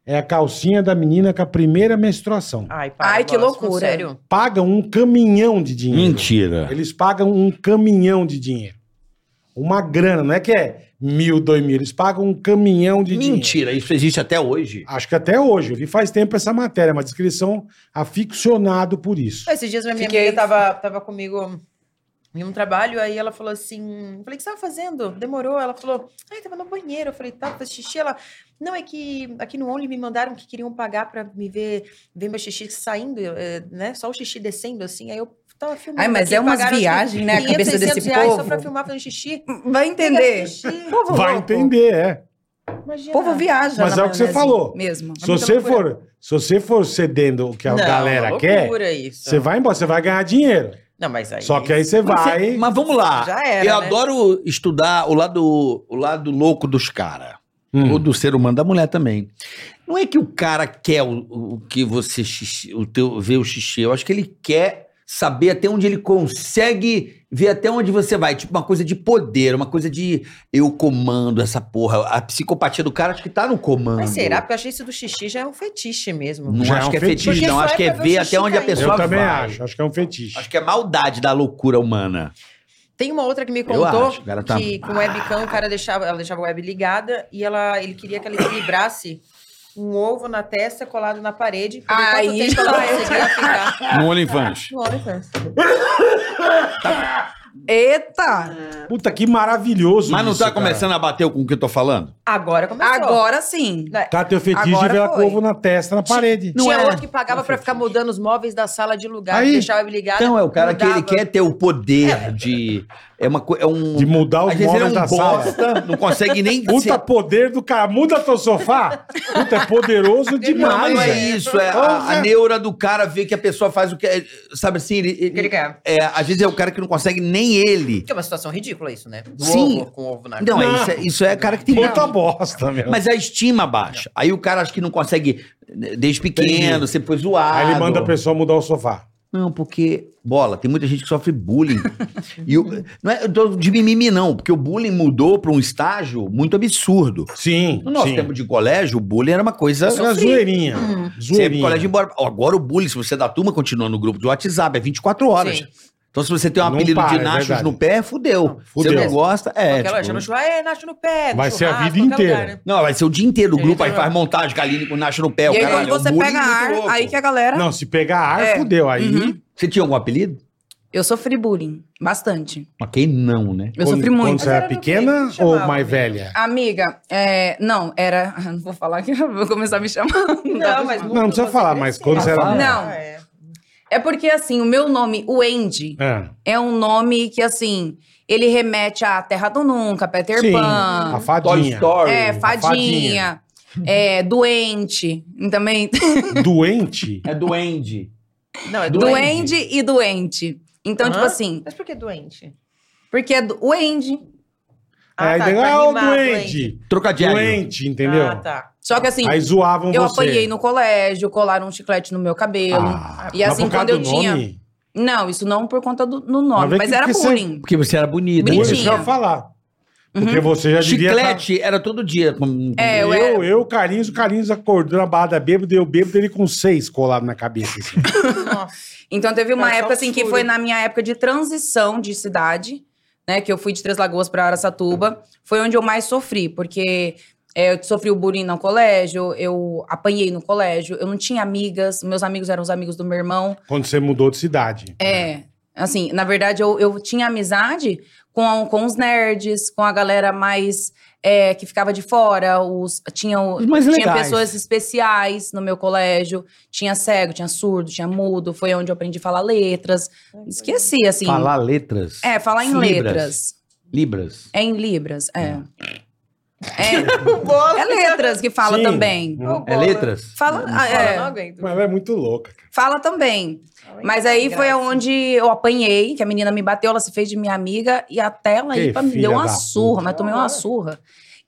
é a calcinha da menina com a primeira menstruação. Ai, para, Ai, que Bola, loucura. Sério. Pagam um caminhão de dinheiro. Mentira. Eles pagam um caminhão de dinheiro. Uma grana, não é que é mil, dois mil. Eles pagam um caminhão de dinheiro. Mentira, isso existe até hoje. Acho que até hoje. Eu vi faz tempo essa matéria, uma descrição aficionado por isso. Esses dias minha Fiquei- amiga tava, tava comigo em um trabalho, aí ela falou assim, eu falei, o que você tava fazendo? Demorou, ela falou, ai, tava no banheiro, eu falei, tá, faz xixi, ela, não, é que aqui no Only me mandaram que queriam pagar pra me ver, ver meu xixi saindo, eh, né, só o xixi descendo, assim, aí eu tava filmando. Ai, mas aqui, é umas pagaram, assim, acho que, viagens, né, a 500, cabeça desse 600 reais só povo. pra filmar fazendo xixi. Vai entender. Xixi, Vai entender, é. O imagina. povo viaja. Mas na é o que você maionese falou. Mesmo. Se muita você, loucura. for, se você for cedendo o que a Não, galera quer, loucura isso. você vai embora, você vai ganhar dinheiro. Não, mas aí... Só que aí você Mas, vai. é- mas vamos lá. Já era, Eu né? adoro estudar o lado, o lado louco dos caras. Hum. Ou do ser humano, da mulher também. Não é que o cara quer o, o que você xixi, o teu, vê o xixi. Eu acho que ele quer saber até onde ele consegue ver até onde você vai. Tipo, uma coisa de poder, uma coisa de eu comando essa porra. A psicopatia do cara acho que tá no comando. Mas será? Porque eu achei isso do xixi já é um fetiche mesmo. Não Já acho é um que é fetiche. fetiche, Porque não. só Acho é que é pra ver ver o até xixi onde a cair. pessoa Eu também vai. acho. Acho que é um fetiche. Acho que é maldade da loucura humana. Tem uma outra que me Eu contou acho, o cara tá- que com webcam o cara deixava, ela deixava a web ligada e ela, ele queria que ela equilibrasse um ovo na testa colado na parede. pra ver Ai, quanto tempo ela conseguia ficar No OnlyFans. no OnlyFans. Eita! Puta, que maravilhoso. Mas não isso, tá cara. começando a bater com o que eu tô falando? Agora começou. Agora sim. Tá teu fetiche Agora de ver ela com foi. ovo na testa, na parede. Tinha é. outro que pagava pra ficar mudando os móveis da sala de lugar, Aí. deixar a web ligada. Então, é o cara que ele mudava. quer ter o poder de. É, uma, co- é um. De mudar os Às vezes ele é móveis um da sala. bosta, não consegue nem. Puta ser- poder do cara. Muda teu sofá. Puta, é poderoso não, mas demais. não é velho. isso. É a, Porra. a neura do cara ver que a pessoa faz o que. é, Sabe assim? Ele, O que ele quer. É, às vezes é o cara que não consegue nem ele. Que é uma situação ridícula isso, né? Do Sim. Ovo, com ovo na Não, Não. É, isso, é, isso é cara que tem. Puta bosta, meu. Mas a estima baixa. Aí o cara acho que não consegue né, desde pequeno, Entendi. você foi zoado. Aí ele manda a pessoa mudar o sofá. Não, porque, bola, tem muita gente que sofre bullying. e o, não é eu tô de mimimi, não, porque o bullying mudou para um estágio muito absurdo. Sim, No nosso sim. é um tempo de colégio, o bullying era uma coisa. Era zoeirinha. Você ia pro Zoeirinha. colégio e ia embora. Agora o bullying, se você é da turma, continua no grupo de WhatsApp, é 24 horas. Sim. Então, se você tem um Não apelido para, é de nachos verdade. no pé, fudeu. fudeu. Você não gosta, É, é. Aquela tipo, chama churrasco, é, Nacho no pé. Vai ser a churrasco, vida qualquer né? inteira. Não, vai ser o dia inteiro o Ele grupo, aí tá- faz montagem, galinha com nacho no pé. o é e aí, caralho, quando é um você bullying pega muito ar, louco. aí que é- a galera. Não, se pegar ar, É. fudeu. Aí. Uhum. Você tinha algum apelido? Eu sofri bullying. Bastante. Mas quem não, né? Eu quando- sofri Quando muito. você Mas era era pequena novinha, ou chamava, mais né? velha? Amiga, é, não, era. Não vou falar que eu vou começar a me chamar. Não, dá pra mas chamar. Não, não precisa você falar, cresceu. mas quando você era- Não. Ah, é. É porque, assim, o meu nome, o Andy, É. é um nome que, assim, ele remete a Terra do Nunca, Peter Sim, Pan. a fadinha. É, fadinha. fadinha. É, doente. E Também Doente? É duende. Não, é doente. doende e doente. Então, Hã? tipo assim, Mas por que doente? porque é do- o Andy. aí tá, tá, pra ah, o rimar, doente. Trocadilho. Doente, entendeu? Ah, tá. Só que assim, Aí zoavam eu você. apanhei no colégio, colaram um chiclete no meu cabelo. Ah, e Mas assim, por causa quando eu do tinha. nome? Não, isso não por conta do no Mas nome, vê mas que- era que cê- bullying. Porque você era bonita. né? Pô, Bonitinha. Deixa eu falar. Porque você já devia... tá- Chiclete era todo dia. É, eu Eu, era. eu, Carlinhos, o Carlinhos acordou na balada bêbado, eu bêbado, ele com seis colado na cabeça. assim. Nossa. Então teve uma Era só época assim que furo. foi na minha época de transição de cidade, né, que eu fui de Três Lagoas para Araçatuba, foi onde eu mais sofri, porque é, eu sofri o bullying no colégio, eu apanhei no colégio, eu não tinha amigas, meus amigos eram os amigos do meu irmão. Quando você mudou de cidade. É, assim, na verdade eu, eu tinha amizade com, com os nerds, com a galera mais é, que ficava de fora, os tinha, o- Os mais tinha legais. pessoas especiais no meu colégio, tinha cego, tinha surdo, tinha mudo, foi onde eu aprendi a falar letras. Esqueci, assim. Falar letras. É, falar em Libras. letras. Libras. É em libras, é. Bola. É, é letras que fala Sim. também. Hum. É letras? Fala, ah, Fala, é, não aguento. Mas ela é muito louca. cara. fala também. Mas aí foi aonde eu apanhei, que a menina me bateu, ela se fez de minha amiga e até ela Que aí pra- me filha deu uma da surra, puta. mas tomei uma surra.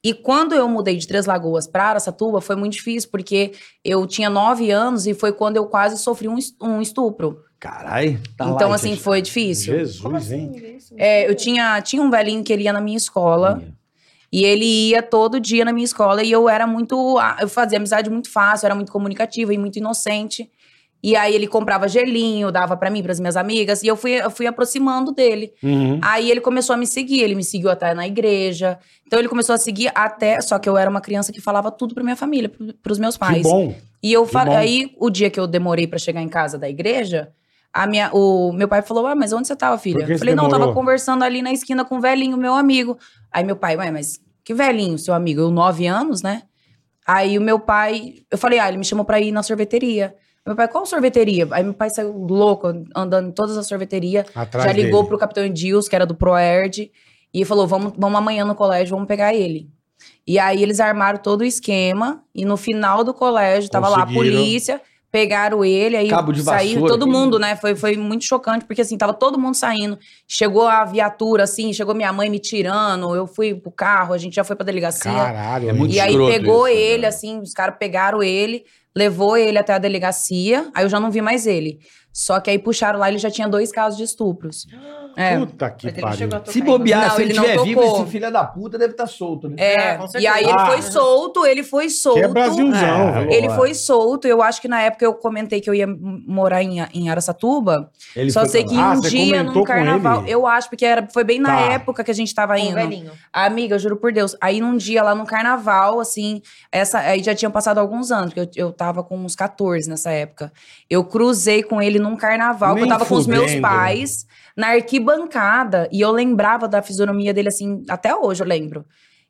E quando eu mudei de Três Lagoas pra Araçatuba, foi muito difícil, porque eu tinha nove anos e foi quando eu quase sofri um es- um estupro. Caralho. tá então, light assim, essa foi difícil. Jesus, hein? É, eu tinha, tinha um velhinho que ele ia na minha escola. historinha. E ele ia todo dia na minha escola e eu era muito. a- Eu fazia amizade muito fácil, eu era muito comunicativa e muito inocente. E aí ele comprava gelinho, dava pra mim, pras minhas amigas, e eu fui, eu fui aproximando dele. Uhum. Aí ele começou a me seguir, ele me seguiu até na igreja. Então ele começou a seguir até. Só que eu era uma criança que falava tudo pra minha família, pro- pros meus Que pais. bom. E eu Que fa- bom. aí o dia que eu demorei pra chegar em casa da igreja, a minha, o meu pai falou: "Ah, mas onde você tava, filha?" Por que Eu você falei: "Não, eu tava demorou?" conversando ali na esquina com o velhinho, meu amigo". Aí meu pai: "Ué, mas que velhinho, seu amigo? Eu nove anos, né?" Aí o meu pai, eu falei: "Ah, ele me chamou pra ir na sorveteria". Meu pai: "Qual sorveteria?" Aí meu pai saiu louco andando em todas as sorveterias, Atrás já ligou dele. pro capitão Dios, que era do Proerd, e falou: "Vamos, vamos amanhã no colégio, vamos pegar ele". E aí eles armaram todo o esquema e no final do colégio tava lá a Conseguiram. polícia Pegaram ele, aí Cabo de saiu vassoura, todo tudo. mundo, né? Foi, foi muito chocante, porque assim, tava todo mundo saindo. Chegou a viatura, assim, chegou minha mãe me tirando, eu fui pro carro, a gente já foi pra delegacia. Caralho. É muito e aí escroto pegou isso, ele, né? assim, os caras pegaram ele, levou ele até a delegacia, aí eu já não vi mais ele. Só que aí puxaram lá, ele já tinha dois casos de estupros. É. Puta que Mas ele pariu. chegou a tocar Se em bobear, Não, se ele ele não estiver vivo, tocou. esse filho da puta deve estar solto, né? É, com e certeza. aí ele Ah. foi solto, ele foi solto. Que é Brasilzão, É, velho. Ele Boa. foi solto. Eu acho que na época eu comentei que eu ia m- morar em, A- em Araçatuba. Ele só foi sei pra que lá. Ah, um você dia, comentou num com carnaval, ele? eu acho, porque era, foi bem na Tá. época que a gente tava Com o indo. velhinho. Amiga, eu juro por Deus. Aí num dia lá no carnaval, assim, essa aí já tinham passado alguns anos, porque eu, eu tava com uns 14 nessa época. Eu cruzei com ele num carnaval, que eu Nem tava com os meus fudendo. pais, na arquibancada, e eu lembrava da fisionomia dele assim, até hoje eu lembro.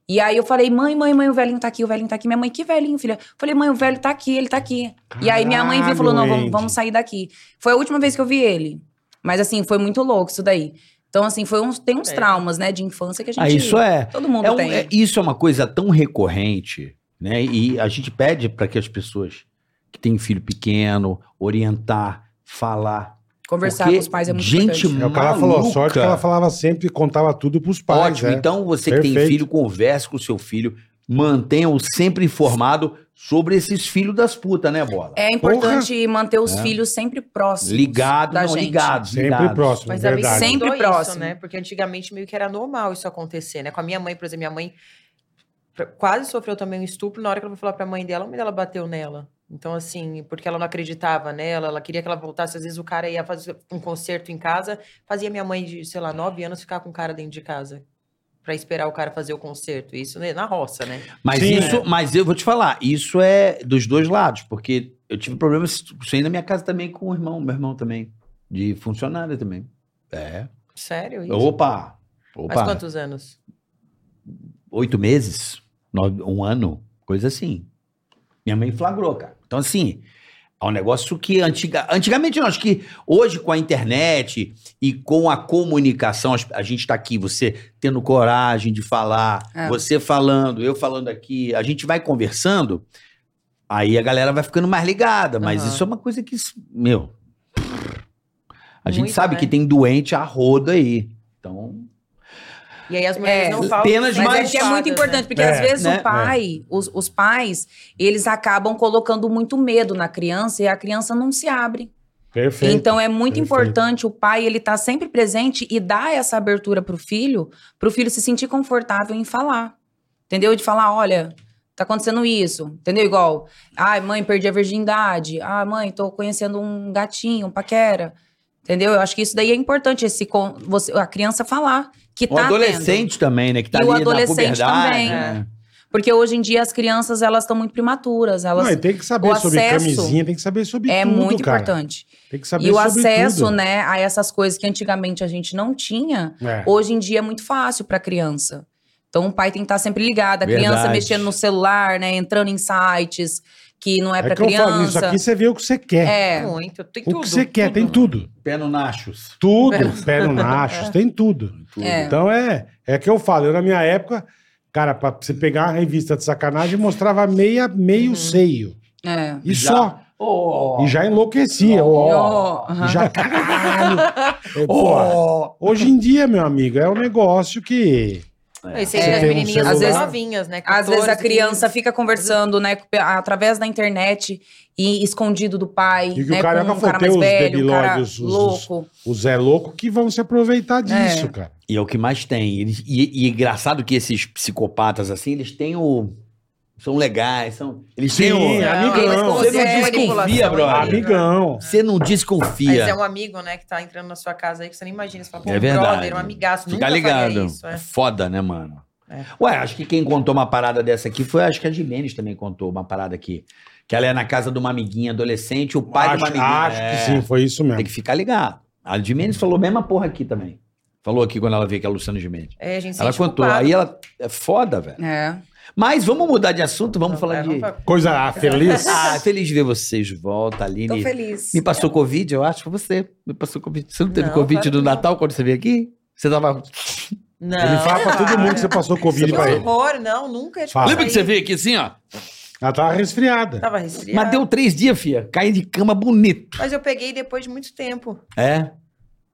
E aí eu falei, mãe, mãe, mãe, o velhinho tá aqui, o velhinho tá aqui. Minha mãe, que velhinho, filha? Eu falei, mãe, o velho tá aqui, ele tá aqui. e aí minha Ah, mãe viu e falou, não, Caralho, vamos, Andy. vamos sair daqui. Foi a última vez que eu vi ele. Mas assim, foi muito louco isso daí. Então, assim, foi uns, tem uns É. traumas, né, de infância que a gente. Ah, isso é. Todo mundo É um- tem. é- isso é uma coisa tão recorrente, né? E a gente pede para que as pessoas que têm filho pequeno orientar, falar. Conversar Porque com os pais é muito gente importante. É, o cara falou, Maluca. sorte que ela falava sempre e contava tudo pros pais. Ótimo. é. Então, você que tem Perfeito. filho, converse com o seu filho, mantenha-o sempre informado sobre esses filhos das putas, né, Bola? É importante manter os É. filhos sempre próximos. Ligado, da não, gente. ligados, Sempre ligados. próximo, Mas a É verdade. vida é, Sempre mudou próximo. Isso, né? Porque antigamente meio que era normal isso acontecer, né? Com a minha mãe, por exemplo, minha mãe pra- quase sofreu também um estupro. Na hora que ela foi falar pra mãe dela, a mãe dela bateu nela. Então, assim, porque ela não acreditava nela, ela queria que ela voltasse. Às vezes o cara ia fazer um concerto em casa, fazia minha mãe de, sei lá, nove anos ficar com o cara dentro de casa. Pra esperar o cara fazer o concerto. Isso né, na roça, né? Mas Sim, isso, é. mas eu vou te falar, isso é dos dois lados, porque eu tive problemas com isso aí na minha casa também com o irmão, meu irmão também, de funcionário também. É. Sério isso? Opa! Faz Opa! quantos anos? Oito meses, nove- um ano, coisa assim. Minha mãe flagrou, cara. Então, assim, é um negócio que antiga, antigamente não, acho que hoje com a internet e com a comunicação, as- a gente tá aqui, você tendo coragem de falar, É. você falando, eu falando aqui, a gente vai conversando, aí a galera vai ficando mais ligada, mas Aham. isso é uma coisa que, meu, a gente Muito, sabe né? que tem doente a roda aí. Então, E aí as mulheres É, não falam. penas são Mas é mais que é muito culpadas, importante, né? porque É, às vezes né? o pai, os, os pais, eles acabam colocando muito medo na criança e a criança não se abre. Perfeito. Então é muito Perfeito. importante o pai ele estar sempre presente e dar essa abertura pro filho, pro filho se sentir confortável em falar. Entendeu? De falar, olha, tá acontecendo isso. Entendeu? Igual, ai, mãe, perdi a virgindade. Ai, mãe, tô conhecendo um gatinho, um paquera. Entendeu? Eu acho que isso daí é importante esse con- você, a criança falar Um que o tá tendo. adolescente também, né, que tá E ali o na adolescente puberdade. também. né? É. Porque hoje em dia as crianças elas estão muito prematuras, elas Não, e tem que saber o sobre acesso camisinha, tem que saber sobre é tudo, muito cara. importante. Tem que saber E o sobre acesso, tudo. né, a essas coisas que antigamente a gente não tinha, É. Hoje em dia é muito fácil para criança. Então o pai tem que estar sempre ligado, a criança Verdade. mexendo no celular, né, entrando em sites que não é, É pra que para eu falo, isso criança. aqui você vê o que você quer. é. Muito. Tem o tudo. que você quer, tudo. tem tudo. Pé no nachos. Tudo, pé no nachos, tem tudo. Tudo. É. Então é, é que eu falo, eu na minha época, cara, pra você pegar uma revista de sacanagem, mostrava meia, meio Uhum. seio. é. E Já. só. Oh. E já enlouquecia. ó. Ó, aham. Já, caralho. É, porra. Oh. Hoje em dia, meu amigo, é um negócio que. Aí você É. vê as Tem um menininhas celular. às vezes novinhas, né? Às vezes a 14, criança fica conversando, né, com- através da internet e escondido do pai, E que o né, cara com nunca um foi, cara tem mais os velho, um cara debilóides, os- os- louco. O Zé Louco que vão se aproveitar disso, É. cara. E é o que mais tem. Eles, e, e engraçado que esses psicopatas, assim, eles têm o. São legais, são. Eles têm um- Sim, o. Não, amigão. eles Você não conseguem desconfia, manipulação, brother. incrível. Amigão. Você não né? Mas desconfia. é um amigo, né, que tá entrando na sua casa aí que você nem imagina. Você fala, pô, É um verdade. brother, um amigaço. Fica nunca faria ligado. Isso, é. é. Foda, né, mano? É. Ué, acho que quem contou uma parada dessa aqui foi, acho que a Jimenez também contou uma parada aqui. Que ela é na casa de uma amiguinha adolescente, o pai de Acho, uma amiguinha. acho É. que sim, foi isso Tem mesmo. que ficar ligado. A Jimenez falou a mesma porra aqui também. Falou aqui quando ela veio que é a Luciana Jimenez. É, a gente se Ela sente contou. culpado. Aí ela. É foda, velho. É. Mas vamos mudar de assunto, vamos É, falar de. falar- Coisa ah, feliz. Ah, feliz de ver vocês de volta, Aline. Tô feliz. Me passou Covid, eu acho que você. Me passou Covid. Você não teve Não, Covid claro no que não. Natal quando você veio aqui? Você tava. Não. Ele fala pra todo mundo que você passou Covid Que pra ele. horror, não, nunca. Fala. Lembra que você veio aqui assim, ó? Ela tava resfriada. Tava resfriada. Mas deu três dias, filha. Caí de cama bonito. Mas eu peguei depois de muito tempo. É?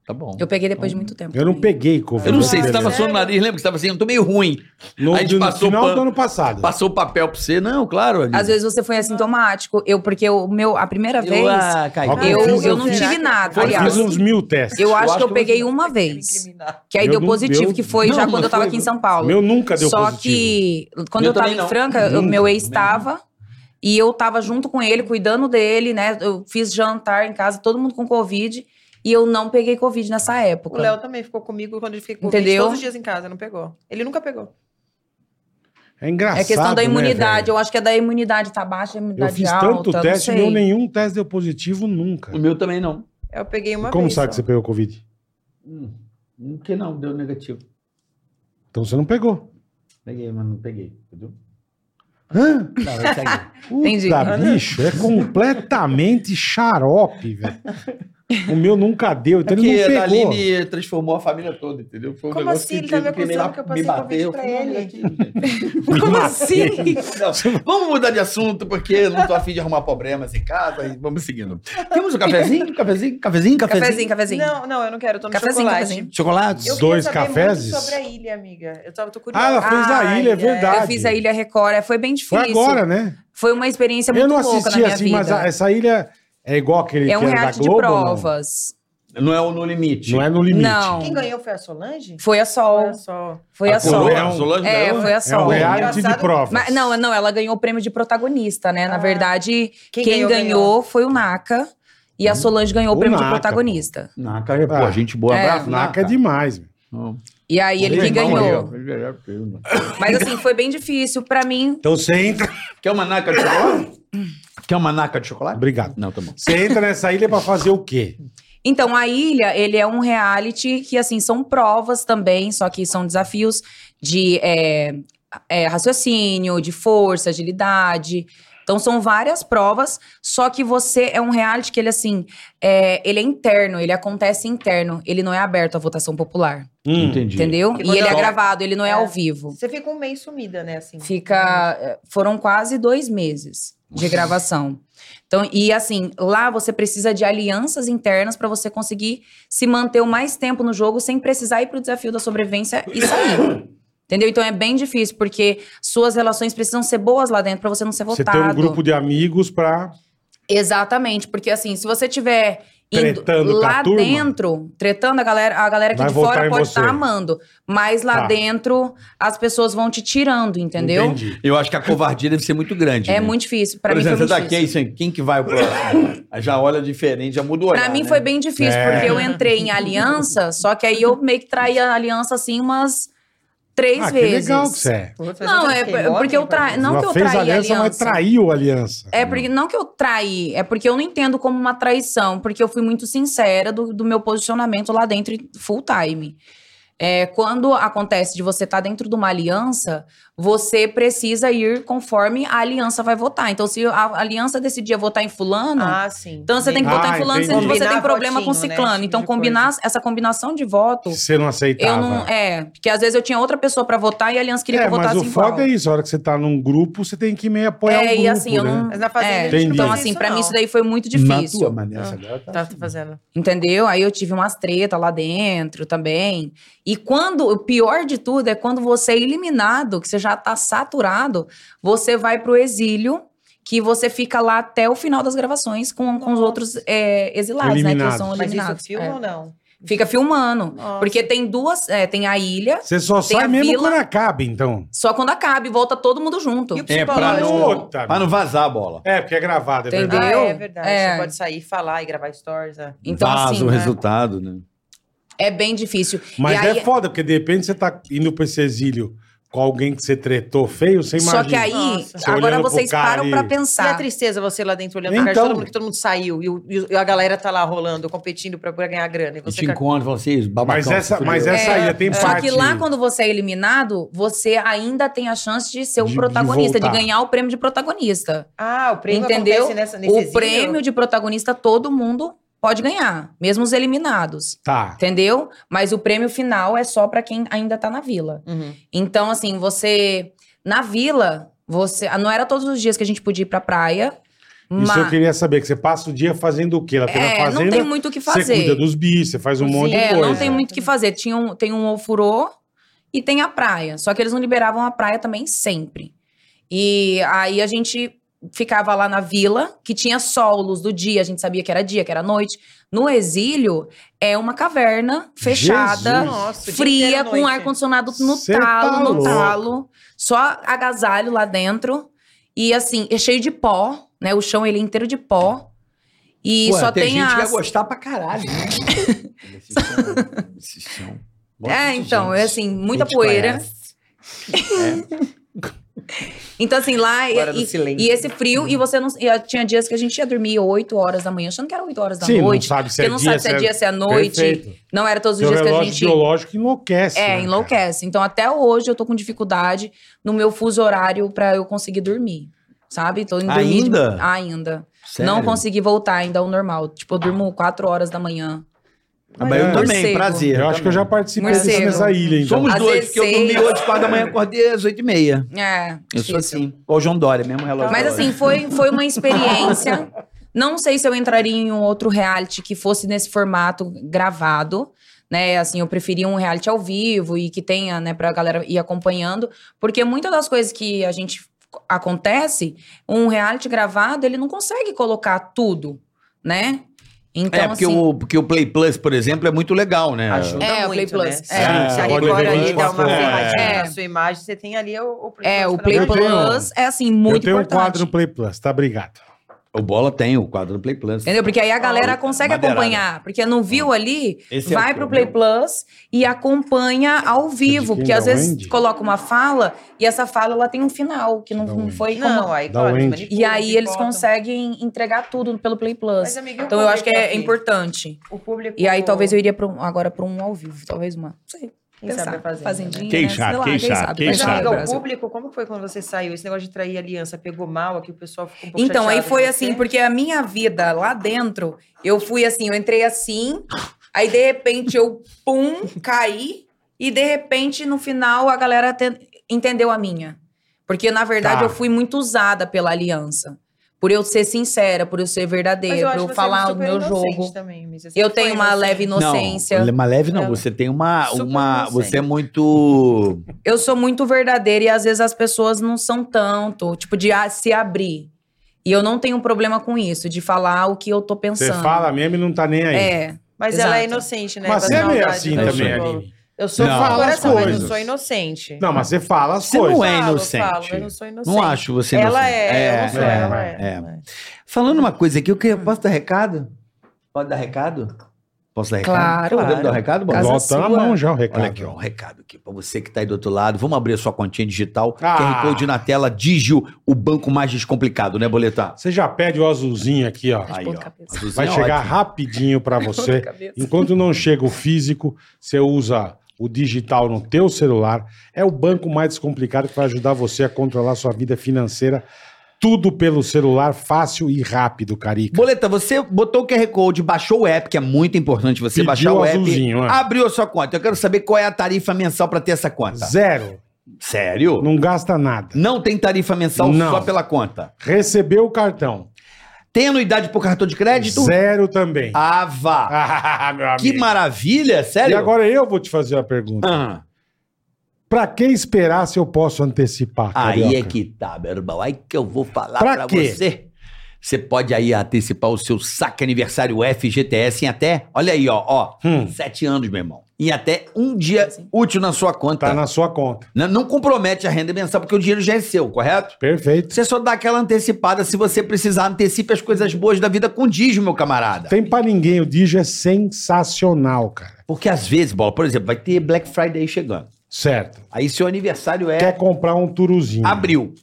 Tá bom. Eu peguei depois de muito tempo. Eu não também. peguei Covid. Eu não sei, você Sério? tava suando o nariz, lembra que você tava assim, eu tô meio ruim. No, Aí a gente no passou final pan- do ano passado. Passou o papel pra você? Não, claro. Aline. Às vezes você foi assintomático. Eu, porque o meu, a primeira vez, eu, ah, caí. Ó, eu, fiz- eu não eu tive fiz- nada. Foi- Eu Aliás, fiz uns mil testes. eu acho que eu que peguei eu- uma vez. Que aí Eu deu não- positivo, eu- que foi Não, já não quando eu tava foi. aqui em São Paulo. Meu nunca deu Só positivo. que quando Meu eu tava também em não. Franca, o Nunca, meu ex também estava e eu tava junto com ele, cuidando dele, né? Eu fiz jantar em casa, todo mundo com Covid, e eu não peguei Covid nessa O época. Léo também ficou comigo quando ele ficou com Covid Entendeu? todos os dias em casa, não pegou. Ele nunca pegou. É engraçado. é questão da né, imunidade. velho? eu acho que é da imunidade, tá baixa, a eu imunidade fiz alta. tanto não teste, sei. meu nenhum teste deu positivo nunca. O meu também não. Eu peguei uma Como vez. sabe só. que você pegou Covid? Por hum, que não? Deu negativo. Então você não pegou. Peguei, mas não peguei. Entendeu? Hã? Não, eu peguei. Entendi. Puta, bicho, é completamente xarope, velho. O meu nunca deu, então é Porque ele É a não pegou. Daline transformou a família toda, entendeu? Foi um Como negócio assim? Ele que- tá me que me acusando ba- que eu passei me Covid bateu. pra Eu falei, ele. não, negativo, gente. Como assim? Não, vamos mudar de assunto, porque não tô afim de arrumar problemas em casa e vamos seguindo. Temos um cafezinho, cafezinho, cafezinho, cafezinho. Cafezinho, cafezinho. Não, não, eu não quero, eu tô no Cafezinho, chocolate. cafezinho. Chocolate? Eu Dois queria saber cafezes? muito sobre a ilha, amiga. Eu tava, tô curiosa. Ah, ela fez a Ai, ilha, é é. verdade. Eu fiz a Ilha Record, é, foi bem Foi difícil. agora, né? Foi uma experiência é muito Eu não louca na assisti minha assim, vida. mas a- essa ilha é igual aquele que é um era da reality de Globo, ou não? provas. Não é o No Limite. Não? é no limite. Não. Quem ganhou foi a Solange? Foi a Sol. Olha só. Foi a, A Sol. Solange- É um- a Solange É, ganhou? foi a É um Sol. reality de Engraçado- provas. Mas, não, não, ela ganhou o prêmio de protagonista, né? Ah. Na verdade, Quem quem, ganhou, ganhou, ganhou. foi o Naka. E a Solange ganhou o, O prêmio Naka, de protagonista. Naca é, Ah. pô, gente boa. É. Abraço, Naca é demais, velho. E aí ele Meu que irmão ganhou. aí, ó. Mas assim, foi bem difícil pra mim. Então você entra. Quer uma naca de chocolate? Quer uma naca de chocolate? Hum. Obrigado. Não, tá bom. Você entra nessa ilha pra fazer o quê? Então, a Ilha, ele é um reality que, assim, são provas também, só que são desafios de é, é, raciocínio, de força, agilidade. Então, são várias provas, só que você é um reality que ele, assim, é, ele é interno, ele acontece interno, ele não é aberto à votação popular. Hum. Entendi. Entendeu? Porque E ele é quando- gravado, ele não é, É. ao vivo. Você fica um mês sumida, né? Assim. Fica. eh, Foram quase dois meses de gravação. Então, e assim, lá você precisa de alianças internas para você conseguir se manter o mais tempo no jogo sem precisar ir pro desafio da sobrevivência e sair. Entendeu? Então é bem difícil, porque suas relações precisam ser boas lá dentro para você não ser Você votado. tem um grupo de amigos pra. Exatamente, porque assim, se você tiver indo Tretando com a lá turma? dentro, tretando a galera, a galera aqui Vai de votar em fora pode estar você. amando, mas lá Tá. dentro as pessoas vão te tirando, entendeu? Entendi. Eu acho que a covardia deve ser muito grande. né? É muito difícil. Pra Por mim exemplo, foi você tá muito aqui, aí, difícil. você- quem que vai o próximo? Aí já olha diferente, já muda o olhar. Pra mim né? foi bem difícil, É. porque eu entrei em aliança, só que aí eu meio que traí a aliança assim umas três Ah, que vezes. legal que você é. Puta, Não, você é queimou, porque eu amiga? traí. Não Ela que eu fez traí a aliança, aliança. mas traiu a aliança. É porque não que eu traí, é porque eu não entendo como uma traição, porque eu fui muito sincera do, do meu posicionamento lá dentro full time. É, quando acontece de você estar dentro de uma aliança, você precisa ir conforme a aliança vai votar. Então, se a aliança decidir votar em fulano, Ah, sim. então você tem que Ah, votar em fulano, entendi. senão você Combinar tem problema com votinho, né? Esse ciclano. tipo então, de combinar essa combinação de voto, Você não eu aceitava. não. É, porque às vezes eu tinha outra pessoa pra votar e a aliança É, queria que eu mas o votasse em foda qual. é isso. A hora que você tá num grupo, você tem que meio apoiar o É, grupo, e assim, eu né? não- Mas na fazenda É, a gente não Entendi. então, fez assim, isso, pra não. mim isso daí é foi muito Na tua, difícil. Ah, mas nessa agora tá Tá assim. fazendo. Entendeu? Aí eu tive umas treta lá dentro também. E quando, o pior de tudo é quando você é eliminado, que você já tá saturado, você vai pro exílio, que você fica lá até o final das gravações com, com os outros é, exilados, né? Eliminados. Que são Mas isso eliminados. filma É. ou não? Fica filmando. Nossa. Porque tem duas, é, tem a ilha, Você só Tem sai a mesmo vila. quando acaba, então. só quando acaba e volta todo mundo junto. E o É, pra psicológico? não, Puta, pra não vazar a bola. É, porque é gravado, é Entendeu? verdade. Ah, é entendeu? verdade. É. Você pode sair, falar e gravar stories. né? Então, Vaza assim, o né? resultado, né? É bem difícil. Mas e aí, é foda, porque de repente você tá indo pra esse exílio com alguém que você tretou feio, você imagina. Só que aí, Nossa. Você agora olhando pro vocês cara param e- pra E a pensar. tristeza você lá dentro olhando pra cara de Então. todo mundo, que todo mundo saiu e, o- e o- e a galera tá lá rolando, competindo pra, pra ganhar grana. E Eu você te ca- encontro, vocês, babacão. Mas essa, fudeu. mas essa É, ilha tem Só parte. que lá, quando você é eliminado, você ainda tem a chance de ser o De- de protagonista, de, voltar. ganhar o prêmio de protagonista. Ah, o prêmio entendeu? acontece nessa, nesse O exílio? prêmio de protagonista todo mundo pode ganhar, mesmo os eliminados. Tá. Entendeu? Mas o prêmio final é só pra quem ainda tá na vila. Uhum. Então, assim, você. Na vila, Você, ah, não era todos os dias que a gente podia ir pra praia, mas Isso eu queria saber, que você passa o dia fazendo o quê? Lá pela é, fazenda, não tem muito o que fazer. você cuida dos bichos, você faz um Sim. monte de É, coisa. não tem muito o que fazer. Tinha um, tem um ofurô e tem a praia. Só que eles não liberavam a praia também sempre. E aí a gente ficava lá na vila, que tinha sol, luz do dia, a gente sabia que era dia, que era noite. No exílio, é uma caverna fechada, Jesus. Nossa, o dia inteiro fria, à com noite. ar-condicionado no Cê talo, tá no louco. talo. Só agasalho lá dentro. E assim, é cheio de pó, né? O chão ele é inteiro de pó. E Pô, só tem, gente as... que vai gostar pra caralho. né? Esses são- esses são- Bota É, esses então, gente. é assim, muita Gente poeira. É. conhece. Então, assim, lá. Hora do E, silêncio. e esse frio, e você não. E ah, tinha dias que a gente ia dormir 8 horas da manhã, achando que era 8 horas da Sim, noite. não sabe se Porque é não dia, sabe se é dia, se é noite. Perfeito. Não era todos os Seu dias que a relógio gente. biológico enlouquece. né, É, cara? enlouquece. Então, até hoje eu tô com dificuldade no meu fuso horário pra eu conseguir dormir. Sabe? Tô indo dormir de- Ainda? Ainda. Sério? Não consegui voltar ainda ao normal. Tipo, eu durmo 4 horas da manhã. Ah, mas eu É. também, Morcego. prazer. Eu acho que eu já participei Morcego. dessa nessa ilha, então. Somos Às dois, vezes porque eu dormi seis. hoje, quatro da manhã, acordei às oito e meia. É. Eu sou difícil. assim. Ou o João Dória, mesmo relógio. Mas da hora. assim, foi, foi uma experiência. Não sei se eu entraria em um outro reality que fosse nesse formato gravado, né? Assim, eu preferia um reality ao vivo e que tenha, né, pra galera ir acompanhando, porque muitas das coisas que a gente acontece, um reality gravado, ele não consegue colocar tudo, né? Então, é, porque, assim, o, porque o Play Plus, por exemplo, é muito legal, né? Ajuda É, o muito, Play Plus. né? É, Se a- se a agora Record ele ali dá uma é. ferradinha É. na sua imagem, você tem ali o, o é, o pra Play você. Eu Plus tenho- um é assim muito eu tenho importante. um quadro no Play Plus, tá? Obrigado. O Bola tem o quadro do Play Plus. Entendeu? Porque aí a galera consegue madeirada. acompanhar. Porque não viu ali, Esse é vai o pro Play problema. Plus e acompanha ao vivo. Porque dá às vezes onde? coloca uma fala e essa fala ela tem um final, que não, Dá não onde? foi como- Não, aí Da claro, eles Wendy. E manipulam, aí se eles botam. conseguem entregar tudo pelo Play Plus. Mas, amiga, e o Então eu acho que público é aqui? importante. O público. E aí talvez eu iria pra um- agora pra um ao vivo, talvez uma. Não sei. Quem sabe a fazenda, Fazendinha, Quem né? sabe, Sei lá, quem sabe, quem Mas, Mas, sabe? amiga, amiga, o o público- público, como que foi quando você saiu? Esse negócio de trair aliança pegou mal aqui, o pessoal ficou um pouco Então, aí chateado foi com assim, você? porque a minha vida lá dentro, eu fui assim, eu entrei assim, aí de repente eu, pum, caí, e de repente no final a galera te- entendeu a minha. Porque na verdade Tá. eu fui muito usada pela aliança. Por eu ser sincera, por eu ser Mas verdadeira, eu acho por eu que você é falar o super meu inocente jogo. também, Miss, você Eu sempre tenho foi uma inocente. leve inocência. Não, mas leve não. É. Você tem uma. Super uma inocente. você é muito. Eu sou muito verdadeira e às vezes as pessoas não são tanto, tipo, de ah, se abrir. E eu não tenho problema com isso, de falar o que eu tô Você pensando. fala mesmo e não tá nem aí. É. Mas ela é Exato. inocente, né? mas você Faz é meio maldade, assim né? eu também, sou- Aline. Eu sou Não, do fala as coração, mas coisas. não sou inocente. Não, mas você fala as Você coisas. não é Falo, inocente. Falo, mas não sou inocente. Não acho você Ela inocente. é, eu não sou, é, ela é. é. Falando uma coisa aqui, eu queria, posso dar recado? Pode dar recado? Posso dar recado? Claro. Podemos dar um recado, Bola? Casa Bota sua. na mão já o recado. Olha aqui, ó, um recado aqui para você que tá aí do outro lado. Vamos abrir a sua continha digital. Ah. QR Code na tela, Digio, o banco mais descomplicado, né, Boletar? Você já pede o azulzinho aqui, ó. Aí, ó. Tá cabeça. Vai é chegar rapidinho pra você. Enquanto não chega o físico, você usa o digital no teu celular. É o banco mais descomplicado que vai ajudar você a controlar sua vida financeira. Tudo pelo celular, fácil e rápido, Carica. Boleta, você botou o QR Code, baixou o app, que é muito importante você Pediu baixar o app. azulzinho, é. Abriu a sua conta. Eu quero saber qual é a tarifa mensal pra ter essa conta. Zero. Sério? Não, Não gasta nada. tem tarifa mensal Não. só pela conta. Recebeu o cartão. Tem anuidade por cartão É de crédito? Zero também. Ava! Ah, meu que amigo. maravilha, sério? E agora eu vou te fazer uma pergunta. Ah, Pra que esperar se eu posso antecipar, aí Carioca? é que tá, meu irmão. Aí que eu vou falar pra, Pra quê? você. Você pode aí antecipar o seu saque aniversário FGTS em até, olha aí, ó, ó, Hum. sete anos, meu irmão. Em até um dia útil na sua conta. Tá na sua conta. Né? Não compromete a renda mensal, porque o dinheiro já é seu, correto? Perfeito. Você só dá aquela antecipada se você precisar, antecipe as coisas boas da vida com o dízimo, meu camarada. Tem pra ninguém. O Digio é sensacional, cara. Porque às vezes, bola, por exemplo, vai ter Black Friday chegando. Certo. Aí seu aniversário é Quer comprar um turuzinho. abril.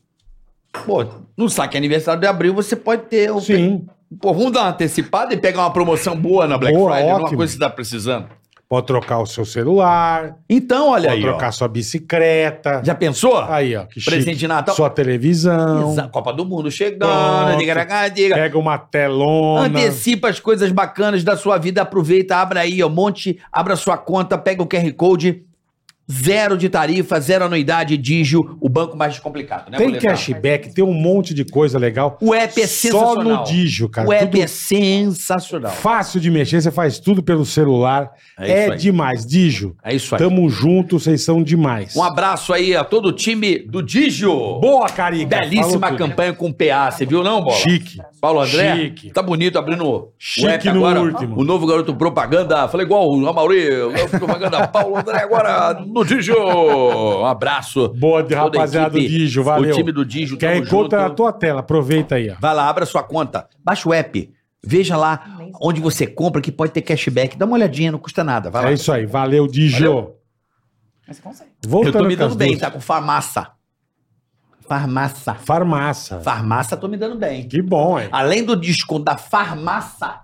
Pô, no saque aniversário de abril você pode ter. o- Sim. Pô, vamos dar uma antecipada e pegar uma promoção boa na Black Boa, Friday, alguma ótimo. coisa que você tá precisando. Pode trocar o seu celular, Então, olha pode aí. ó. trocar sua bicicleta. Já pensou? Aí, ó, que Presente chique. de Natal. Sua televisão. Exa- Copa do Mundo chegando, Pronto. diga, diga. Pega uma telona. Antecipa as coisas um bacanas da sua vida, aproveita, abra aí, ó, monte, abra sua conta, pega o QR Code, Zero de tarifa, zero anuidade, Digio, o banco mais complicado, né? Tem molecada? cashback, tem um monte de coisa legal. O app é Só sensacional. no Digio, cara. o app Tudo é sensacional. fácil de mexer, você faz tudo pelo celular. É É, isso aí. demais. Digio, É isso aí. tamo junto, vocês são demais. Um abraço aí a todo o time do Digio. Boa, Carica. Belíssima Falou tudo. campanha com o PA, você viu não, Bola? Chique. Paulo André, Chique. tá bonito abrindo o Chique app no agora. último. O novo garoto propaganda, falei igual o Amauri, o garoto propaganda Paulo André agora no Digio. Um abraço. Boa, de Toda a rapaziada do equipe, Digio, valeu. O time do Digio, tamo QR Code tá na junto. tua tela, aproveita aí, ó. Vai lá, abra sua conta, baixa o app, veja lá onde você compra que pode ter cashback. Dá uma olhadinha, não custa nada. Vai lá. É isso aí, valeu, Digio. Mas consegue. Eu tô Voltando me com as dando bem, duas. tá com farmácia. Farmácia. Farmácia. Farmácia, tô me dando bem. Que bom, hein? Além do desconto da farmácia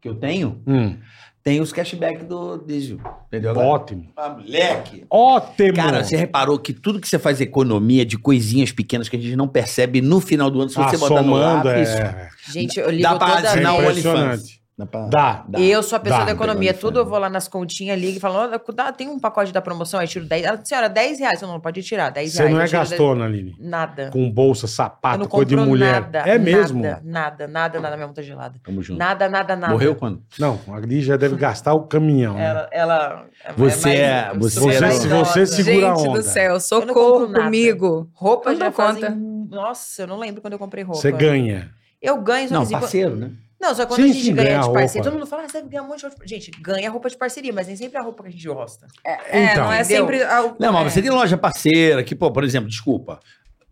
que eu tenho, Hum, tem os cashback do Digio. Entendeu? ótimo. Ah, moleque! né? Ótimo. Cara, você reparou que tudo que você faz economia de coisinhas pequenas que a gente não percebe no final do ano, se Ah, você botar no somando, lápis, é... Gente, eu dá ligo pra toda vez. assinar o impressionante. tá OnlyFans. Dá pra- Dá. dá. Eu sou a pessoa Dá, da economia, pegou no tudo eu fone. vou lá nas continhas, ligo e falo, "Olha, dá- tem um pacote da promoção, aí tiro 10. Ela, senhora, 10 reais, eu não pode tirar, 10 Você reais. não eu é tiro gastona, Aline. 10. Nada. Com bolsa, eu sapato, não coisa de compro mulher. nada. é mesmo. Hum. Nada, nada, nada, nada, minha mão tá gelada. Tamo junto. Nada, nada, nada. Morreu quando? Não, a Aline já deve gastar o caminhão. né? Ela, ela é Você mais- é- eu você sou é- mais você- idosa. você se- Segura a Gente onda. do céu, não compro socorro nada. comigo. Roupa Não já dou fazem... conta. Nossa, eu não lembro quando eu comprei roupa. Você ganha. Eu ganho, só Não, que assim, parceiro, né? Não, só quando Sim, a gente sim, ganha, ganha de roupa. parceria. Todo mundo fala, ah, você ganha um monte de roupa. de-". Gente, ganha roupa de parceria, mas nem sempre a roupa que a gente gosta. É, Então. não é Entendeu? sempre. a- Não, mas é. você tem loja parceira que, pô, por exemplo, desculpa.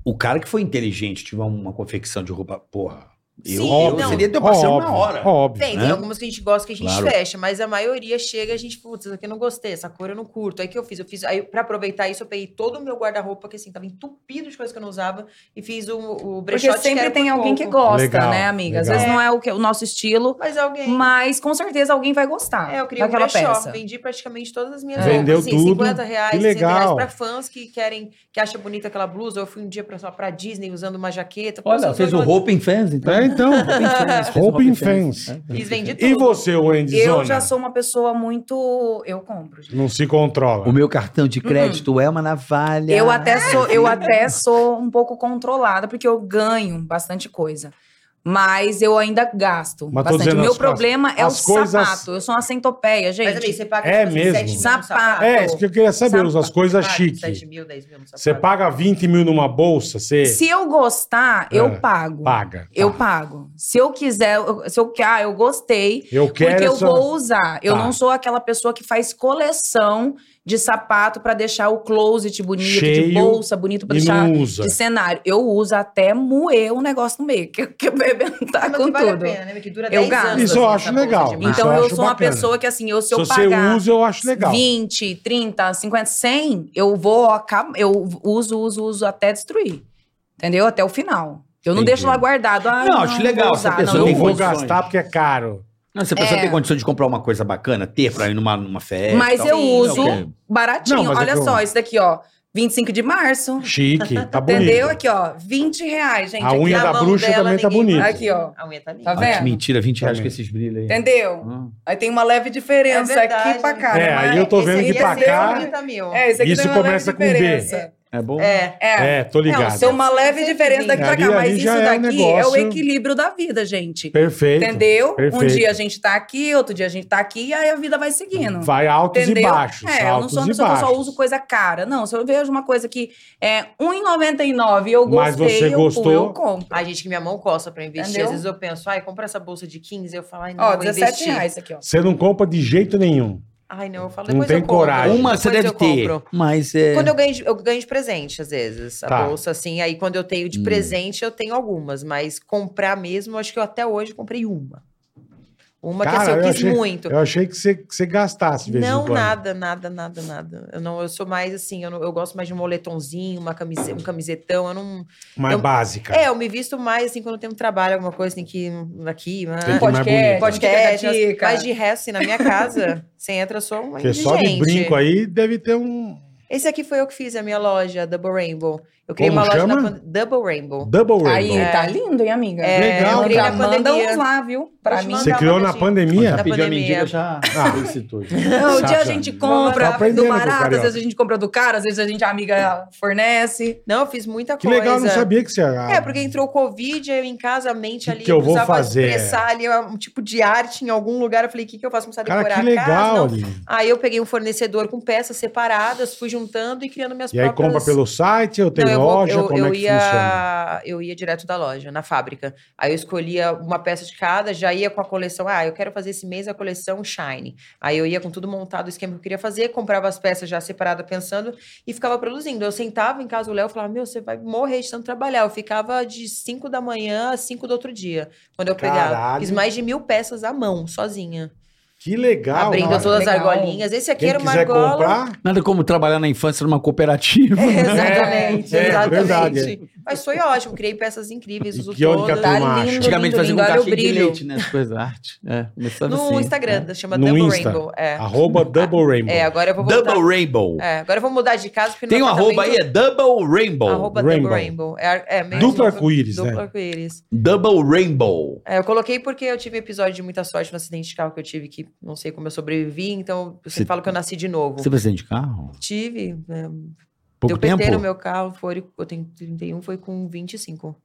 O cara que foi inteligente, tiver uma confecção de roupa, porra. Eu, Sim, eu assim, não. seria teu parceiro óbvio, na hora. Óbvio. Tem, né? tem algumas que a gente gosta que a gente Claro. fecha, mas a maioria chega e a gente, putz, isso aqui eu não gostei, essa cor eu não curto. Aí o que eu fiz? Eu fiz, aí pra aproveitar isso, eu peguei todo o meu guarda-roupa, que assim, tava entupido de coisas que eu não usava, e fiz o, o brechó Porque sempre é tem alguém que gosta, Legal, né, amiga? Às legal. vezes não é o, que, o nosso estilo, Mas alguém. mas com certeza alguém vai gostar. É, eu criei um Ah, daquela brechó, peça. vendi praticamente todas as minhas É. roupas. Vendeu tudo. 50 reais, Que 60 reais legal. pra fãs que querem, que acham bonita aquela blusa. Eu fui um dia pra, sei lá, pra Disney usando uma jaqueta. Pô, Olha, assim, fez foi o uma- roupa em fans, então. É, então. Roupa né? em fans. Fiz, vendi tudo. E você, Wendy Eu Zona? já sou uma pessoa muito. Eu compro, gente. Não se controla. O meu cartão de crédito Uhum. é uma navalha. Eu até, sou, eu até sou um pouco controlada, porque eu ganho bastante coisa. Mas eu ainda gasto Mas tô bastante. dizendo, o meu as- problema é o as coisas- sapato. Eu sou uma centopeia, gente. Mas, amigo, você paga É assim, mesmo? 7 mil no Sapato. sapato. É, isso que eu queria saber, Sapato. as coisas Paga chique. 7 mil, 10 mil no sapato. Você paga 20 mil numa bolsa, você Se eu gostar, eu É, pago. paga. Eu Tá. pago. Se eu quiser, eu- se eu quero, ah, eu gostei, eu quero porque eu essa... vou usar. Eu Tá. não sou aquela pessoa que faz coleção de sapato pra deixar o closet bonito, Cheio de bolsa bonito pra e deixar não usa. de cenário. Eu uso até moer um negócio no meio, que, que arrebentar Ah, Mas com que vale a tudo. pena, né? Que dura Eu 10 gasto. anos. Isso eu assim, acho essa bolsa legal. de marca. Então Isso eu eu, acho sou uma bacana. pessoa que assim, eu se Se eu você pagar usa, eu acho legal. 20, 30, 50, 100, eu vou, acab- eu uso, uso, uso até destruir. Entendeu? Até o final. Eu não Entendi. deixo lá guardado. Ah, Não, não, acho legal, Vou essa usar, pessoa Eu não, eu tem não vou uso. condições. gastar porque é caro. Não, se a pessoa É. tem condição de comprar uma coisa bacana, ter pra ir numa, numa festa. Mas tal. eu Não, uso ok. baratinho. Não, mas é Olha que eu- só, esse daqui, ó. 25 de março. Chique, tá bonito. Entendeu? Aqui, ó. 20 reais, gente. A aqui, unha na da mão bruxa dela, também tá ninguém bonita. vai. Aqui, ó. A unha tá linda. Tá Ah, que vendo? mentira, 20 reais Também. com esses brilhos aí. Entendeu? Ah. Aí tem uma leve diferença É verdade, aqui pra cá. né? É, mas aí eu tô esse vendo aqui que é pra seu, cá- né? 30 mil. É, esse aqui Isso tem uma começa leve com B. diferença. É bom? É. É. É, tô Não, ligado. seu Ser uma leve Sim, diferença daqui pra ali- cá, mas ali isso já é um daqui é o negócio- equilíbrio da vida, gente. Perfeito. Entendeu? Um perfeito. dia a gente tá aqui, outro dia a gente tá aqui, e aí a vida vai seguindo. Vai altos Entendeu? e baixos. é, eu não altos sou uma e pessoa que eu baixos. só uso coisa cara. Não, se eu vejo uma coisa que é 1,99 e eu gostei, Mas você eu, gostou? pulo, eu compro. Ai, gente, que minha mão coça pra investir. Entendeu? Às vezes eu penso, ai, compra essa bolsa de 15. Eu falo, ai, não, Ó, vou 17 investir. reais isso aqui, ó. Você não compra de jeito nenhum. Ai, não, eu falo, Não depois tem eu compro. coragem. Ah, Uma você deve Depois ter, eu compro. mas é... Quando eu ganho, de- eu ganho de presente, às vezes, a Tá. bolsa, assim. Aí quando eu tenho de Hum. presente, eu tenho algumas, mas comprar mesmo, acho que eu até hoje comprei uma. Uma Cara, que assim, eu eu quis achei- muito. Eu achei que você, que você gastasse de vez em Não, quando. nada, nada, nada, nada. Eu não, eu sou mais assim, eu, não- eu gosto mais de um moletomzinho, uma camise, um camisetão, eu não. Mais Eu- básica. É, eu me visto mais assim quando eu tenho um trabalho, alguma coisa assim que aqui, mas... Tem que ir mais Podcast, é bonito. podcast, podcast, um dica. mas de resto, assim, na minha casa, você entra só uma Porque só de indigente. brinco aí deve ter um. Esse aqui foi eu que fiz a minha loja, Double Rainbow. Eu criei Como uma chama? loja na pan- Double Rainbow. Double Aí, Rainbow. tá lindo, hein, amiga? É, Legal, eu queria cara. Manda Pandemia. uns lá, viu? Pra Vou te mim. mandar. Você criou na Da pandemia? Já pediu a pandemia. mendiga, já Ah. felicitou. Não, um dia a Saca. gente Tá compra aprendendo do com o barato, carioca. às vezes a gente compra do cara, às vezes a gente a amiga fornece. Não, eu fiz muita Que coisa. legal, eu não sabia que você era. É, porque entrou o Covid, eu em casa, a mente Que ali, que eu vou precisava fazer? expressar ali um tipo de arte em algum lugar. Eu falei, o que, que eu faço? Começar a decorar Cara, que a casa. legal, não. ali. Aí eu peguei um fornecedor com peças separadas, fui juntando e criando minhas E aí próprias... compra pelo site, eu tenho Não, eu vou- loja, eu- como eu é que ia, funciona? Eu ia direto da loja, na fábrica. Aí eu escolhia uma peça de cada, já ia com a coleção. Ah, eu quero fazer esse mês a coleção Shine. Aí eu ia com tudo montado, o esquema que eu queria fazer, comprava as peças já separadas, pensando, e ficava produzindo. Eu sentava em casa, o Léo falava, meu, você vai morrer de tanto trabalhar. Eu ficava de 5 da manhã a 5 do outro dia, quando eu Caralho. pegava. Fiz mais de mil peças à mão, sozinha. Que Ah, legal, abrindo cara. todas as Legal. argolinhas. Esse aqui Quem era uma quiser argola... comprar, Nada como trabalhar na infância numa cooperativa. Exatamente, É, é, exatamente. verdade. Mas foi ótimo, criei peças incríveis, E uso que onde que a todas. turma Tá acha? lindo, Antigamente lindo, fazia um lindo. Olha o cachê de brilho. leite, né? As coisas da arte. É, começava No assim. Instagram, né? chama tá No Double Insta. Rainbow. É. arroba Double Rainbow. É, agora eu vou voltar. Double Rainbow. É, agora eu vou mudar de casa. porque no Tem um arroba aí, apartamento- é é Double Rainbow. Arroba Rainbow. Double Rainbow. É, é mesmo. Duplo arco-íris, Duplo né? arco-íris. Double Rainbow. É, eu coloquei porque eu tive episódio de muita sorte no acidente de carro que eu tive, que não sei como eu sobrevivi, então eu Você- sempre falo que eu nasci de novo. Você precisa de carro? Tive. né, deu Pouco PT tempo? no meu carro, foi, eu tenho 31, foi com 25.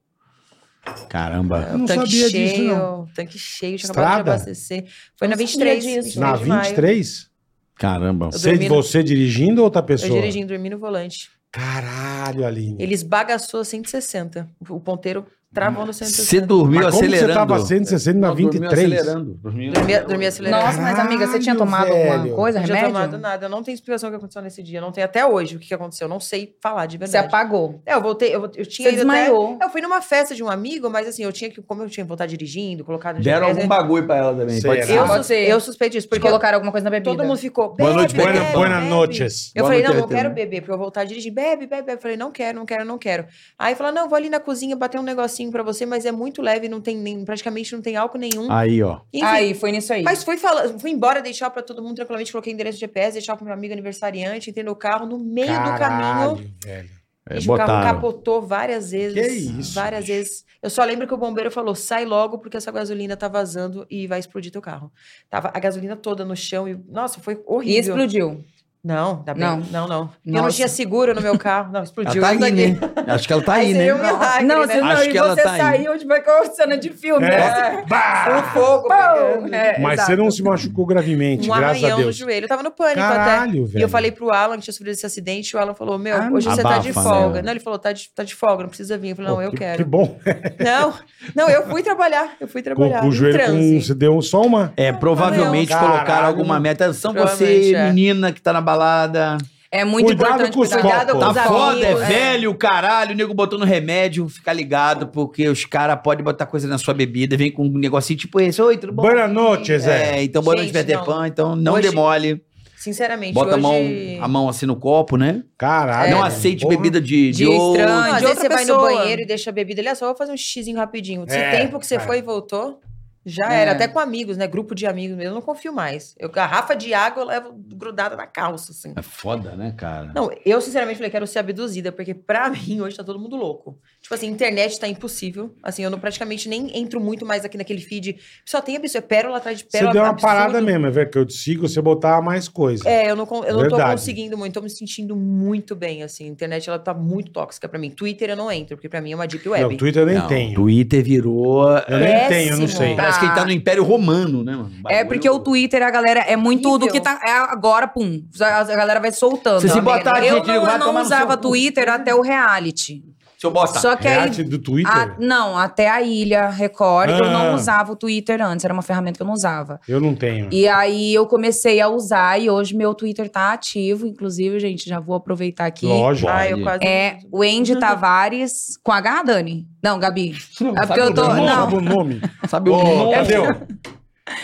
Caramba. Eu não tanque sabia cheio, disso, não. tanque cheio, tinha acabado de Estrada? abastecer. Foi Não na sabia 23, disso. 23 Na de maio. 23? Caramba. né, Eu Você, dormi no- você dirigindo ou outra Eu pessoa? dirigindo, dormi no volante. Caralho, Aline. Ele esbagaçou a 160. O ponteiro travou no 160. Você dormiu Mas como que acelerando. você tava 160 na Não, dormiu 23? acelerando. Dormiu Dormi, dormi acelerando. Nossa, mas amiga, você tinha Caralho, tomado velho. alguma coisa, não tinha remédio? tomado nada. Eu não tenho explicação do que aconteceu nesse dia. Não tenho até hoje o que que aconteceu. Eu Não sei falar de Você verdade. apagou. É, eu voltei. Eu, eu tinha Você ido até... desmaiou. Eu fui numa festa de um amigo, mas assim, eu tinha que. Como eu tinha que voltar dirigindo, colocado no Deram GPS, algum bagulho pra ela também. Será? Pode ser. é- eu, assim. Pode sus- ser. eu suspeito disso, Te porque colocaram alguma coisa na bebida. todo mundo ficou. Boa noite, "Bebe, Boa- bebe, Buenas bebe." noches. Eu Boa falei, noite, não, não Arthur. quero beber, porque eu vou voltar a dirigir. Bebe, bebe, bebe. Eu falei, não quero, não quero, não quero. Aí falou, não, vou ali na cozinha bater um negocinho pra você, mas é muito leve, não tem nem, praticamente não tem álcool nenhum. Aí, ó. Enfim, Aí, foi nisso aí. mas fui falando, fui embora, deixar pra todo mundo tranquilamente, coloquei endereço de GPS, deixar pro meu amigo aniversariante, entrei no carro, no meio do caminho. Velho. É, gente, o carro botaram. capotou várias vezes. Que isso, Várias bicho. vezes. Eu só lembro que o bombeiro falou: sai logo, porque essa gasolina tá vazando e vai explodir teu carro. Tava a gasolina toda no chão e, nossa, foi E horrível. explodiu. Não, tá bem. Não. Não, não. Eu não Nossa. tinha seguro no meu carro. Não, Ela explodiu. tá isso aí, daqui. né? Acho que ela tá aí, Aí né? seria um milagre, não, né? você, não, Acho e que ela você tá aí. É. saiu, tipo, é como cena de filme. né? Um Ah. fogo Pau! pegando. né? É, É. Mas exato. você não se machucou gravemente, Um graças a arranhão no Deus. joelho. Eu tava no pânico até. Caralho, E velho. eu falei pro Alan que tinha sofrido esse acidente. E o Alan falou: Meu, Ah, hoje você tá de abafa, folga. né? Não, ele falou: tá de, tá de folga, não precisa vir. Eu falei: Não, Pô, eu que, quero. Que bom. Não, não, eu fui trabalhar. Eu fui Com, trabalhar. com o em joelho, com, transe. você deu só uma. É, provavelmente Caralho. colocaram alguma meta. Atenção, você, Provavelmente, é. menina que tá na balada. É muito Cuidado importante com os cuidar. Cuidado com Tá os foda, é amigos. velho, caralho. O nego botando remédio, fica ligado, porque os caras podem botar coisa na sua bebida, vem com um negocinho tipo esse. Oi, tudo bom? Boa noite, Zé. É, então boa noite, Gente, Peter não. Pan. Então não Hoje- demole. um- Sinceramente, Bota a, mão, hoje... a mão assim no copo, né? Caralho. não aceite Porra. bebida de, de, De outro. estranho. Não, de às vezes outra você vai pessoa. no banheiro e deixa a bebida ali, ah, só vou fazer um xizinho rapidinho. Esse É, tempo que você é. foi e voltou, já É. era. Até com amigos, né? Grupo de amigos mesmo, eu não confio mais. Eu, garrafa de água eu levo grudada na calça, assim. É foda, né, cara? Não, eu sinceramente falei, quero ser abduzida, porque pra mim hoje tá todo mundo louco. Tipo assim, internet tá impossível. Assim, eu não praticamente nem entro muito mais aqui naquele feed. Só tem absurdo, é pérola atrás de Você pérola. deu uma absurdo. parada mesmo, é ver que eu te sigo, você botava mais coisa. É, eu não, con- eu não tô Verdade. conseguindo muito, tô me sentindo muito bem, assim. A internet, ela tá muito tóxica pra mim. Twitter eu não entro, porque pra mim é uma deep web. não, Twitter eu nem Não, É. tenho. Twitter virou. Eu nem é Péssimo. tenho, eu não sei. Tá. Parece que ele tá no Império Romano, né, mano? É Bagulho- porque o Twitter, a galera, é muito do Horrível. que tá. É agora, pum. A a galera vai soltando. Se se Amiga, né? botar, eu gente, não, vai eu não tomar no usava seu cu. Tá, Twitter até o reality. Deixa eu botar. Só que aí. React do Twitter? Ah, a- não, até a Ilha Record, eu Ah. não usava o Twitter antes, era uma ferramenta que eu não usava. Eu não tenho. E aí eu comecei a usar e hoje meu Twitter tá ativo, inclusive, gente, já vou aproveitar aqui. Lógico. Ah, eu quase. É o Andy Tavares com H, Dani? Não, Gabi. É porque eu tô. Não, Não, sabe o nome. Sabe o Ô, nome? cadê? o-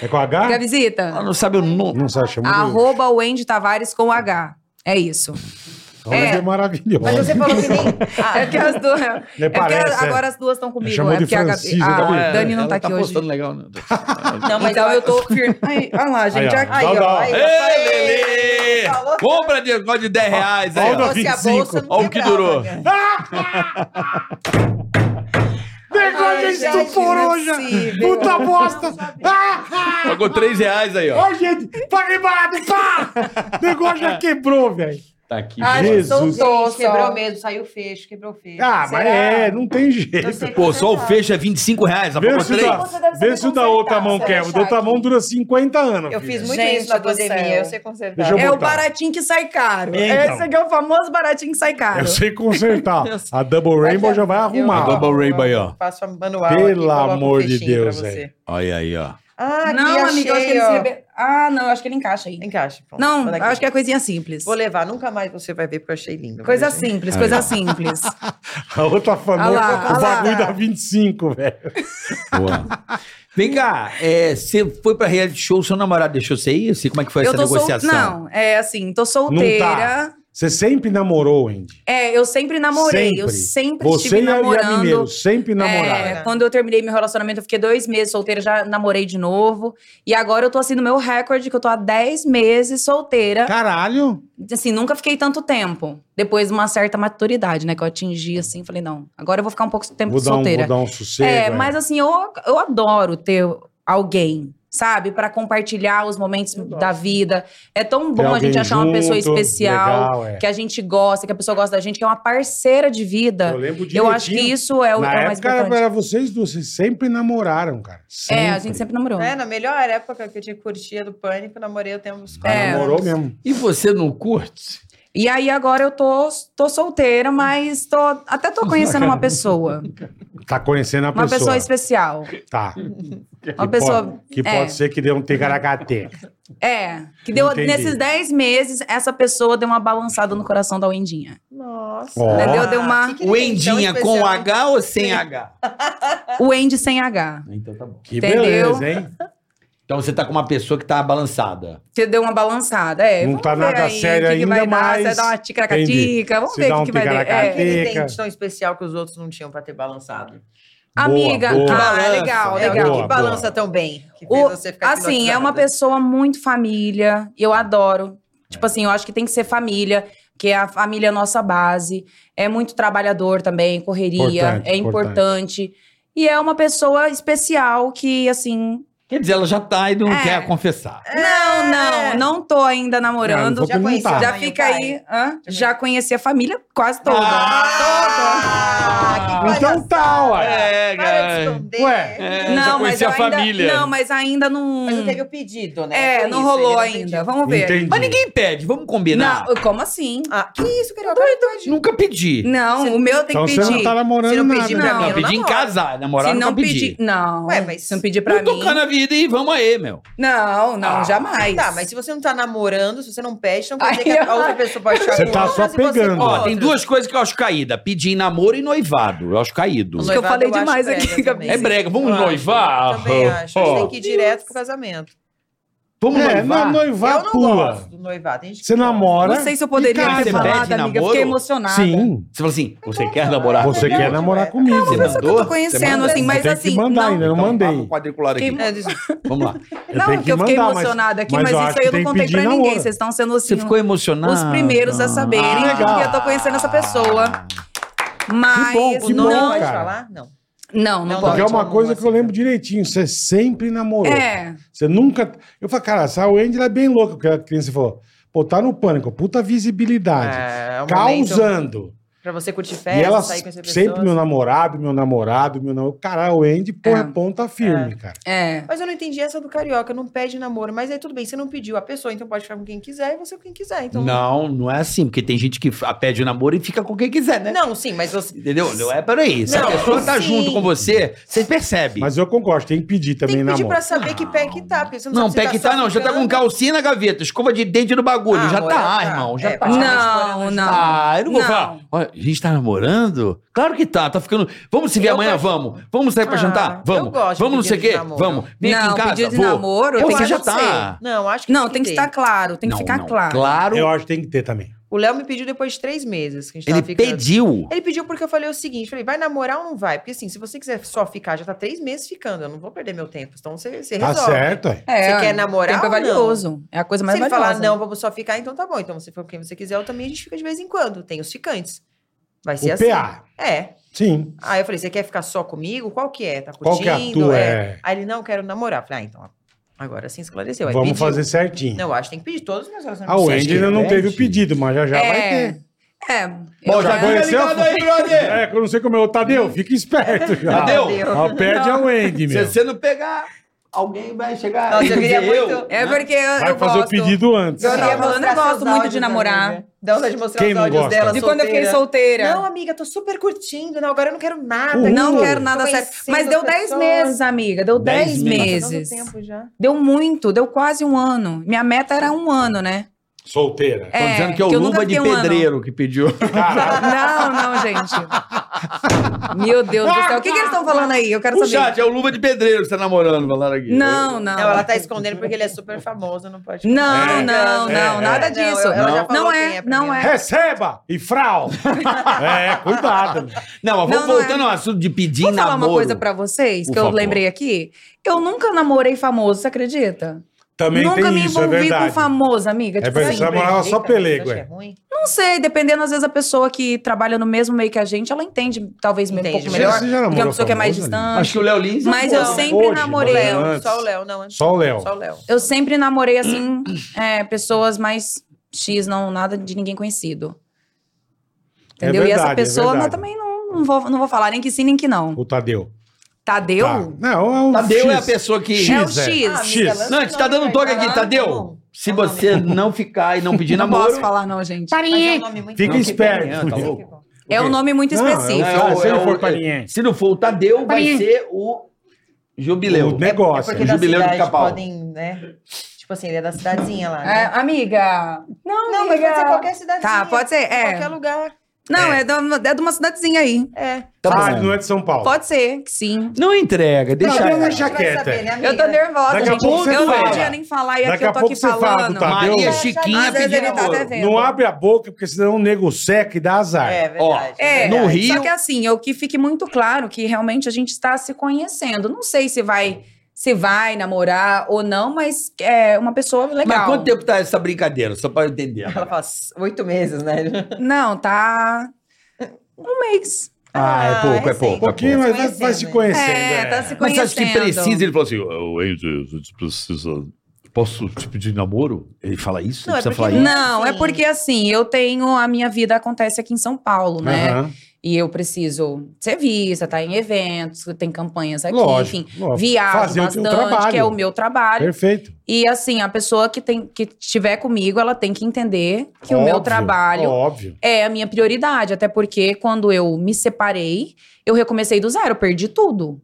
É com H? Gabizita. Ela não sabe o nome. Não sabe, chamou. Arroba o Andy Tavares com H. É isso. Olha É. que maravilhoso. Mas você falou que nem. Ah, é porque as duas. Nem É porque parece, é. agora as duas estão comigo. chamou É de porque a, Gabi, Francisca, a Gabi. Ela- Dani não É, ela tá aqui hoje. postando legal. né? Não, mas então eu tô firme. Aí, olha lá, gente. é ó. aqui. Aí, Dá, um dá. ó. Aí, ó. Ê, Falei. Lelê! Tá Falou. Compra de, negócio de 10 reais aí, Olha ó. o Fosse a 25. bolsa, não Olha o que quebrava, durou. né? Negócio Ai, de gente, estuporou já. não é possível. Puta bosta. Ah, Pagou 3 reais aí, ah. ó. Ó, gente, paguei barato. Pá! Negócio já quebrou, velho. Tá aqui. Ai, boa. Jesus. sou Gente, doce, quebrou ó. mesmo, saiu o fecho, quebrou o fecho. Ah, mas é, não tem jeito. Pô, só tá- tá. o fecho é 25 reais. Ela Vê pagou se, o 3. da, Você deve vê saber se o da outra consertar, mão se quebra. O da deixar outra aqui. mão dura 50 anos. Eu fiz filho. muito Gente isso na do céu. pandemia, eu sei consertar. Deixa eu É o botar. baratinho que sai caro. Então. Esse aqui é o famoso baratinho que sai caro. Eu sei consertar. A Double Mas Rainbow é- já vai eu- arrumar. A Double Rainbow aí, ó. Faço a manual. Pelo aqui, coloco amor um de peixinho Deus, pra você. velho. Olha aí, ó. Ah, aqui não, amigo, eu acho que achei, ele se ó. rebe... Ah, não, eu acho que ele encaixa Então, aí. Encaixa. pronto. Não, Olha eu aqui. acho que é coisinha simples. Vou levar, nunca mais você vai ver, porque eu achei lindo. Coisa Vou deixar. simples, Aí. coisa simples. A outra família, Ah lá, o ah lá. bagulho dá 25, velho. Boa. Vem cá, é, você foi pra reality show, seu namorado deixou você ir? Assim, como é que foi eu essa tô sol... negociação? Não, é assim, tô solteira. Você sempre namorou, Andy. É, eu sempre namorei. Eu Sempre. sempre Você estive e a, e a namorando. Mineiro sempre namoraram. É, quando eu terminei meu relacionamento, eu fiquei dois meses solteira, já namorei de novo. E agora eu tô assim no meu recorde, que eu tô há 10 meses solteira. Caralho. Assim, nunca fiquei tanto tempo. Depois de uma certa maturidade, né? Que eu atingi, assim, falei, não, agora eu vou ficar um pouco de tempo Vou dar, um, solteira. vou dar um sossego. É, é. mas assim, eu, eu adoro ter alguém, sabe? Pra compartilhar os momentos da vida. É tão Ter bom a alguém gente achar uma junto, pessoa especial, legal, é. que a gente gosta, que a pessoa gosta da gente, que é uma parceira de Eu vida. lembro de Eu acho que isso é o, Na é o mais época era, importante. era vocês duas, vocês sempre namoraram, cara. É, a Sempre. gente sempre namorou. É, na melhor época que eu tinha curtia do pânico, namorei o tempo dos Ah, É. Namorou mesmo. E você não curte? E aí agora eu tô, tô solteira, mas tô, até tô conhecendo uma pessoa. Tá conhecendo a Uma pessoa. pessoa especial. Tá. Uma pessoa. Pode, que é. pode ser que dê um tecaracate. É. Que deu, Entendi. nesses 10 meses, essa pessoa deu uma balançada no coração da Wendinha. Nossa. Ó. Entendeu? Deu uma- Que que O tem de tão Endinha então, especial? com H ou sem H? O Wendy sem H. Então tá bom. Que Entendeu? beleza, hein? Então você tá com uma pessoa que tá balançada. Você deu uma balançada, é. Não Vamos tá ver nada aí sério o que que vai ainda, dar, mas- Você dá uma Entendi. ticaracatica, vamos Se ver dá o um que, que vai dar. O que É. ticaracatica. ele tem Teca. de tão especial que os outros não tinham pra ter balançado? Boa, Amiga, boa. ah, Balança. legal, É, legal. boa, que balança tão bem? Que fez O- você ficar assim, é uma hipnotizada? pessoa muito família, eu adoro. Tipo assim, eu acho que tem que ser família, que a família é a nossa base. É muito trabalhador também, correria, Importante, é importante. E é uma pessoa especial que, assim. Quer dizer, ela já tá e não É. quer confessar. Não, não, não tô ainda namorando. Não, não vou Já conheci perguntar. a Já mãe e o fica pai? aí. hã? Já conheci a família quase toda. né? Ah, que Então tá, palhaçada. ué. É, Para de cara. esconder. Ué. É, Toda. já Não, mas conheci eu a ainda, família. Não, mas ainda não. Mas não teve o pedido, né? É, Foi não isso, rolou ele não ainda. pediu. Vamos ver. Entendi. Mas ninguém pede, vamos combinar. Não, como assim? Ah, que isso, querido? Agora eu tô Nunca pedi. Não, Você- o meu tem Então que você pedir. não tá Se namorando não nada. pedir pra Não, mim, eu Não, pedi em namoro. casar, namorar Se não não nunca pedi. pedir. Não. Ué, mas- Se não pedir pra Vou mim. tocar na vida e vamos aí, meu. Não, não, Ah, jamais. Tá, mas se você não tá namorando, se você não pede, não quer dizer que Aí, a ó. outra pessoa pode achar Você com tá outra, só se você pegando. com Ó, outra. tem duas coisas que eu acho caída: pedir em namoro e noivado. Eu acho caído. Acho que eu Noivado falei acho demais brega aqui, também. É brega, vamos Eu acho, noivar? Oh. Também acho. A gente Ó. tem que ir direto pro casamento. Vamos É, noivar? não, noivar eu não pula. gosto do noivado. Tem gente que Você gosta. namora. Não sei se eu poderia E cara, ter você falado, pede amiga. namoro? Fiquei emocionada. Sim. Você falou assim: você quer namorar? Você comigo? quer namorar comigo. Você Pessoa que eu mandou? tô conhecendo, Você assim, mandou? mas Tem que assim. mandar não, ainda, eu não Então, mandei. papo quadriculado aqui. Fiquei- É, des- Vamos lá. Eu não, tenho porque eu fiquei mandar, mas- emocionada aqui, mas mas, acho isso aí que eu tem não que contei pedir pra ninguém. namoro. Vocês estão sendo assim. Você ficou emocionado? os primeiros a saberem Ah, legal. que eu tô conhecendo essa pessoa. Mas bom, que o nome não, bom, pode cara. falar? Não. não, não, Não, pode. Porque é uma Ótimo, coisa assim, que eu lembro cara. direitinho. Você sempre namorou. É. Você nunca. Eu falo, cara, essa Wendy ela é bem louca, porque a criança falou: pô, tá no pânico, puta visibilidade. É, é um momento causando. Pra você curtir e festa, ela sair com essa pessoa. sempre meu namorado, meu namorado, meu namorado. Cara, o Andy, porra, É. é ponta firme, cara. É. Mas eu não entendi essa do carioca, não pede namoro. Mas aí tudo bem, você não pediu a pessoa, então pode ficar com quem quiser e você com quem quiser. Então... Não, não é assim, porque tem gente que f- pede namoro e fica com quem quiser, né? Não, sim, mas você. Entendeu? Não é para isso. Se a Não, pessoa tá sim. junto com você, você percebe. Mas eu concordo, tem que pedir também Tem que pedir namoro. pra saber que pé que tá. Porque você não, não, sabe pé se que tá, não. Já tá com ficando. calcinha na gaveta, escova de dente no bagulho. Ah, já amor, tá, já tá. irmão. Já É, tá. pra- Não, não. Ah, eu não vou Não. falar. Olha, a gente tá namorando? Claro que tá, tá ficando. Vamos se ver Eu amanhã? gosto. Vamos. Vamos sair pra Ah, jantar? eu Vamos. gosto de Vamos não sei pedido o quê? de namoro. Vamos. Vem aqui em Não, casa. pedido de vou. namoro, Eu tem sei, que já acontecer. tá. Não, acho que Não, tem que ter. estar claro, tem que Não, ficar não. claro. Claro. Eu acho que tem que ter também. O O Léo me pediu depois de três meses. Que a gente Ele tava ficando. pediu. Ele pediu porque eu falei o seguinte, falei, vai namorar ou não vai? Porque assim, se você quiser só ficar, já tá três meses ficando, eu não vou perder meu tempo. Então você, você Tá resolve. certo, é. É, Você quer o namorar tempo é ou não? valioso. É a coisa mais se ele valiosa. falar, né? não, vamos só ficar, então tá bom. Então você for quem você quiser, eu também a gente fica de vez em quando. Tem os ficantes. Vai ser O assim. PA. É. Sim. Aí eu falei, você quer ficar só comigo? Qual que é? Tá curtindo? Qual que é a tua? É. Aí ele, não, quero namorar. Eu Falei, ah, então, agora sim esclareceu. Aí Vamos pediu. fazer certinho. é Não, eu acho que tem que pedir todos os meus A relacionamentos. Você acha Wendy que ainda não pede? teve o pedido, mas já já vai É. ter. É. Bom, eu já já- conheci- Conheceu a- ligado aí, brother? É, que eu não sei como é o Tadeu, fica esperto já. Ah, Tadeu. Ó, perde a Wendy, Se meu. você não pegar, alguém vai chegar. Nossa, e eu queria dizer, muito. É porque eu, Vai eu fazer gosto. o pedido antes. Eu não- Dá vontade eu não mostrar gosto seus muito de áudios, namorar. amiga. Dá vontade de mostrar Quem os não áudios gosta? dela. De quando eu fiquei solteira. solteira. Não, amiga, tô super curtindo. Não, agora eu não quero nada. Uhul. aqui, Não tô quero nada sério. Mas conhecendo deu as 10 pessoas. meses, amiga. Deu Dez 10 meses. Nossa, tanto meses. tempo já. Deu muito, deu quase um ano. Minha meta era um ano, né? Solteira. Tô É, dizendo que é o que eu nunca Luva de fiquei um ano. Pedreiro que pediu. Cara, Não, não, gente. Meu Deus Ah, do céu. O que, que eles estão falando aí? Eu quero O saber. chat é o Luva de Pedreiro que você tá namorando, falaram aqui. Não, Não, ela não. tá escondendo porque ele é super famoso, não pode. Não, É. não, não, É, nada é. disso. Não, ela já Não, falou é, quem é pra não mim. é. receba e frau. É, cuidado. Não, mas Não, vamos não voltando é. ao assunto de pedir Vou falar namoro. uma coisa pra vocês Por que eu favor. lembrei aqui. Eu nunca namorei famoso, você acredita? Também nunca tem me isso, é envolvi com verdade. famoso, amiga. É Tipo, verdade. assim, Essa moral é só pelego, é. não sei, dependendo, às vezes, a pessoa que trabalha no mesmo meio que a gente, ela entende talvez um Entende pouco melhor. melhor. Você já do que namorou uma pessoa que é mais famoso, distante. Acho que o Léo Lins. Mas não eu foi. sempre Hoje, O namorei. mas Léo, Antes. só o Léo, não. antes. Só o Léo. Só o Léo. Eu sempre namorei, assim, é, pessoas mais X, não nada de ninguém conhecido. É Entendeu? e verdade, essa é pessoa verdade. não, também não, não, vou, não vou falar nem que sim, nem que não. O Tadeu. Tadeu? Tá. Não, é o Tadeu é a X. pessoa que. É o X, é. X. Ah, X. amiga, lança Não, a gente tá o nome dando um pra toque ele. aqui, Ah, tá Tadeu. bom. Se você não ficar e não pedir não namoro. posso falar, não, gente. Mas é um nome muito Fica bom. esperto. Tá louco. É um nome muito Não, específico. é o- se ele for Parinhê. se não for o Tadeu, vai Parinhê. ser o Jubileu. O negócio. É Porque O da jubileu de cidade Capau. podem, né? Tipo assim, ele é da cidadezinha lá. É, né? amiga. Não, Não, mas pode ser qualquer cidadezinha. Tá, pode ser. É. Qualquer lugar. Não, é. de uma- é de uma cidadezinha aí. É. Tá bom. ah, ele não é de São Paulo. Pode ser, que sim. Não entrega, deixa. Tadeu, ela. deixa A gente vai quieta. saber, né, amiga? Eu tô nervosa, Daqui a gente. pouco você eu não fala. podia nem falar e aqui Daqui a eu tô pouco aqui você fala do falando. Tadeu. Maria Tadeu. Chiquinha Às vezes pediu ele tá namoro. até Tá vendo. Não abre a boca, porque senão o nego seca e dá azar. É verdade. É, é no verdade. Rio- Só que assim, eu que fique muito claro que realmente a gente está se conhecendo. Não sei se vai se vai namorar ou não, mas é uma pessoa legal. Mas quanto tempo tá essa brincadeira? Só pra eu entender. Ela faz oito meses, né? Não, tá um mês. Ah, é pouco, é recente. pouco. Um pouquinho, mas vai- vai se Conhecendo, conhecendo. Tá É, tá se Mas você acha que Conhecendo. precisa? Ele falou assim: "Ô, Andy, você precisa. Posso te pedir namoro? Ele fala isso? Não, é Ele precisa porque falar não- isso? Não, é Assim. porque assim, eu tenho a minha vida acontece aqui em São Paulo, né? Aham. E eu preciso ser vista, estar em eventos, tem campanhas aqui, Lógico, enfim. lógico. Viajo Fazer o teu bastante, trabalho. que é o meu trabalho. Perfeito. E assim, a pessoa que tem que estiver comigo, ela tem que entender que o meu Óbvio, trabalho Óbvio. é a minha prioridade. Até porque quando eu me separei, eu recomecei do zero, eu perdi tudo.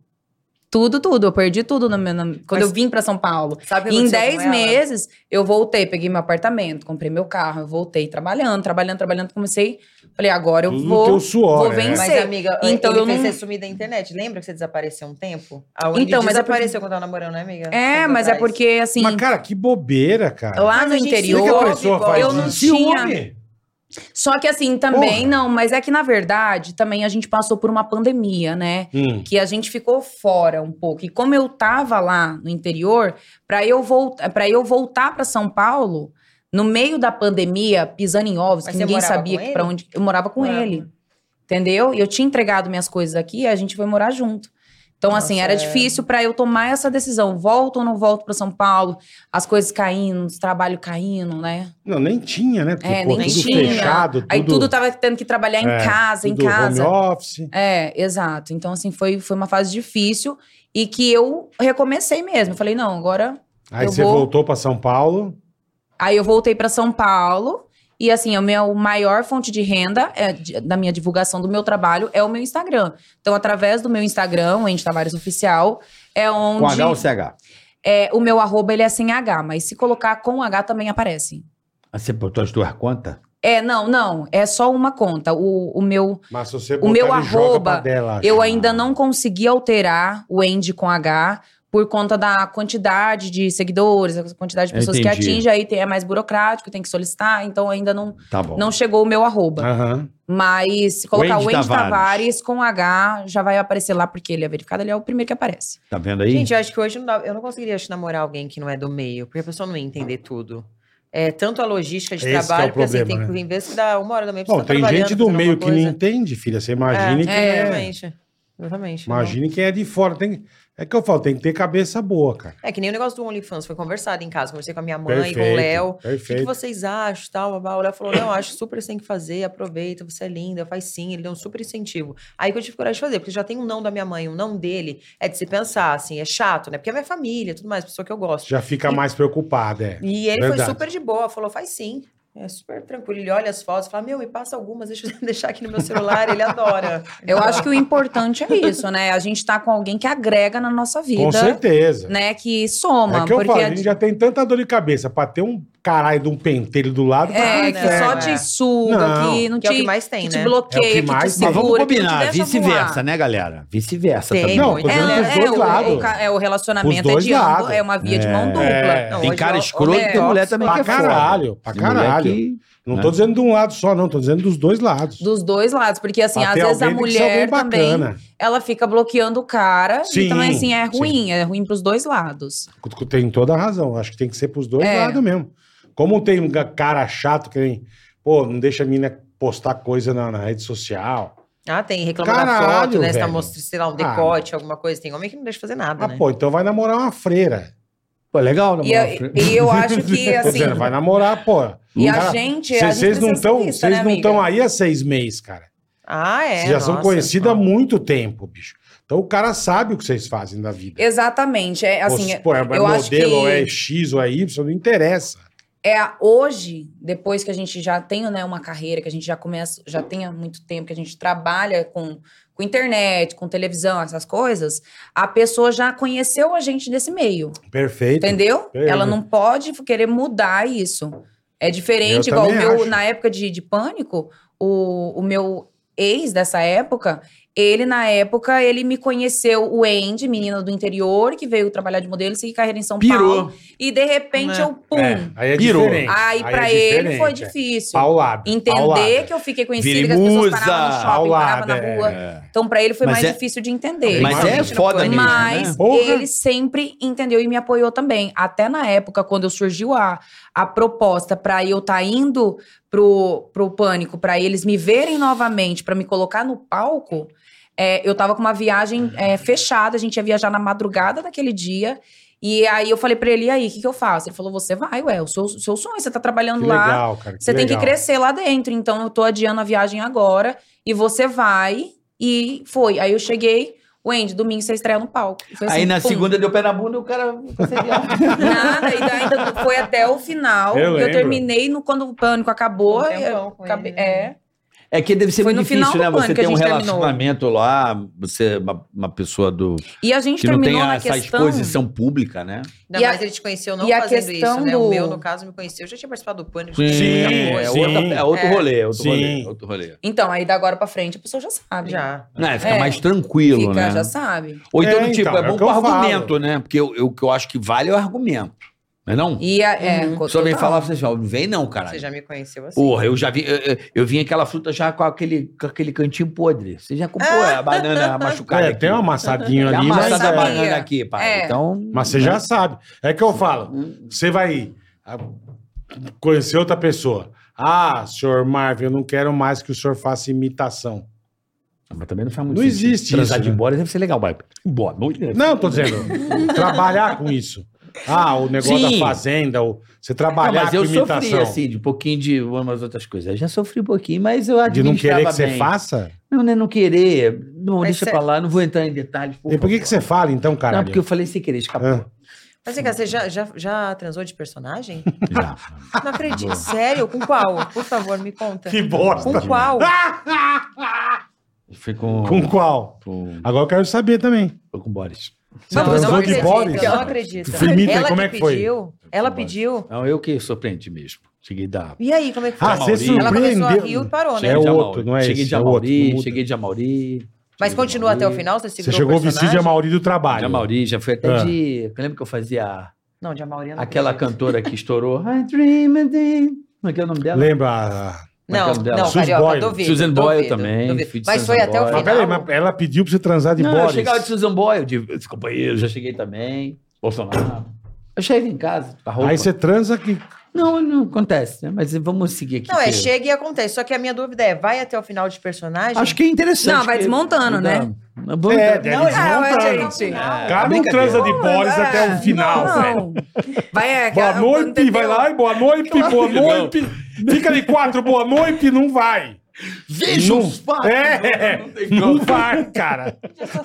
Tudo, tudo. Eu perdi tudo no meu- no- Mas- quando eu vim pra São Paulo. Sabe o que Em aconteceu 10 com ela? meses, eu voltei, peguei meu apartamento, comprei meu carro, eu voltei trabalhando, trabalhando, trabalhando. Comecei, falei, agora eu Tudo vou. teu suor. vou é. vencer. Mas, sei. amiga, Então, então, ele eu fez não- você sumir da internet. Lembra que você desapareceu um tempo? A Wendy Então, mas é porque- desapareceu quando tava namorando, né, amiga? É, Tempo mas é atrás. porque, assim, Mas, cara, que bobeira, cara. lá Mas no a gente interior. tipo, se Por que que a ouve, pessoa igual. faz eu não isso? tinha. Ciúme. Só que, assim, também, não, mas é que, na verdade, também a gente passou por uma pandemia, né? Hum. Que a gente ficou fora um pouco. E como eu tava lá no interior, pra eu, volta, pra eu voltar pra São Paulo, no meio da pandemia, pisando em ovos, Mas que você ninguém morava sabia com que pra ele? onde. Eu morava com Morava. ele. Entendeu? E eu tinha entregado minhas coisas aqui e a gente foi morar junto. Então, assim, Nossa, era é. difícil pra eu tomar essa decisão. Volto ou não volto pra São Paulo? As coisas caindo, os trabalho caindo, né? Não, nem tinha, né? Porque É, ficou nem tudo tinha. fechado, tudo, Aí tudo tava tendo que trabalhar em É, casa, em tudo casa. home office. É, exato. Então, assim, foi, foi uma fase difícil e que eu recomecei mesmo. Eu Falei, não, agora. Aí Eu você vou- voltou pra São Paulo. Aí eu voltei pra São Paulo e, assim, a minha maior fonte de renda é, de- da minha divulgação do meu trabalho é o meu Instagram. Então, através do meu Instagram, o Andy Tavares Oficial, é Com H ou onde CH? é, o meu arroba ele é sem H, mas se colocar com H também aparece. Ah, Você botou as duas contas? É, não, não. É só uma conta. O, o meu Mas se você O meu botar, ele joga arroba, pra dela, acho. Eu ainda não consegui alterar o end com H, por conta da quantidade de seguidores, a quantidade de Eu pessoas que entendi. atinge, aí tem- é mais burocrático, tem que solicitar, então ainda não, Tá bom. não chegou o meu arroba. Aham. Mas se colocar Wendy o Wendy Tavares. Tavares. com H, já vai aparecer lá, porque ele é verificado, ele é o primeiro que aparece. Tá vendo aí? Gente, eu acho que hoje não dá- eu não conseguiria acho, namorar alguém que não é do meio, porque a pessoa não ia entender tudo. É tanto a logística de Esse que é o trabalho, porque assim, problema, tem, tem vezes que dá uma hora da manhã pra Bom, você tá tem gente trabalhando, do fazendo meio que alguma não coisa. entende, filha. Você imagina é, que é, é. exatamente. Exatamente. não. Imagine quem é de fora. Tem... É que eu falo, tem que ter cabeça boa, cara. É que nem o negócio do OnlyFans, foi conversado em casa, conversei com a minha mãe, Perfeito. com o Léo. O que, que Perfeito. vocês acham, tal, babá? O Léo falou, não, acho super sem que fazer, aproveita, você é linda, faz sim, ele deu um super incentivo. Aí que eu tive coragem de fazer, porque já tem um não da minha mãe, um não dele, é de se pensar, assim, é chato, né? Porque é minha família, tudo mais, pessoa que eu gosto. Já fica mais preocupado, é. E ele foi Verdade. super de boa, falou, faz sim. É super tranquilo. Ele olha as fotos, fala, meu, me passa algumas, deixa eu deixar aqui no meu celular, ele adora. Eu acho que o importante é isso, né? A gente tá com alguém que agrega na nossa vida. Com certeza. Né, que soma. é que eu porque falo, a a- gente já tem tanta dor de cabeça pra ter um caralho de um pentelho do lado. é, Ah, que não, só é. te suga, Não. que não Que te, é o que mais tem, que né? te bloqueia, É o que que, mais te tem. segura. Mas vamos que não te combinar, deixa vice-versa, voar. né, galera? Vice-versa Tem, também. Não, muito. tô É, dizendo é, dos dois o, lados. o ca- é, o Os relacionamento é dois de lados. ambos, é uma via de mão dupla. É. Não, Tem hoje cara eu- escroto e é, tem mulher também que Pra é foda. caralho, pra Tem mulher caralho. que- Não né? tô dizendo de um lado só, não. Tô dizendo dos dois lados. Dos dois lados, porque assim, Pra às ter vezes a alguém, tem que ser alguém mulher também, bacana. ela fica bloqueando o cara. Sim, então, assim, é sim. ruim, é ruim pros dois lados. Tem toda a razão. Acho que tem que ser pros dois É. lados mesmo. Como tem um ga- cara chato que nem, pô, não deixa a mina postar coisa na, na rede social. Ah, tem, reclama da Caralho, foto, né? Você tá velho. mostrando, sei lá, um Ah. decote, alguma coisa. Tem homem que não deixa fazer nada, Ah, né? pô, então vai namorar uma freira. Pô, é legal, Tá E, namorar. eu- e eu acho que, Tô assim. dizendo, vai namorar, pô. E a Cara, gente. a Vocês gente vocês não precisa ser estão, vista, vocês né, não amiga? estão aí há seis meses, cara. Ah, é. Vocês já são nossa. conhecidas há muito tempo, bicho. Então o cara sabe o que vocês fazem da vida. Exatamente. É assim, Ou se- pô, é, eu modelo, acho que- ou é X, ou é Y, não interessa. é a- hoje, depois que a gente já tem né, uma carreira, que a gente já começa, já tem há muito tempo, que a gente trabalha com, com internet, com televisão, essas coisas, a pessoa já conheceu a gente nesse meio. Perfeito. Entendeu? É, Ela né? não pode querer mudar isso. É diferente, Eu igual o também meu, acho. na época de, de pânico, o, o meu ex dessa época, ele, na época, ele me conheceu, o Andy, menina do interior, que veio trabalhar de modelo, seguir carreira em São Pirou. Paulo. E de repente É. eu, pum. É, aí é Pirou. diferente. Aí, pra é ele foi diferente, é. difícil. Paulada. Entender paulada. que eu fiquei conhecida, Virei que as pessoas musa, paravam no shopping, paulada, paravam na é. rua. Então, pra ele foi Mas mais é- difícil de entender. Mas é Imagina, pô, foda mesmo, né? Mas Porra. ele sempre entendeu e me apoiou também. Até na época, quando surgiu a, a proposta para eu estar indo pro, pro Pânico, para eles me verem novamente, para me colocar no palco, é, eu tava com uma viagem é, fechada, a gente ia viajar na madrugada daquele dia. E aí eu falei para ele, e aí, o que, que eu faço? Ele falou, você vai, ué, o seu, o seu sonho, você tá trabalhando Que lá, legal, cara. você tem que legal. crescer lá dentro. Então, eu tô adiando a viagem agora e você vai. E foi. Aí eu cheguei, Wendy, domingo você estreia no palco. E foi assim, Aí na pum. segunda deu pé na bunda e o cara... Nada, e daí ainda foi até o final. Eu Eu, lembro. terminei no, quando o pânico acabou. Um eu, tempão com ele, acabei- né? é. É que deve ser Foi muito no final difícil, né? do Você pânico que tem a um gente terminou. relacionamento lá, você é uma, uma pessoa do E a gente que não terminou tem na essa questão. exposição pública, né? Ainda E a- mais ele te conheceu não e a fazendo isso, questão né? O do- meu, no caso, me conheceu. Eu já tinha participado do Pânico. Sim, já tinha feito muita é, coisa. sim. outra- é outro É. rolê, é outro Sim. rolê, é outro rolê. Então, aí da agora pra frente a pessoa já sabe. Já. Não, é, fica É. mais tranquilo, Fica, né? já sabe. Ou então, É, do tipo, então, é é o bom que pro eu falo. argumento, né? Porque eu- eu- o que eu acho que vale é o argumento, não é não? E a, é, Uhum. co- Só vem total. falar, você fala, não vem não, Você caralho. já me conheceu assim. Porra, eu já vi, eu, eu- eu vim aquela fruta já com aquele, com aquele cantinho podre. Você já comprou é a banana machucada É, aqui. tem um amassadinho Já ali, mas, amassada a sabia. é, banana aqui, pai. É. Então, Hum. mas você já sabe. É que eu falo, você vai ah, conhecer outra pessoa. Ah, senhor Marvin, eu não quero mais que o senhor faça imitação. Ah, Mas também não faz muito Não sentido. existe Transar isso, de né? embora deve ser legal, vai. Boa noite. Não, tô dizendo, trabalhar com isso. Ah, o negócio Sim. da fazenda, o- você Não, trabalhar mas eu com imitação. sofri, assim, de um pouquinho de umas outras coisas. Eu já sofri um pouquinho, mas eu de não administrava querer que você bem. faça? Não, né, não querer. Não, Mas deixa cê- pra lá, não vou entrar em detalhes. e por que, que você fala então, cara? Não, porque eu falei sem querer, escapou. Ah. Mas vem cá, você já, já, já transou de personagem? Já. Não acredito. Sério? Com qual? Por favor, me conta. Que bosta. Ah, Com qual? Fui com... Com qual? Com, Agora eu quero saber também. Foi com o Boris. Não, transou eu não de acredito, Boris? Eu não acredito. Firmita, ela como que é que foi? pediu. Ela Com Boris. pediu. Não, eu que surpreendi mesmo. Cheguei da... E aí, como é que foi? Ah, você Maurinho. ela começou a rir surpreendeu. e parou, né? É de outro, Amauri. não é Cheguei esse, de é outro, Amauri, muda. cheguei de Amauri. Mas continua até o final? Você, Você segurou o chegou vestido de personagem? Amauri do trabalho. Já Mauri, já foi até Ah. de. Eu lembro que eu fazia Não, de Amauri eu não aquela acredito. cantora que estourou. I dream a day. Como é que é o nome dela? Lembra? a- Como é Não, que é o nome dela? não, Susan Carioca, Boyle. duvido. Susan Boyle duvido, também, duvido. filho de Mas Susan foi até o Boyle. final. Mas peraí, mas ela pediu pra você transar de não, Boris. eu chegava de Susan Boyle, de, de companheiro, já cheguei também. Bolsonaro. Eu cheguei em casa, com a roupa. É, Aí você transa que. Não, não acontece, né? Mas vamos seguir aqui. Não, é que- chega e acontece. Só que a minha dúvida é, vai até o final de personagem? Acho que é interessante. Não, vai que- desmontando, né? Não, vamos- É, deve não, desmontar. Ah, Desmontando. ué, gente. é- cara não brincadeira. transa de Boris Ah, até o final, não, velho. não. Vai, é, Boa é, noite, entendeu? vai lá e boa noite, boa noite. Fica de quatro, boa noite, não vai. Veja não, os fatos. É, Não tem não como. vai, cara.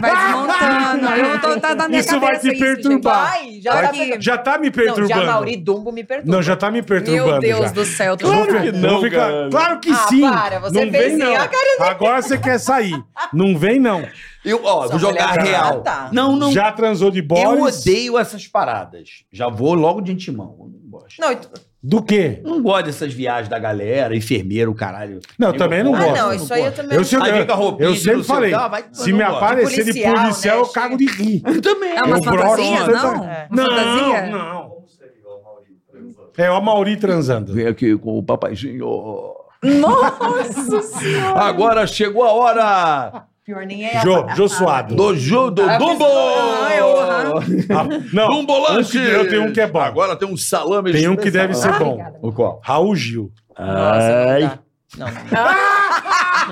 Vai desmontando. Eu tô, tá na minha Isso vai cabeça te perturbar. Vai, já tá Aqui. perturbando. Já tá me Não, de perturbando. Amauri Dumbo me perturba. Não, já tá me perturbando. Meu Deus já. do céu. Tô Claro chocada. que não, Não, fica- cara. Claro que Ah, sim. para, você não fez vem, não. sim, a Agora você quer sair. Não vem, não. Eu, ó, Essa vou jogar mulher real. tá. Não, não. Já transou de eu Boris? odeio essas paradas. Já vou logo de antemão. Eu não gosto. Não, e tu- Do quê? Não gosto dessas viagens da galera, enfermeiro, caralho. um Não, eu também não ah, gosto. não, isso aí eu gosto. também Eu, sempre- Aí fica roupinha eu de sempre não sei o falei, que, ah, vai- eu se não me gosto. aparecer de Policial, policial, né, eu chega. cago de rir. Eu também. É umas Eu broxo fantasias, tanto- não? É. Uma fantasia? não. É o Amauri transando. Vem aqui com o papaizinho. Nossa senhora. Agora chegou a hora pior nem é. Jô, Jô Suado. do jogo do Ah, Dumbo! pessoal, ah, eu, ah. Ah, não, um Dumbolante! que- eu tenho um que é bom. Agora tem um salame Tem um que especial. deve Ah, ser bom. O qual? Raul Gil. Nossa, Ai. não, dá. não, não. dá.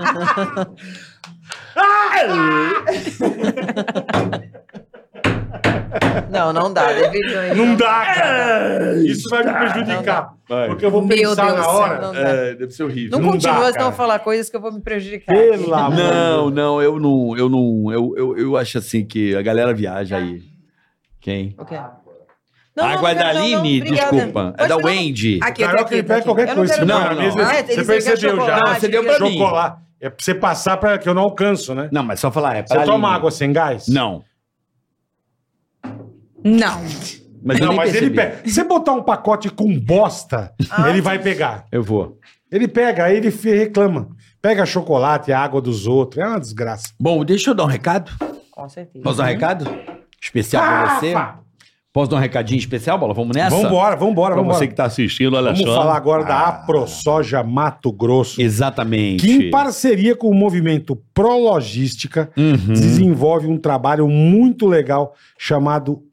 não, não dá. David, aí Não dá, cara. Isso vai me prejudicar. Vai. Porque eu vou Meu pensar na Deus do céu, hora. Não, dá. É, deve ser horrível. não, não dá, continua, senão cara. eu falar coisas que eu vou me prejudicar. Pelo amor de Não, Deus. não, eu não, eu não, eu, eu, eu acho assim que a galera viaja aí. Quem? O quê? Ah, a Guadaline, desculpa, é da Wendy. Aqui, eu tô Carioca, aqui. ele tô pega aqui. qualquer Eu não coisa que quero põe na não, não. mesa. Ah, ele Você quer percebeu já. chocolate, Não, você deu quer- pra mim. Chocolate. É pra você passar pra que eu não alcanço, né? Não, mas só falar, é pra Você toma Aline. água sem gás? Não. Não. Mas eu Não, nem mas ele percebi. pega. Se você botar um pacote com bosta, Ah, ele vai pegar. Eu vou. Ele pega, aí ele fe- reclama. Pega chocolate, a água dos outros. É uma desgraça. Bom, deixa eu dar um recado. Com certeza. Posso dar um recado? Especial pra é você? Posso dar um recadinho especial, Bola? Vamos nessa? Vambora, vambora, Pra vambora. você que tá assistindo, olha Vamos só. falar agora da Ah, AproSoja Mato Grosso, Exatamente. que em parceria com o movimento Prologística Uhum. desenvolve um trabalho muito legal chamado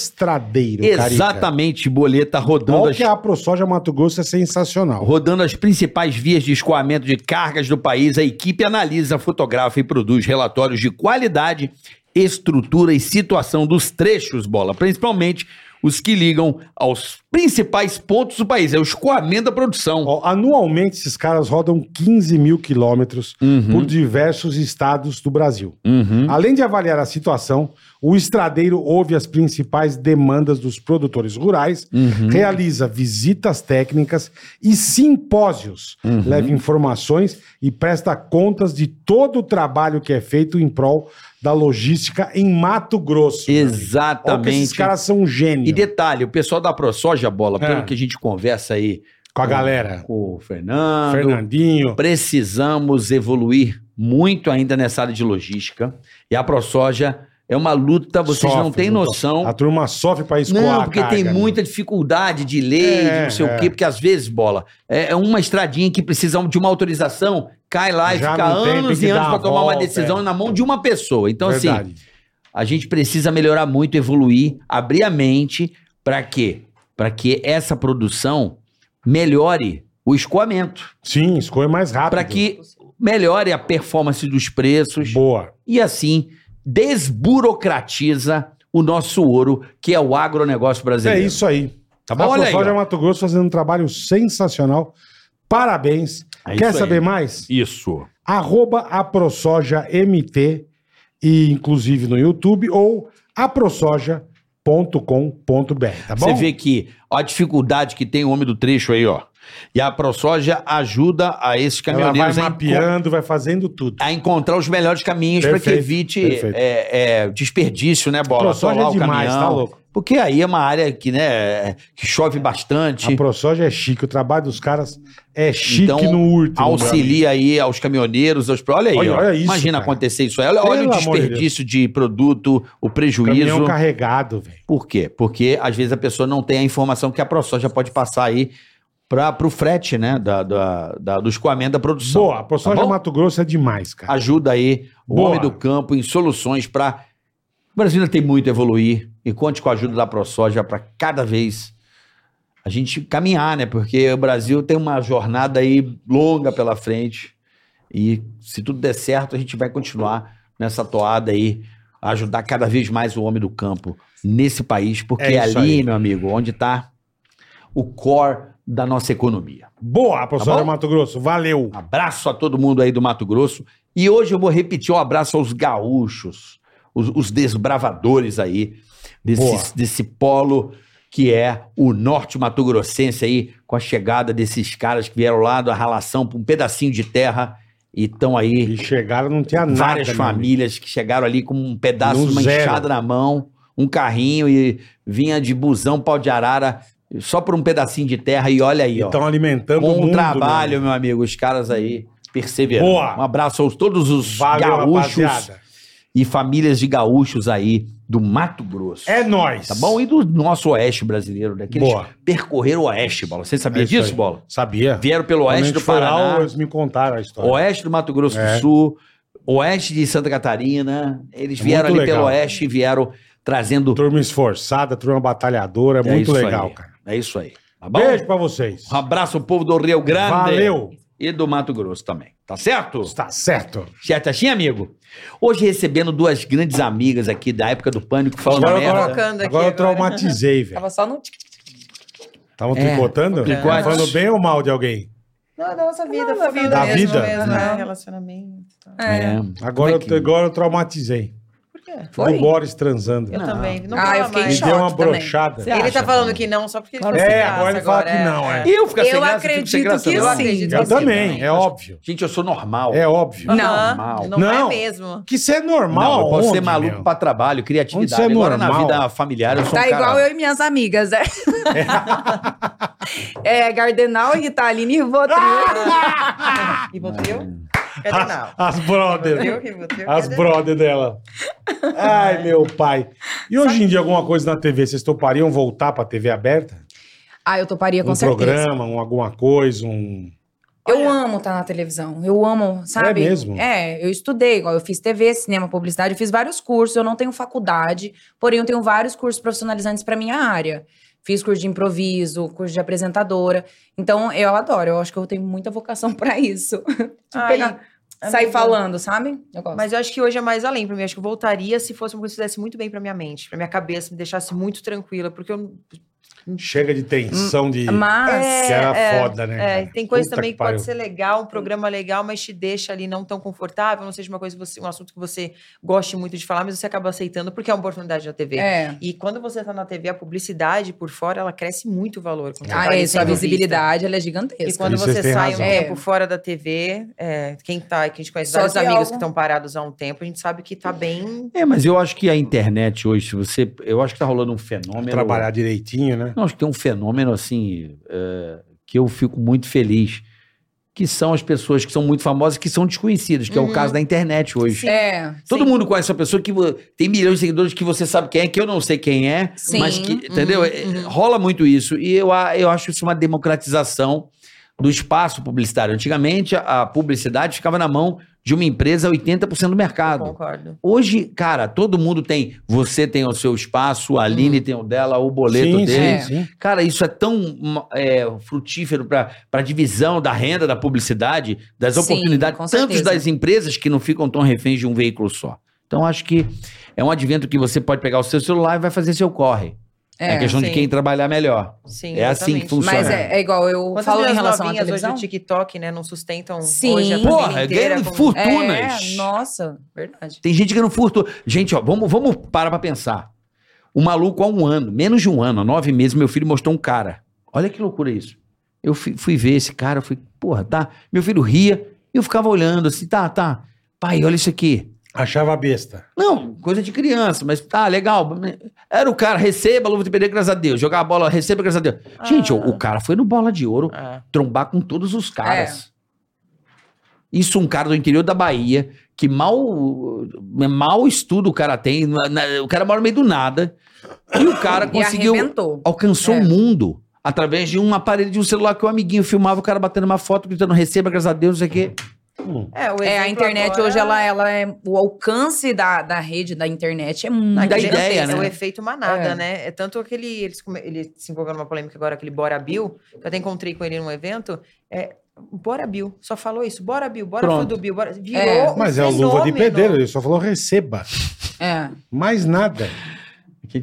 Estradeiro, Carica. Exatamente, boleta rodando Olha as, que a AproSoja Mato Grosso é sensacional. rodando as principais vias de escoamento de cargas do país. A equipe analisa, fotografa e produz relatórios de qualidade, estrutura e situação dos trechos, Bola. Principalmente os que ligam aos principais pontos do país. É o escoamento da produção. Ó, anualmente, esses caras rodam 15 mil quilômetros por Uhum, diversos estados do Brasil. uhum. Além de avaliar a situação, o estradeiro ouve as principais demandas dos produtores rurais, Uhum. realiza visitas técnicas e simpósios, Uhum. leva informações e presta contas de todo o trabalho que é feito em prol da logística em Mato Grosso. Né? Olha que esses Exatamente. caras são um E gênios detalhe, o pessoal da ProSoja Bola, pelo É. que a gente conversa aí com a galera. com o Fernando, Fernandinho. precisamos evoluir muito ainda nessa área de logística. E a ProSoja é uma luta, vocês não sofre, têm noção. A turma sofre para escoar Então- Não, a porque carga, tem né? muita dificuldade de lei, de É, não sei é. o quê, porque às vezes, bola, é é uma estradinha que precisam de uma autorização, cai lá e Já fica não tem, tem anos que e dar anos a para tomar uma volta, decisão é. na mão de uma pessoa. Então, assim, Verdade. a gente precisa melhorar muito, evoluir, abrir a mente para quê? Para que essa produção melhore o escoamento, Sim, escolha mais rápido. para que melhore a performance dos preços Boa. e assim desburocratiza o nosso ouro, que é o agronegócio É brasileiro. isso aí. Tá bom? A Olha aí, ProSoja ó. Mato Grosso fazendo um trabalho sensacional. Parabéns. É Quer isso aí. saber mais? Isso. Arroba a ProSoja MT, e inclusive no YouTube, ou aprosoja.com.br, tá bom? Você vê que ó, a dificuldade que tem o homem do trecho aí, ó. E a ProSoja ajuda a esses Ela vai caminhoneiros a, encon- mapeando, vai fazendo tudo. a encontrar os melhores caminhos para que Perfeito, evite perfeito. é, é, desperdício, né, Bola? ProSoja Atolar é demais, tá louco? Porque aí é uma área que, né, que chove bastante, A ProSoja é chique, o trabalho dos caras é chique Então, no último. auxilia aí aos caminhoneiros, aos... Olha aí, Olha- ó. olha isso, imagina cara. acontecer isso aí. Olha, olha o Pelo amor de desperdício de produto, o prejuízo. Caminhão carregado, velho. Por quê? Porque às vezes a pessoa não tem a informação que a ProSoja pode passar aí para o frete, né? Da, da, da- do escoamento da produção. Boa, a ProSoja Tá bom? Mato Grosso é demais, cara. Ajuda aí o Boa. homem do campo em soluções para. O Brasil ainda tem muito a evoluir e conte com a ajuda da ProSoja para cada vez a gente caminhar, né? Porque o Brasil tem uma jornada aí longa pela frente e se tudo der certo, a gente vai continuar nessa toada aí, a ajudar cada vez mais o homem do campo nesse país, porque É é, isso ali, aí. meu amigo, onde está o core da nossa economia. Boa, a ProSoja Tá bom? Tá Mato Grosso, valeu. Um Abraço a todo mundo aí do Mato Grosso. E hoje eu vou repetir um abraço aos gaúchos, os, os desbravadores aí, Boa. desse, desse polo que é o norte mato-grossense aí, com a chegada desses caras que vieram lá da ralação para um pedacinho de terra e estão aí. E chegaram, não tinha nada. várias meu amigo. famílias que chegaram ali com um pedaço, No uma zero. enxada na mão, um carrinho e vinha de busão, pau de arara, só por um pedacinho de terra e olha aí, ó. Então alimentando o Bom mundo, trabalho, meu meu amigo. Os caras aí perseverando. Boa. Um abraço aos todos os amigo. né? Valeu, gaúchos rapaziada. e famílias de gaúchos aí do Mato Grosso. É nóis. Tá bom? E do nosso oeste brasileiro, né? Que eles Boa. percorreram o oeste, Bola. Você sabia É isso disso, aí. Bola? Sabia? Vieram pelo Quando a oeste gente do foi lá, Paraná, eles me contaram a história. oeste do Mato Grosso É. do Sul, oeste de Santa Catarina. Eles É vieram ali muito pelo legal. oeste e vieram trazendo... Turma esforçada, turma batalhadora, é É muito isso legal, aí. cara. É isso aí. Tá bom? Beijo pra vocês. Um abraço ao povo do Rio Grande Valeu. e do Mato Grosso também. Tá certo? Está certo. Certo assim, amigo? Hoje recebendo duas grandes amigas aqui da época do Pânico, falando Agora- merda. agora- Trocando aqui agora eu agora. traumatizei, velho. Tava só no... tic- Estavam É, tricotando? tricote. Falando bem ou mal de alguém? Não, é da nossa vida, Não, da família vida. mesmo, Da vida? mesmo, Não. né? Relacionamento. e tal. É. Agora, Como é eu, que- agora eu traumatizei. Por quê? Foi? Do Boris transando. Eu Não. também. Não Ah, fala eu fiquei Me mais. em deu uma choque também. brochada. Você Ele acha, tá falando mano? que não, só porque ele Claro ficou que sem é, graça agora ele fala que não, é. Eu ficar sem graça, fico Eu sem acredito graça, que eu sim. acredito Eu que sim. também, é óbvio. Gente, assim, né? eu sou normal. É óbvio. Aham. Normal. Não, Não. é mesmo. Que isso é Não, normal, eu posso onde, ser maluco meu? pra trabalho, criatividade. Onde isso é Agora na normal? vida familiar eu sou um Tá cara... igual eu e minhas amigas, né? é, Gardenal, Ritalina e Rivotril. Ah! E Rivotril? Cadê não? As, as brothers. Rivotril, As cadê? brothers dela. Ai, meu pai. E hoje em dia, alguma coisa na TV, vocês topariam voltar pra TV aberta? Ah, eu toparia com um certeza. programa, um, alguma coisa, um. Eu amo estar na televisão. Eu amo, sabe? É mesmo? É, eu estudei, igual eu fiz TV, cinema, publicidade, eu fiz vários cursos, eu não tenho faculdade, porém eu tenho vários cursos profissionalizantes para minha área. Fiz curso de improviso, curso de apresentadora. Então, eu adoro, eu acho que eu tenho muita vocação para isso. Ai, Pegar, amiga. sair falando, sabe? Eu gosto. É Mas eu acho que hoje é mais além pra mim. Eu acho que eu voltaria se fosse uma coisa que fizesse muito bem pra minha mente, pra minha cabeça, me deixasse muito tranquila, porque eu. Chega de tensão de. Mas que era foda, né? Hum, É, cara? tem coisa Puta também que, pariu. pode ser legal, um programa legal, mas te deixa ali não tão confortável, não seja uma coisa que você, um assunto que você goste muito de falar, mas você acaba aceitando porque é uma oportunidade da TV. é. E quando você tá na TV, a publicidade por fora, ela cresce muito o valor. quando você tá Ah, ali é, sua sendo vista. visibilidade ela é E gigantesca. quando Isso vocês você têm sai razão. um tempo É. fora da TV, é, quem tá, que a gente conhece Só vários se amigos algo- que estão parados há um tempo, a gente sabe que tá bem. É, mas eu acho que a internet hoje, se você... Eu acho que tá rolando um fenômeno... Trabalhar direitinho, né? Não, acho que tem um fenômeno assim é, que eu fico muito feliz, que são as pessoas que são muito famosas que são desconhecidas, que é o Uhum. caso da internet hoje. É, Todo mundo conhece essa pessoa que vo- tem milhões de seguidores que você sabe quem é, que eu não sei quem é, Sim. mas que, Uhum, entendeu? É, uhum. Rola muito isso. E eu, a- eu acho isso uma democratização do espaço publicitário. Antigamente, a, a publicidade ficava na mão de uma empresa 80% do Tá mercado. Concordo. Hoje, cara, todo mundo tem. Você tem o seu espaço, a Aline Uhum. tem o dela, o boleto sim, dele. É. sim, sim. Cara, isso é tão uma, é, frutífero para a divisão da renda, da publicidade, das Sim, oportunidades, com tantos certeza. das empresas que não ficam tão reféns de um veículo só. Então, acho que é um advento que você pode pegar o seu celular e vai fazer seu corre. É, é. questão de sim. quem trabalhar melhor. Sim, É assim que exatamente. funciona. Mas é, é igual eu Quantas falo em meninas relação à novinhas televisão. hoje o TikTok, né, não sustentam Sim. hoje a família é Porra, é inteira ganhando com- fortunas. É, nossa, verdade. Tem gente que não furtou. Gente, ó, vamos, vamos parar pra pensar. O maluco há um ano, menos de um ano, há nove meses, meu filho mostrou um cara. Olha que loucura isso. Eu fui, fui ver esse cara, eu fui, porra, tá. Meu filho ria, e eu ficava olhando assim, tá, tá. Pai, olha isso aqui. Achava besta. Não, coisa de criança, mas tá, legal. Era o cara, receba, luva de pereira, graças a Deus. Jogar a bola, receba, graças a Deus. Gente, o, o cara foi no bola de ouro É. trombar com todos os É. caras. Isso um cara do interior da Bahia, que mal, mal estudo o cara tem, na- na- o cara mora no meio do nada. E o cara E conseguiu, arrebentou. alcançou É. o mundo através de um aparelho, de um celular que o amiguinho filmava, o cara batendo uma foto, gritando receba, graças a Deus, não sei o quê. Hum. É, o É, a exemplo internet agora- hoje, ela, ela é. O alcance da, da rede da internet é muito. Da Aquele- ideia, É o né? efeito manada, É. né? É tanto aquele. Eles, come- ele se envolveu numa polêmica agora, aquele Bora Bill, que eu até encontrei com ele num evento. É, Bora Bill, só falou isso. Bora Bill, bora Pronto. tudo Bill. Bora... Virou. É. um Mas é o luva de fenômeno. pedreiro, ele só falou receba. É. Mais nada.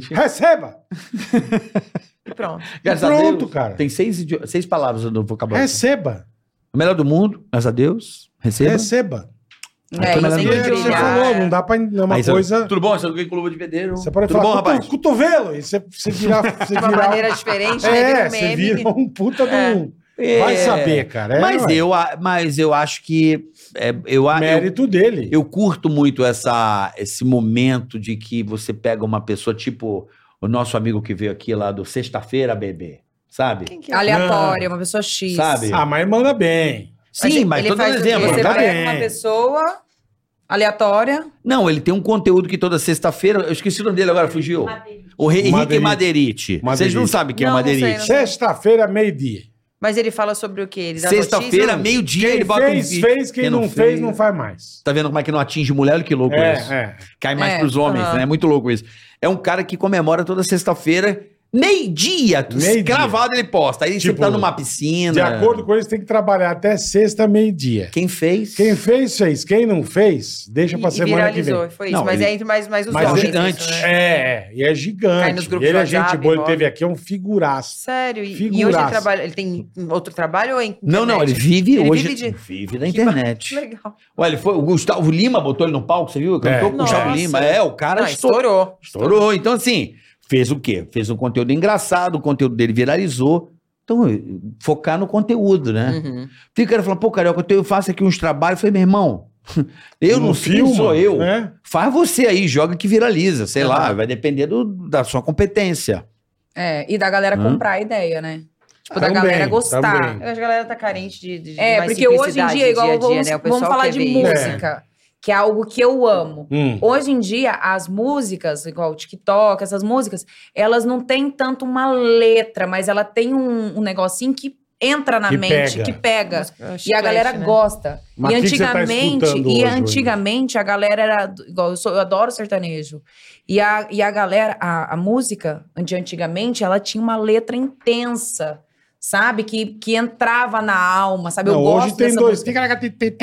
Receba! Pronto. Graças a Pronto, Deus, cara. Tem seis, idi- seis palavras no vocabulário. Receba! O melhor do mundo, graças a Deus. Receba. Receba! É, tô me isso E lembrando tem que é o que você brilhar. falou, não dá pra. É uma Aí você- coisa. Tudo bom? Você é não com luva de pedreiro? Você pode Tudo falar bom, rapaz? "Coto- cotovelo! E você, você virar. Você De uma um virar- maneira diferente, né? Vira É, um você meme. vira um puta de um. É. Vai saber, cara. É, mas, ué, eu, a- mas eu acho que. é, eu, a- eu, Mérito dele. eu curto muito essa, esse momento de que você pega uma pessoa, tipo o nosso amigo que veio aqui lá do Sexta-feira, bebê. Sabe? Quem que é? Aleatória, uma pessoa X. Sabe? Ah, mas manda bem. Sim, mas ele tô dando faz o quê? exemplo. Você tá pega bem. uma pessoa. Aleatória. Não, ele tem um conteúdo que toda sexta-feira. Eu esqueci o nome dele agora, fugiu. O Re- Henrique Maderite. Maderite. Vocês não Maderite. sabem quem é Não, não sei, Maderite. não. Sexta-feira, meio-dia. Mas ele fala sobre o quê? Ele dá Sexta-feira, notícia? meio-dia, Quem ele bota um fez, vídeo. fez. Quem, não, fez, não faz mais. Tá vendo como é que não atinge mulher? Olha que louco É, isso. é. Cai mais É, pros homens, aham. né? É muito louco isso. É um cara que comemora toda sexta-feira, meio-dia, Meio-dia. cravado ele posta. Aí ele Tipo, sempre tá numa piscina. De acordo com eles, tem que trabalhar até sexta, meio-dia. Quem fez? Quem fez, fez. Quem não fez, deixa pra E, e semana que vem. viralizou, foi isso. Não, mas ele- é entre mais, mais os Mas homens. é gigante. isso, né? É, é, e é Cai nos gigante. grupos E ele é de gente WhatsApp, boa, ele envolve. teve aqui é um figuraço. Sério? E, e hoje ele Figuraça. trabalha. Ele tem outro trabalho ou é em Não, não, ele internet? vive Ele hoje. vive de- vive na Que internet. Legal. Olha, ele foi, o Gustavo Lima botou ele no palco, você viu? Cantou É. com o Gustavo Nossa. Lima. É, o cara Não, estourou. estourou. Estourou. Então, assim, fez o quê? Fez um conteúdo engraçado, o conteúdo dele viralizou. Então, eh, focar no conteúdo, né? Uhum. Tem cara falando, pô, Carioca, eu tenho- eu faço aqui uns trabalhos. Eu falei, meu irmão, eu não, sei, filma, sou eu. né? Faz você aí, joga que viraliza, sei Uhum. lá, vai depender do- da sua competência. É, e da galera Hum. comprar a ideia, né? Tipo, da Também, galera gostar. também. Eu acho que a galera tá carente de. de É, mais porque hoje em simplicidade dia, no igual dia a dia, vamos, né? O vamos pessoal falar quer de ver isso. música, que é algo que eu amo. Hum. Hoje em dia, as músicas, igual o TikTok, essas músicas, elas não têm tanto uma letra, mas ela tem um, um negocinho que entra na Que mente, pega. que pega. Chiclete, E a galera né? gosta. Mas e o que que você tá antigamente, escutando hoje, e Wanda? antigamente a galera era do- igual eu sou, eu adoro sertanejo. E a, e a galera, a, a música de antigamente, ela tinha uma letra intensa, sabe? Que, que entrava na alma, sabe? Eu Não, gosto hoje tem dessa dois. música. É,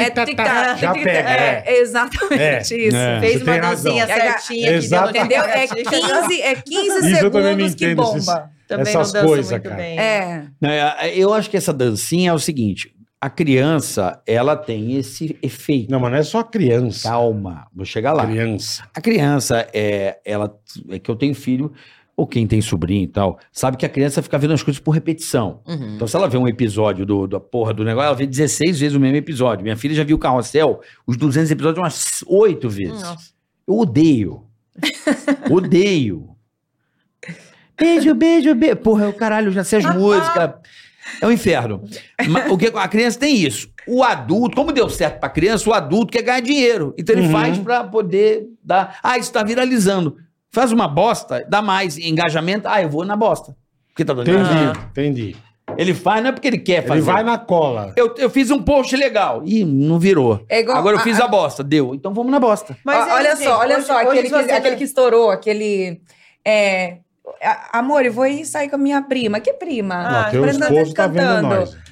tica- Já tica- pega, é. é, exatamente isso. É. Fez Você uma tem razão. dancinha É, certinha que exato. deu no Entendeu? É TikTok. 15, é 15 Isso eu também não segundos que entendo, esses- bomba. Também Essas não danço coisas, muito cara. bem. É. É, Eu acho que essa dancinha é o seguinte: a criança, ela tem esse efeito. Não, mas não é só criança. Calma, vou chegar lá. Criança. A criança, é, ela, é que eu tenho filho, ou quem tem sobrinho e tal, sabe que a criança fica vendo as coisas por repetição. Uhum. Então, se ela vê um episódio do, da porra do negócio, ela vê 16 vezes o mesmo episódio. Minha filha já viu o Carrossel, os 200 episódios, umas 8 vezes. Nossa. Eu odeio. odeio. Beijo, beijo, beijo. Porra, eu caralho, já sei as músicas. É um inferno. Mas o que, a criança tem isso. O adulto, como deu certo pra criança, o adulto quer ganhar dinheiro. Então ele Uhum. faz pra poder dar. Ah, isso tá viralizando. Faz uma bosta, dá mais engajamento. Ah, eu vou na bosta. Porque tá dando Entendi, engajamento. entendi. Ele faz, não é porque ele quer fazer. Ele vai na cola. eu, eu fiz um post legal. Ih, não virou. É igual- Agora eu fiz a bosta. Deu. Então vamos na bosta. Ó, olha só, olha só, aquele, que, aquele que estourou, aquele. é, a- amor, eu vou ir sair com a minha prima. Que prima? Ah, Não, teu parece que tá esposo tá vendo cantando. nós.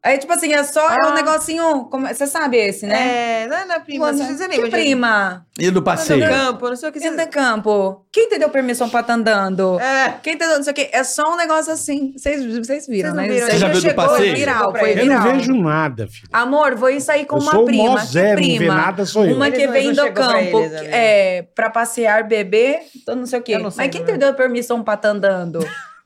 Aí, tipo assim, é só é Ah. um negocinho. como- Você sabe esse, né? É, não é na prima, Quando- você já que lembra de- prima? E do Anda passeio. no campo, não sei o que. Senta em campo. Quem te deu permissão pra tá andando? É. Quem te deu não sei o quê? É só um negócio assim. Vocês, vocês viram, Vocês não né? viram? Isso aí Você já viu do chegou, passeio? Foi viral, foi Eu Eu viral. não vejo nada, filho. Amor, vou ir sair com eu uma sou o prima. mó que zero, não vê prima? nada, sou eu. Uma Eles que não- vem eles não do chegam pra campo eles, amiga. é, pra passear, beber, então não sei o quê. Eu não é. sei Mas quem te também. deu permissão pra tá andando?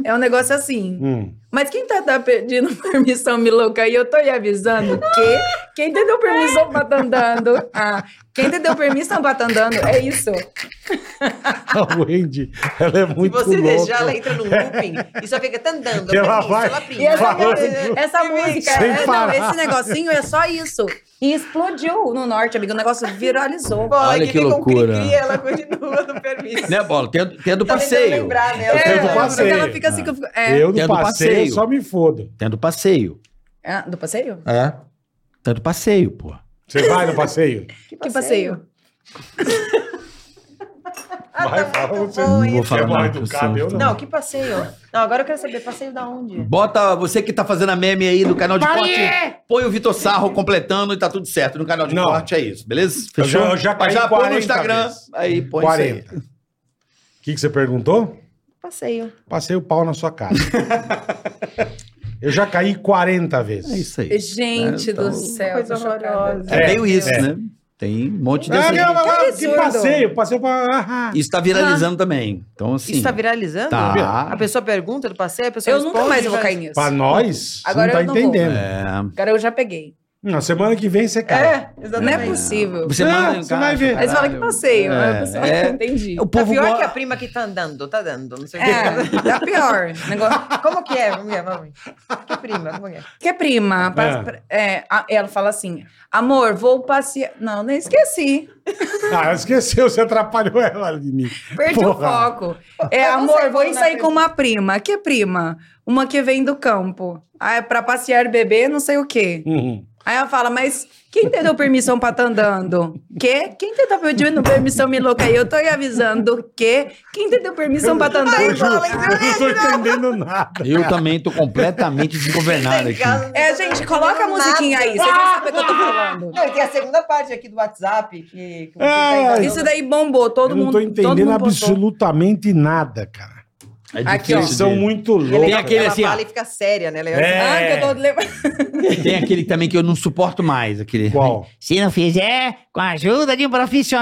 é um negócio assim. Hum. Mas quem tá, tá pedindo permissão, Miluca? E eu tô lhe avisando que quem te deu permissão pra tá andando? Ah, quem te deu permissão pra tá andando? É isso. A Wendy, ela é muito Se você louca. deixar, ela entra no looping e só fica tandando. Ela feliz, vai- ela E essa, pinta. Falando. essa música, Sem é, não, parar. esse negocinho é só isso. E explodiu no norte, amigo. O negócio viralizou. Bola Olha que fica um loucura. cri-cri, ela continua no permisso. Né, Bola? Tendo, tendo Tá tentando passeio. lembrar, né? É, Eu tenho do porque passeio. Ela fica assim que eu fico. É, eu no Tendo passeio, passeio. só me foda. Tendo passeio. Ah, do passeio? É. Tendo passeio, pô. Você vai no passeio? Que passeio? Ah, Vai, tá fala muito você. bom, hein? Vou falar é mal nada pro educado, eu santo. não. Não, que passeio. Não, agora eu quero saber, passeio da onde? Bota você que tá fazendo a meme aí no canal de corte, põe o Vitor Sarro completando e tá tudo certo. No canal de Não. corte é isso, beleza? Eu já- eu já Mas caí já põe no 40 Instagram, vezes. aí põe 40. 40. O que, que você perguntou? Passeio. Passei o pau na sua cara. eu já caí 40 vezes. É isso aí. Gente É, então- do céu. Coisa tô chocada. horrorosa. É, meio isso, é. né? Tem um monte de... Ah, não, mas- Que mas que absurdo. passeio, passeio pra... Ah, Isso tá viralizando também. Então, assim... Isso tá viralizando? Tá. A pessoa pergunta do passeio, a pessoa Eu nunca responde, mais vou vai- cair nisso. pra nós, Agora você eu não não tá vou. entendendo. É, Cara, eu já peguei. Na semana que vem você cai. É, exatamente. Não é possível. Você É, manda em você vai ver. Aí você fala que caralho. passeio. É, aí a pessoa é. entendi. O Tá povo pior gosta. que a prima que tá andando, tá dando, não sei o quê. É, dá pior. Negócio... Como que é? Vamos ver, vamos ver. Que prima, como que é? Que é prima. É. pa- pra- é, a- ela fala assim: amor, vou passear. Não, nem esqueci. Ah, ela esqueceu, você atrapalhou ela ali. Nico. Perdi o Porra. foco. É, Eu não sei amor, vou como ir sair é com uma prima. Que prima? Uma que vem do campo. Ah, é pra passear bebê, não sei o quê. Uhum. Aí ela fala, mas quem te deu permissão pra tá andando? Quê? Quem te tá pedindo permissão, me louca? aí? Eu tô aí avisando que quem te deu permissão pra tá Eu, andando? juro, eu não tô entendendo nada. Eu também tô completamente desgovernado aqui. né? É, gente, coloca a musiquinha aí. Vocês vão saber o que eu tô falando. Não, e tem a segunda parte aqui do WhatsApp que. tá que você Ah, enganando. Isso daí bombou, todo eu não mundo. tô todo mundo entendendo postou. absolutamente nada, cara. É Aqui, difícil ó. Eles são de- muito Ela- loucos. Tem aquele ela assim, fala ó. e fica séria, né? Ela É. Ah, que eu tô lembrando. Tem aquele também que eu não suporto mais. Aquele. Qual? Se não fizer, com a ajuda de um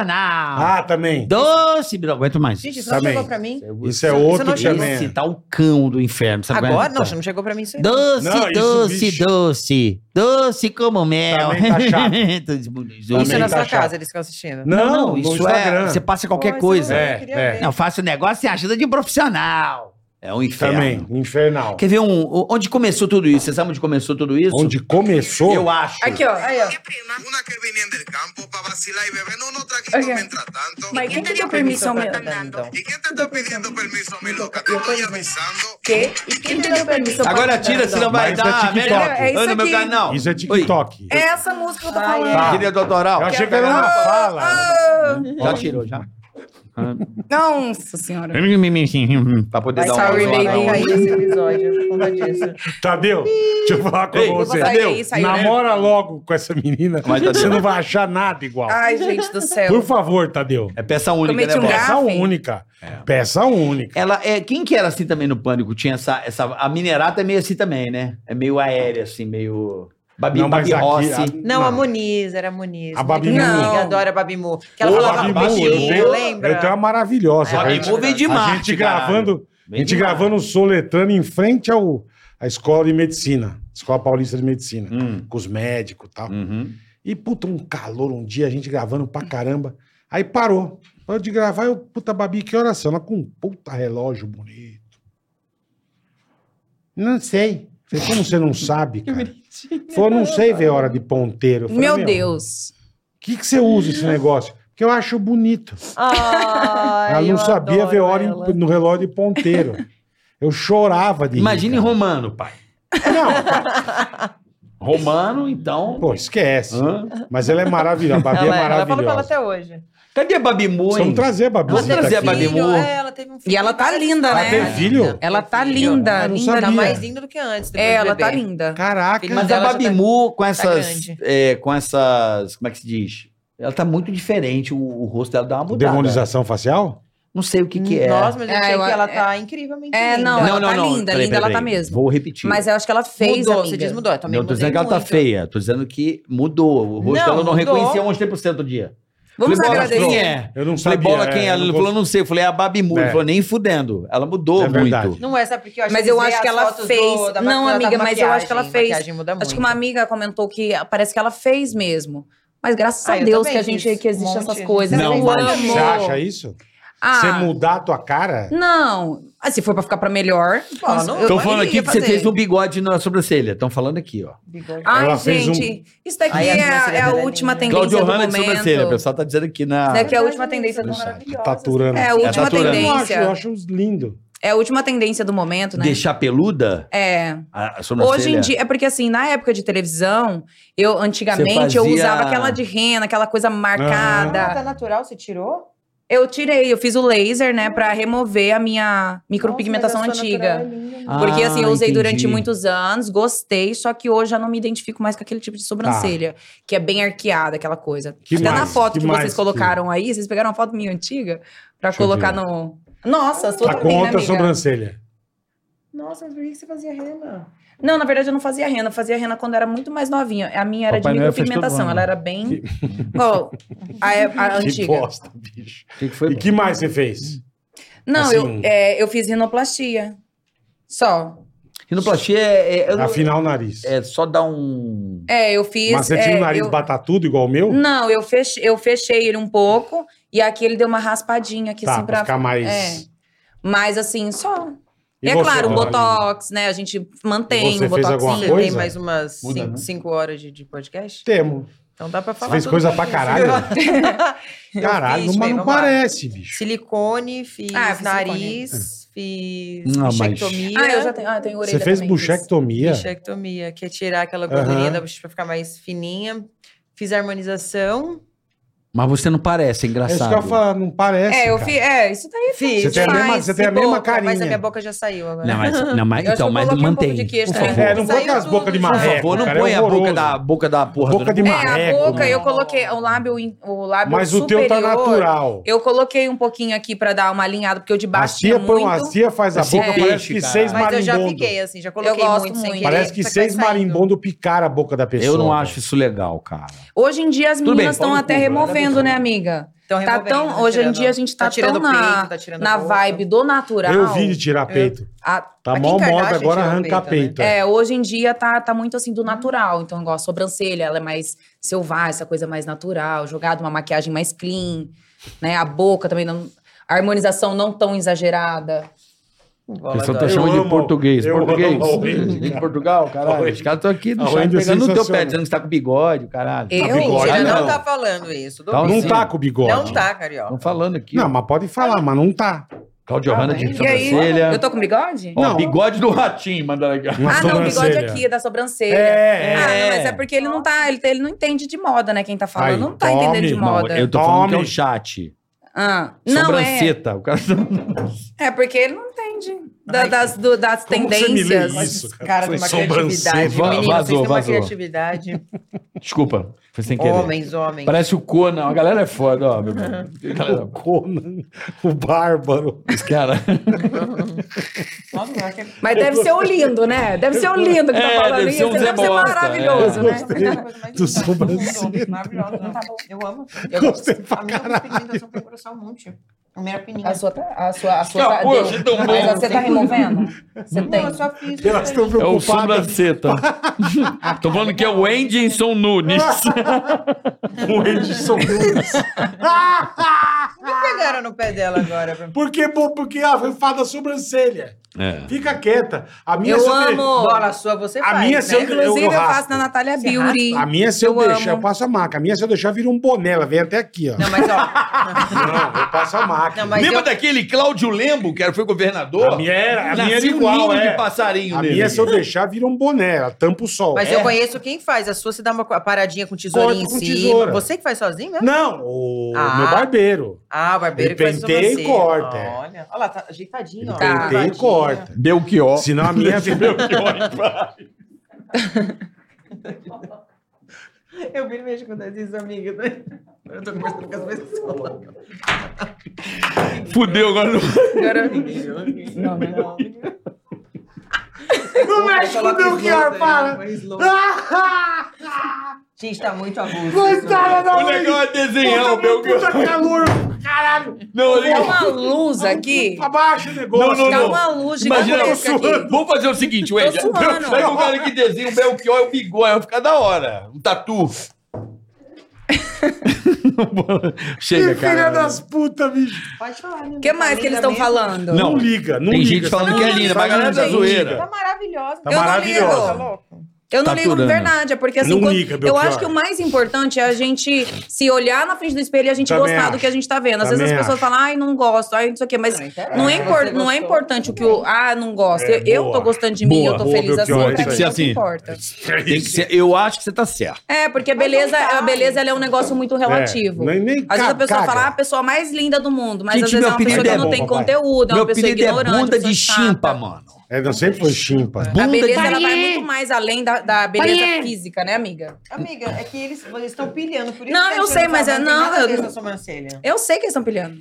profissional. Ah, também. Doce, não aguento mais. Gente, isso não Também. chegou pra mim. Isso Você- você é outro não que chegou- também. Esse tá o cão do inferno. Sabe qual é? Agora? Não, você não chegou pra mim isso aí. Doce, Não, isso, doce, bicho. doce. Doce como mel. Também tá chato. Isso é na tá sua chato. casa, eles ficam assistindo. Não, Não, não, no isso é. Instagram. Você passa qualquer Pô, isso coisa. eu É, queria é. ver. Não, faça o negócio e ajuda de um profissional. É um inferno. Também, infernal. Quer ver um, o- onde começou tudo isso? Você sabe onde começou tudo isso? Onde começou... Eu acho. Aqui, ó. Aí, ó. Una que venían del campo para vacilar y beber, no, no traguito Oiga. mientras tanto. Mas quem te deu permissão, meu? ¿Y quién te está pidiendo permiso, mi loca? Te Yo estoy puedo- avisando. Quê? E quem te deu permissão? pra Agora tá tira, andando? senão vai Mas isso é dar. TikTok. merda. É isso Anda no meu aqui. canal. Isso é Tiktok. É essa música que eu tô Ah, falando. Oi. Tá. Queria doutoral. Eu achei que era Ah, uma fala. ah, Já tirou, já. Nossa senhora. pra poder Vai dar sorry, uma baby. zoada na Vai outra. cair esse episódio por conta disso. Tadeu, deixa eu falar com Ei, você. eu vou sair Tadeu, daí, sair, né? namora logo com essa menina. Vai, Tadeu. Ah, você não vai achar nada igual. Ai, gente do céu. Por favor, Tadeu. É peça única, Cometi né, um Bola? gafe. Peça Garfem. única. Peça única. Ela é, quem que era assim também no Pânico? Tinha essa, essa a Minerata é meio assim também, né? É meio aérea assim, meio Babi, Babi Rossi. Não, a Muniz, era a Muniz. A Babi Minha Mu. amiga adora a Babi Mu. Que ela Ô, falava Babi Mu, baixinho, eu- lembra? Eu tenho uma maravilhosa. Babi a Babi gente, Mu vem de Marte, a gente caralho. gravando, a Vem gente de gravando o Soletrano em frente ao à escola de medicina, Escola Paulista de Medicina, Hum. com os médicos e tal. Uhum. E puta, um calor um dia, a gente gravando pra caramba. Aí parou. Parou de gravar, eu, puta, Babi, que horas são? Ela com um puta relógio bonito. Não sei. Falei, como você não sabe, cara? Falei, não sei ver hora de ponteiro. Eu falei, Meu Deus. O que, que você usa esse negócio? Porque eu acho bonito. Ai, ela eu não sabia adoro ver hora em- ela. no relógio de ponteiro. Eu chorava de rir, Imagine cara. Romano, pai. Não, pai, Romano, então. pô, esquece. Hã? Mas ela é maravilhosa. A Babi Ela, é ela fala com ela maravilhosa. até hoje. Cadê a Babi Mu, hein? Vamos trazer a Vamos Babizita trazer a aqui. Babi Filho, Mu. é, ela teve um filho. E ela tá linda, Ela né? teve filho? Ela tá Teve filho. linda, Eu não linda. Tá sabia. demais. mais linda do que antes. depois É, do ela bebê. tá linda. Caraca. Filho Mas a dela já Babi tá- Mu, com essas. grande. é, com essas. Como é que se diz? Ela tá muito diferente, o, o rosto dela dá uma mudada. Demonização facial? Não sei o que, que é. Hum, Nossa, mas eu É, sei eu- que ela é- tá incrivelmente É, linda. não, ela tá linda, linda ela tá mesmo. Vou repetir. Mas eu acho que ela fez, mudou, amiga. você diz mudou. Eu também não tô mudei dizendo que ela tá muito. feia, tô dizendo que mudou. O rosto Não, dela eu não mudou. reconhecia, eu mostrei pro centro dia. Vamos Falei, bola, agradecer. quem é? Eu não Falei, sabia. bola quem é, é? Ele eu não falou, não sei. Eu falei, é a Babi Mu. É. Ele falou, nem fudendo. Ela mudou É verdade. muito. Não é, sabe porque eu acho Mas que eu você acho vê que as ela fotos fez. da Não, da amiga, mas eu acho que ela maquiagem. fez. Maquiagem muda Acho que muito. uma amiga comentou que parece que ela fez mesmo. Mas graças Ah, a eu Deus também que a gente fiz que um existe monte. essas coisas. Não, eu mas amo. Você acha isso? Ah, Você mudar a tua cara? Não. Ah, se for pra ficar pra melhor. Ah, nossa, não? eu- Estão Mas falando ele aqui ia que você fazer. fez um bigode na sobrancelha. Estão falando aqui, ó. Bigode. Ai, Ela fez um- gente, isso daqui Aí a é, sobrancelha é a dela é última linda. tendência Claudio Hanna do de momento. sobrancelha. O pessoal tá dizendo aqui na. Isso daqui é a Verdade, última tendência do isso. momento. Taturando. É a última tá durando. eu acho, eu tendência. acho lindo. É a última tendência do momento, né? Deixar peluda É. a, a sobrancelha. Hoje em dia, é porque assim, na época de televisão, eu antigamente eu fazia- usava aquela de rena, aquela coisa Ah, marcada. tá natural, você tirou? Eu tirei, eu fiz o laser, né, Pra remover a minha micropigmentação Nossa, mas a sua antiga. natural é linda. Ah, Porque assim, eu usei entendi. durante muitos anos, gostei, só que hoje eu não me identifico mais com aquele tipo de sobrancelha, que é bem arqueada, aquela coisa. Que Até na mais? foto que, Que mais vocês que- colocaram aí, vocês pegaram uma foto minha antiga pra Deixa eu colocar ver. no. Nossa, a sua Tá com também, né, outra amiga? sobrancelha. Nossa, mas por que você fazia rena? Não, na verdade eu não fazia renda. Eu fazia renda quando era muito mais novinha. A minha era Papai de Noel fez todo micropigmentação. ano. Ela era bem. Ó, a, é, a Que antiga. bosta, bicho. O que, que foi? E que mais você fez? Não, Assim- eu, é, eu fiz rinoplastia. Só. Rinoplastia é. é- eu não- Afinar o nariz. é só dar um. É, eu fiz. Mas você é, tinha o nariz eu- Hum, batatudo igual o meu? Não, eu fechei, eu fechei ele um pouco. E aqui ele deu uma raspadinha aqui, tá, assim, pra pra. ficar mais... É. Mas assim, só. E é você, claro, o Ana Lívia? botox, né? A gente mantém E você o fez alguma botoxinho. Uma coisa? tem mais umas Muda, cinco, né? cinco horas de, de podcast? Temo. Então dá pra Você falar. fez tudo coisa que pra eu caralho. fiz. Caralho, Eu não- fiz, mas bem, não vamos lá. parece, bicho. Silicone, fiz Ah, eu fiz nariz, fiz Não, mas- bichectomia. Ah, eu já tenho, ah, eu tenho orelha. Você fez também, fiz. buchectomia? Bichectomia, que é tirar aquela gordurinha Aham. da bochecha pra ficar mais fininha. Fiz harmonização. Mas você não parece, é É isso engraçado. que eu falo, não parece, É, eu cara. fiz. É, isso daí. Fiz. Você tem a demais, mesma- você tem a e mesma boca, Mas carinha. a minha boca já saiu agora. Não, mas, não, mas, Eu acho então, que eu mas coloquei um pouco mantém. de queijo por também. favor. É, não põe Saiu aquelas tudo, bocas de gente. Por Marreco, marreco, favor, não cara, é põe a boca horroroso. da, boca da porra Boca do- de É, a marreco. boca meu. eu coloquei o lábio, in- o lábio Mas o teu superior. tá natural. Eu coloquei um pouquinho aqui pra dar uma alinhada, porque o de A baixo tinha cia, põe um assim. muito. uma cia, faz a Esse boca, peixe, parece que É cara. seis Mas eu já marimbondos. fiquei, assim, já coloquei gosto muito sem muito. querer. Parece que só seis vai saindo. marimbondos picaram a boca da pessoa. Eu não acho isso legal, cara. Hoje em dia as Tudo meninas bem, estão pau no até cu, removendo, né? né, amiga? Então, Tá removendo, tão, hoje em tirando- dia a gente tá, tirando tão na, peito, tá tirando na bolsa. vibe do natural. Eu vi de tirar peito. A- Tá Kim mó moda Kardashian agora tirou arrancar peito. peito, é. É, hoje em dia tá, tá muito assim do natural. Então, igual a sobrancelha, ela é mais selvagem, essa coisa mais natural, jogada uma maquiagem mais clean, né? A boca também não. A harmonização não tão exagerada. Bola O pessoal adora. tá Eu chamando amo. de português. Eu português. amo a Wendy, Vem de cara. Portugal, caralho. Wendy. Os caras estão aqui no A chat Wendy é pegando no teu sensacional. pé, dizendo que você tá com bigode, caralho. Eu? Tá com bigode, Mentira, Olha, não, não. tá falando isso. Tá Não Sim. tá com o bigode. Não tá, carioca. Estão falando aqui. Não, mas pode falar, mas não tá. Claudio Hanna de E aí? E aí, sobrancelha. eu tô com bigode? Ó, Não. bigode do ratinho, mandaram aqui. Uma ah, não, o bigode sobrancelha. aqui, é da sobrancelha. É, Ah, é. não, mas é porque ele não tá, ele, ele não entende de moda, né? Quem tá falando Aí, não tá tome. entendendo de Não, moda. Eu tô Tome. falando que é o chat. Ah, não é. Sobranceta. O cara tá- É porque ele não entende da- das, do- das Como você me lê tendências. isso, cara? Cara, Foi tem uma sobrancelha. criatividade. Va- Menino, vazou, vocês têm uma vazou. criatividade. Desculpa, foi sem querer. Homens, homens. Parece o Conan. A galera é foda, ó, meu irmão. Galera, O Conan, o Bárbaro. Esse cara. Nossa, eu acho que é- Mas deve ser o lindo, né? Deve ser o lindo que tá É, falando deve ser isso. um Deve Zé ser Bosta, maravilhoso, é. né? Mas é uma coisa mais Do linda. sobrancelha. Maravilhosa. Não tá bom. Eu amo. Eu Gostei gosto. pra A minha caralho. pigmentação tem coração muito. A minha A opinião. sua tá. A sua, a sua tá Capô, deu. você tomou. Mas você tá removendo? Você Não, tem. eu só fiz. Elas estão É o preocupadas sobraceta. Tô falando que é o Endinson Nunes. com o Edson Nunes. Me pegaram no pé dela agora. pra- Porque, pô, porque ela faz da sobrancelha. É. Fica quieta. A minha Eu se de- amo. Bola sua, você A faz, minha né? seu- Inclusive, eu eu, faço raspo. na Natália Você Beauty. A minha, se eu, Eu deixar, amo. eu passo a maca. A minha, se eu deixar, vira um boné. Ela vem até aqui, ó. Não, mas ó. Não, eu passo a maca. Não, mas Lembra eu... daquele Cláudio Lembo, que era- foi governador? A minha era- a minha Nascia era um igual, ninho é. de passarinho a nele. minha, se eu deixar, vira um boné. Ela tampa o sol. Mas É. eu conheço quem faz. A sua, você dá uma co- paradinha com tesourinha em Corta com cima. tesoura. Você que faz sozinho, assim? né? Não, o Ah. meu barbeiro. Ah, o barbeiro Ele que faz penteia e sobrancelha. corta, é. Olha. Olha lá, tá ajeitadinho, Ele ó. Tá. penteia e lavadinho. corta. Belchior. Senão a minha... Eu viro e mexo com isso, amiga. né? Eu tô conversando com as pessoas. Fudeu agora. Agora... Não, né? Não mexe com o Belchior, né? para! Ah, Gente, tá muito abuso. Coitada da O legal é desenhar o Puta Belchior. calor, caralho! Não, Tem legal. uma luz aqui. Abaixa o negócio. Não, Tá não. uma luz Imagina, eu gigantesca aqui. Vamos fazer o seguinte, Wendy. Tô suando. é Pega o cara que desenha o Belchior e o bigode, vai ficar da hora. Um tatu. Chega, que filha cara. das putas, bicho. Pode falar, né? O que mais que eles estão falando? Não. Não, liga, não Tem liga. gente falando Tá que é falando linda, que mas a galera da não zoeira. liga. Tá maravilhosa. Tá Eu não maravilhosa. ligo. Tá louco. Eu não ligo com Taturana. verdade, é porque assim, Não quando- liga, eu Belchior. acho que o mais importante é a gente se olhar na frente do espelho e a gente Também gostar acho. do que a gente tá vendo. Às vezes Também as pessoas acho. falam, ai, não gosto, ai, não sei o quê, mas Não, não, interessa, se é, impor- você não é gostou, importante o que o, ah, não gosto. É, Eu- eu boa. tô gostando de mim, Boa, eu tô boa, feliz assim, Belchior, é pra mim isso é aí. Tem o que que ser assim. importa. Tem que ser- eu acho que você tá certo. É, porque a beleza, Mas não a vai. beleza ela é um negócio muito relativo. É, nem, nem Às vezes ca- a pessoa caga. fala, ah, a pessoa mais linda do mundo, mas Gente, às vezes meu é uma apelido pessoa que é não bom, tem papai. conteúdo, é Meu uma pessoa apelido é ignorante. bunda uma pessoa de chimpa, chata. mano. É, não, sempre foi chimpa. Bunda A beleza de ela vai Pariê. muito mais além da, da beleza Pariê. física, né, amiga? Amiga, é que eles eles estão pilhando. Por isso Não, que eu eles sei, mas é- falam, tem não, nada a eu ver não- com a Sobrancelha. Eu sei que eles estão pilhando.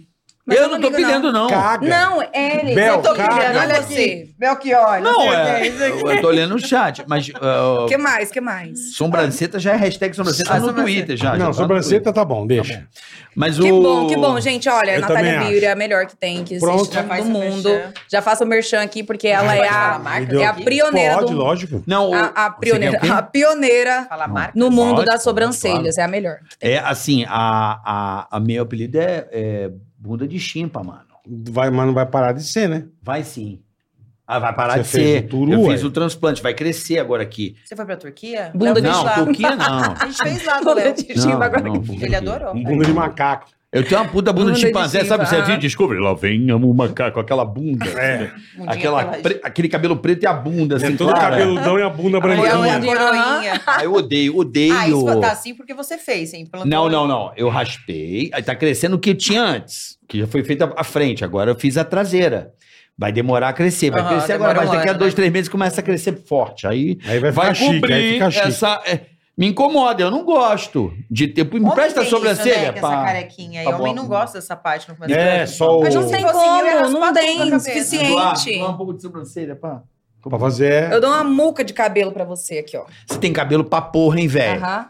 Mas Eu não tô ligo, pilhando, não. Caga. Não, ele. É Bel, eu tô caga. pilhando, Tipo olha aqui. aqui. Belchior. né? Não, sei o é. que isso aqui. Eu tô olhando no chat, mas. ah, O que mais, que mais? Sobranceleta já é hashtag sobranceleta Ah, no sobrancelha. Twitter já. já tá Não, no sobrancelha tá bom, deixa. Twitter. Mas Que o- bom, que bom, gente. Olha, Eu também Natália acho. Biuri é a melhor que tem, que Pronto. existe Já faz do seu mundo. merchan. Já faço o merchan aqui, porque ela é Pode falar a a, marca é a aqui? pioneira Pode, do- lógico. Não, o- a, a você quer pioneira, o quê? a pioneira Falar marca. no mundo Lógico, das sobrancelhas. É a melhor. É assim, a, a, a meu apelido é, é bunda de chimpa, mano. Vai, mas não vai parar de ser, né? Vai sim. Ah, vai parar Você de fez ser. o turu, Eu ué. fiz o transplante, vai crescer agora aqui. Você foi pra Turquia? Bunda Léo fez não, lá. Turquia não. A gente fez lá, do Bunda Léo. de Não, chimba agora não, aqui. bunda Ele de- adorou. Um bunda de macaco. Eu tenho uma puta bunda Bunda de de chimpanzé, chimpa, sabe? Você ah. viu? Descobre. Lá vem amo macaco, aquela bunda. É. Bundinha Aquela, peladinha. pre- aquele cabelo preto e a bunda, assim, É todo clara. cabeludão e a bunda Aí branquinha. ela é a Branquinha. coroinha. Ah, eu odeio, Ah, isso odeio. tá assim porque você fez, hein? Plantou. Não, não, não. Eu raspei. Aí tá crescendo o que eu tinha antes, que já foi feita a frente. Agora eu fiz a traseira. Vai demorar a crescer, vai Aham, crescer agora, demora mas um daqui a ano, dois, né? três meses começa a crescer forte. Aí Aí vai ficar vai chique, aí cobrir fica chique. essa. é, me incomoda, eu não gocelha. De ter. Me Homem presta tem a isso, sobrancelha. né, que Essa pá. carequinha aí. Tá Homem bom. não gosta dessa parte. Não começa É, a- só o- Mas não tem Se fosse eu, ia como, raspar não tudo na tem cabeça. suficiente. Doar, doar um pouco de sobrancelha, pá. Pra fazer. Eu dou uma muca de cabelo pra você aqui, ó. Você tem cabelo pra porra, hein, velho? Aham.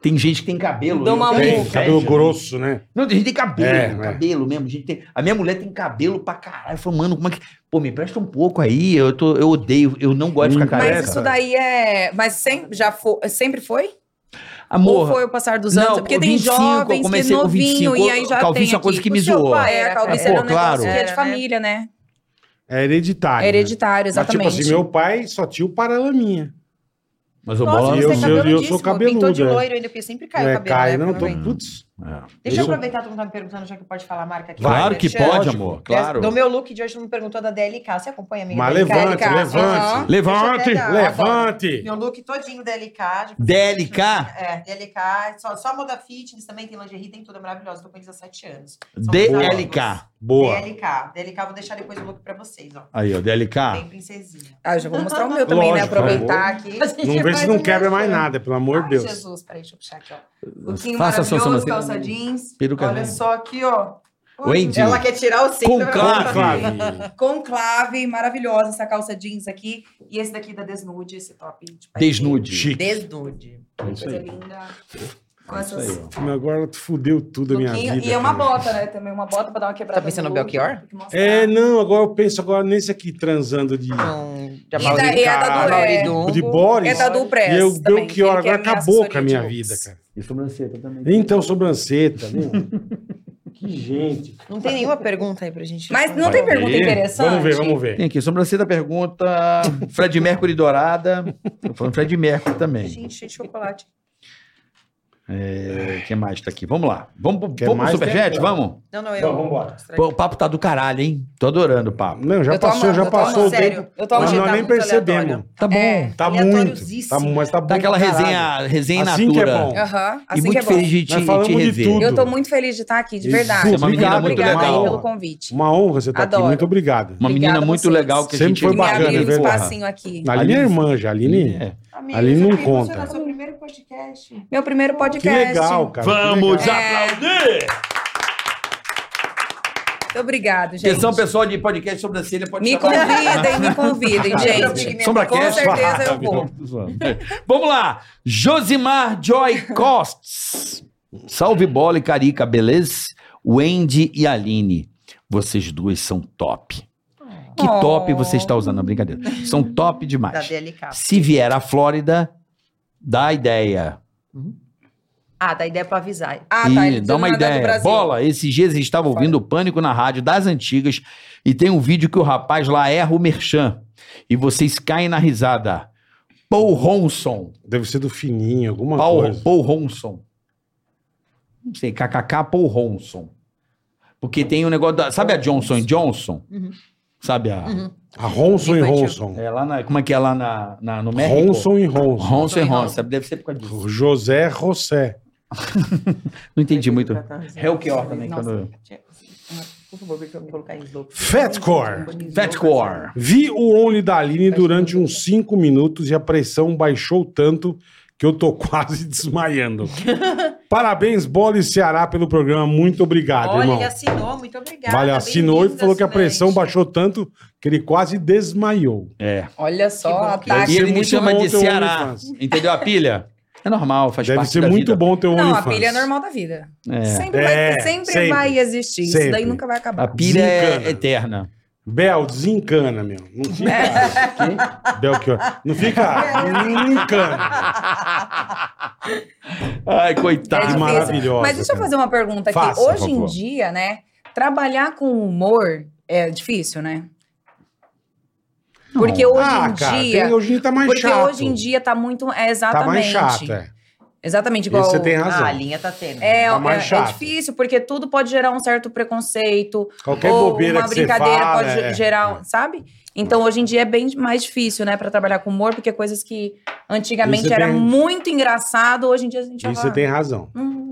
Tem gente que tem cabelo. eu Dou uma tenho muca. Tem inveja. cabelo grosso, né? Não, tem gente que tem cabelo, É, cabelo mesmo. Gente tem... A minha mulher tem cabelo pra caralho. Eu falo, mano, como é que. Pô, me presta um pouco aí. Eu, tô... eu odeio, eu não gosto de Hum, ficar Mas careca. Parece, isso daí é. Mas sempre, já fo- sempre foi? Ou Amor. foi o passar dos anos? não, porque com tem 25, eu jovens que é comecei com novinho 25. e aí já calvície tem. é uma coisa aqui. que me O seu zoou. pai É, a calvície É, era pô, um negócio que claro. é de família, né? É hereditário. É hereditário, né? Mas, exatamente. tipo assim, meu pai só tinha o paralaminha. Mas o Nossa, bola. eu- você é eu- eu sou cabeludíssimo. Pintou de cabeludo, é. loiro ainda, porque sempre cai Não o é cabelo. cai, né, não. Tô, provavelmente. putz. É. Deixa eu Isso- aproveitar, todo mundo tá me perguntando, já que pode falar a marca aqui. Claro né? que Deixa- pode, amor. Claro. Do meu look de hoje, não me perguntou da DLK. Você acompanha, amiga? Mas DLK? levante, Aham. levante. Levante! Deixa eu pegar. Levante! Meu look todinho DLK. de- DLK? É, DLK. Só, só moda fitness também, tem lingerie, tem tudo. É maravilhosa. Tô com 17 anos. São meus DLK. Boa. amigos. DLK. DLK, vou deixar depois o look pra vocês, ó. Aí, ó, Bem DLK. princesinha. Ah, eu já vou mostrar o meu também, né? Lógico, Aproveitar aqui. Não vê se não quebra mais nada, pelo amor de Ai, Deus. Jesus, peraí, deixa eu puxar aqui, ó. Lookinho Faça a sua maravilhoso, sobrancelha. calça jeans. Peruca Olha mesmo. só aqui, ó. Oi, Andy. Ela quer tirar o cinto. Com né? clave. Conclave, maravilhosa essa calça jeans aqui. E esse daqui da Desnude, esse top. de paizinho. Desnude. Chique. Desnude. Isso Coisa aí. linda. É Com Isso essas aí, ó. Agora tu fudeu tudo a minha Luquinho- vida. E é uma cara. bota, né? Também uma bota pra dar uma quebrada. Tá pensando no no look, Belchior? tem que mostrar. É, não, agora eu penso agora nesse aqui transando de. Com E da- Jamauri. e é da do, é, Dumbo. Hum. de Boris. é da do Press. E eu, também, que ele Belchior, quer agora minha acabou com a assessoria minha de vida, looks. cara. E sobrancelha também. Então, sobrancelha, viu? que gente. Não tem nenhuma pergunta aí pra gente. Mas não responder? tem pergunta Vamos ver, interessante? Vamos ver, vamos ver. Tem aqui, sobrancelha pergunta. Fred Mercury dourada. Tô falando Fred Mercury também. Gente, cheio de chocolate. É, que mais tá aqui? Vamos lá. Vamos, pro- Quer vamos mais? pro Superchat? Tem- Vamos? Não, não, eu. Então, vambora. Extrai- Pô, o papo tá do caralho, hein? Tô adorando o papo. Não, já Eu tô passou, amando, já eu tô passou o amando, tempo. sério. Eu tô Mas amando. nós tá nem muito percebemos. aleatório. Tá bom. É. Tá muito. Tá, Aleatóriosíssimo. mas tá bom. Tá aquela pra resenha, caralho. resenha in Assim que é natura. bom. Aham, E assim que muito é bom. feliz de Nós te, falamos te de rever. tudo. Eu tô muito feliz de estar aqui, de Isso, verdade. uma menina Muito muito obrigada aí legal. pelo convite. Uma honra você estar aqui. Adoro. Muito obrigado. Uma Obrigada menina a muito vocês. legal que a Sempre gente foi Que me bacana, abriram um é verdade. espacinho aqui. A Aline é irmã já, a Aline. É. Amiga, Ali não isso aqui conta. Funciona seu primeiro podcast. Meu primeiro Que podcast. É. legal, cara. que legal. aplaudir! Muito obrigado, gente. Atenção, pessoal de podcast sobrancelha, pode Me chamar. convidem, me convidem, gente. Com Sombracast. certeza eu vou. Vamos lá. Josimar Joy Costs. Salve bola e carica, beleza? Wendy e Aline. Vocês duas são top. Que Oh. Tá top você está usando, não, é brincadeira. São top Da demais. DLK. Se vier à Flórida, dá ideia. Ah, dá ideia pra avisar. Ah, Ih, tá. Ele dá uma ideia. Bola, esses dias eles estavam ouvindo o Pânico na rádio das antigas e tem um vídeo que o rapaz lá erra o merchan e vocês caem na risada. Paul Ronson. Deve ser do fininho, alguma Paul, coisa. Paul Ronson. Não sei, KKK Paul Ronson. Porque tem um negócio da... Sabe a Johnson Johnson? Uhum. Sabe a... A Ah, Ronson e Infantil. Ronson. É lá na... Como é que é lá na, na- no É, México? Ronson e Ronson. Ronson e Ronson. Ronson. Deve ser por causa disso. José José. Não entendi muito. Hellkior Hellkior também. Nossa. Quando... Por favor, vem pra me colocar em slow. Fatcore. Fatcore. Vi o Only da Aline durante uns 5 minutos e a pressão baixou tanto que eu tô quase desmaiando. Parabéns, Bola e Ceará, pelo programa. Muito obrigado, Olha, irmão. ele assinou, muito obrigada. Vale, assinou e bem-vindo, falou que a pressão assinante. baixou tanto que ele quase desmaiou. É. Olha só, tá Que bom. ataque. E ser ele me muito chama bom de ter um Ceará. OnlyFans. Entendeu a pilha? É normal, faz Deve parte ser da muito vida. bom ter um Não, a OnlyFans. pilha é normal da vida. É. Sempre, É, vai, sempre, sempre. vai existir. Isso Sempre. daí nunca vai A acabar. pilha é Desencana. eterna. Bel, desencana, meu. Não É. fica. Bel, que... Não fica. Não encana. Ai, É coitado. Que difícil. maravilhosa. Mas deixa eu cara. fazer uma pergunta aqui. Faça, por Hoje em favor. dia, né, trabalhar com humor é difícil, né? Porque hoje Ah, em cara, dia. tem- hoje em dia tá mais porque chato. hoje em dia tá muito. É tá mais exatamente. chato, é. Exatamente Igual... igual. Você tem razão. Ah, a linha tá tendo. É, Tá mais é- é chato. difícil, porque tudo pode gerar um certo preconceito. Qualquer ou bobeira uma que você brincadeira fala. pode é. gerar, sabe? Então hoje em dia é bem mais difícil, né, Pra trabalhar com humor, porque coisas que antigamente Isso era tem- muito engraçado, hoje em dia a gente Isso fala, você tem razão. "Hum,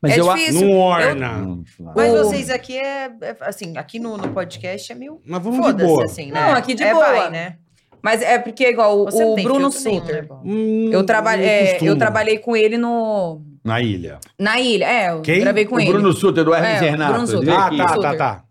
Mas é eu a- Hum, difícil. Não Eu- orna. Não, Flávio. Mas O- vocês aqui é, é, assim, aqui no, no podcast é meio Mas vamos de foda-se, boa. assim, né? Não, aqui de É, boa. vai, né? Mas é porque igual o, Você o tem, Bruno porque todo mundo é Suter. bom. Hum, Eu, traba não é, costumo. eu trabalhei com ele no Na ilha. na ilha. É, eu Quem? gravei com o ele. Bruno Suter, do Hermes É, o Renato. Bruno Suter. vê Ah, aqui. tá, tá, Suter. tá.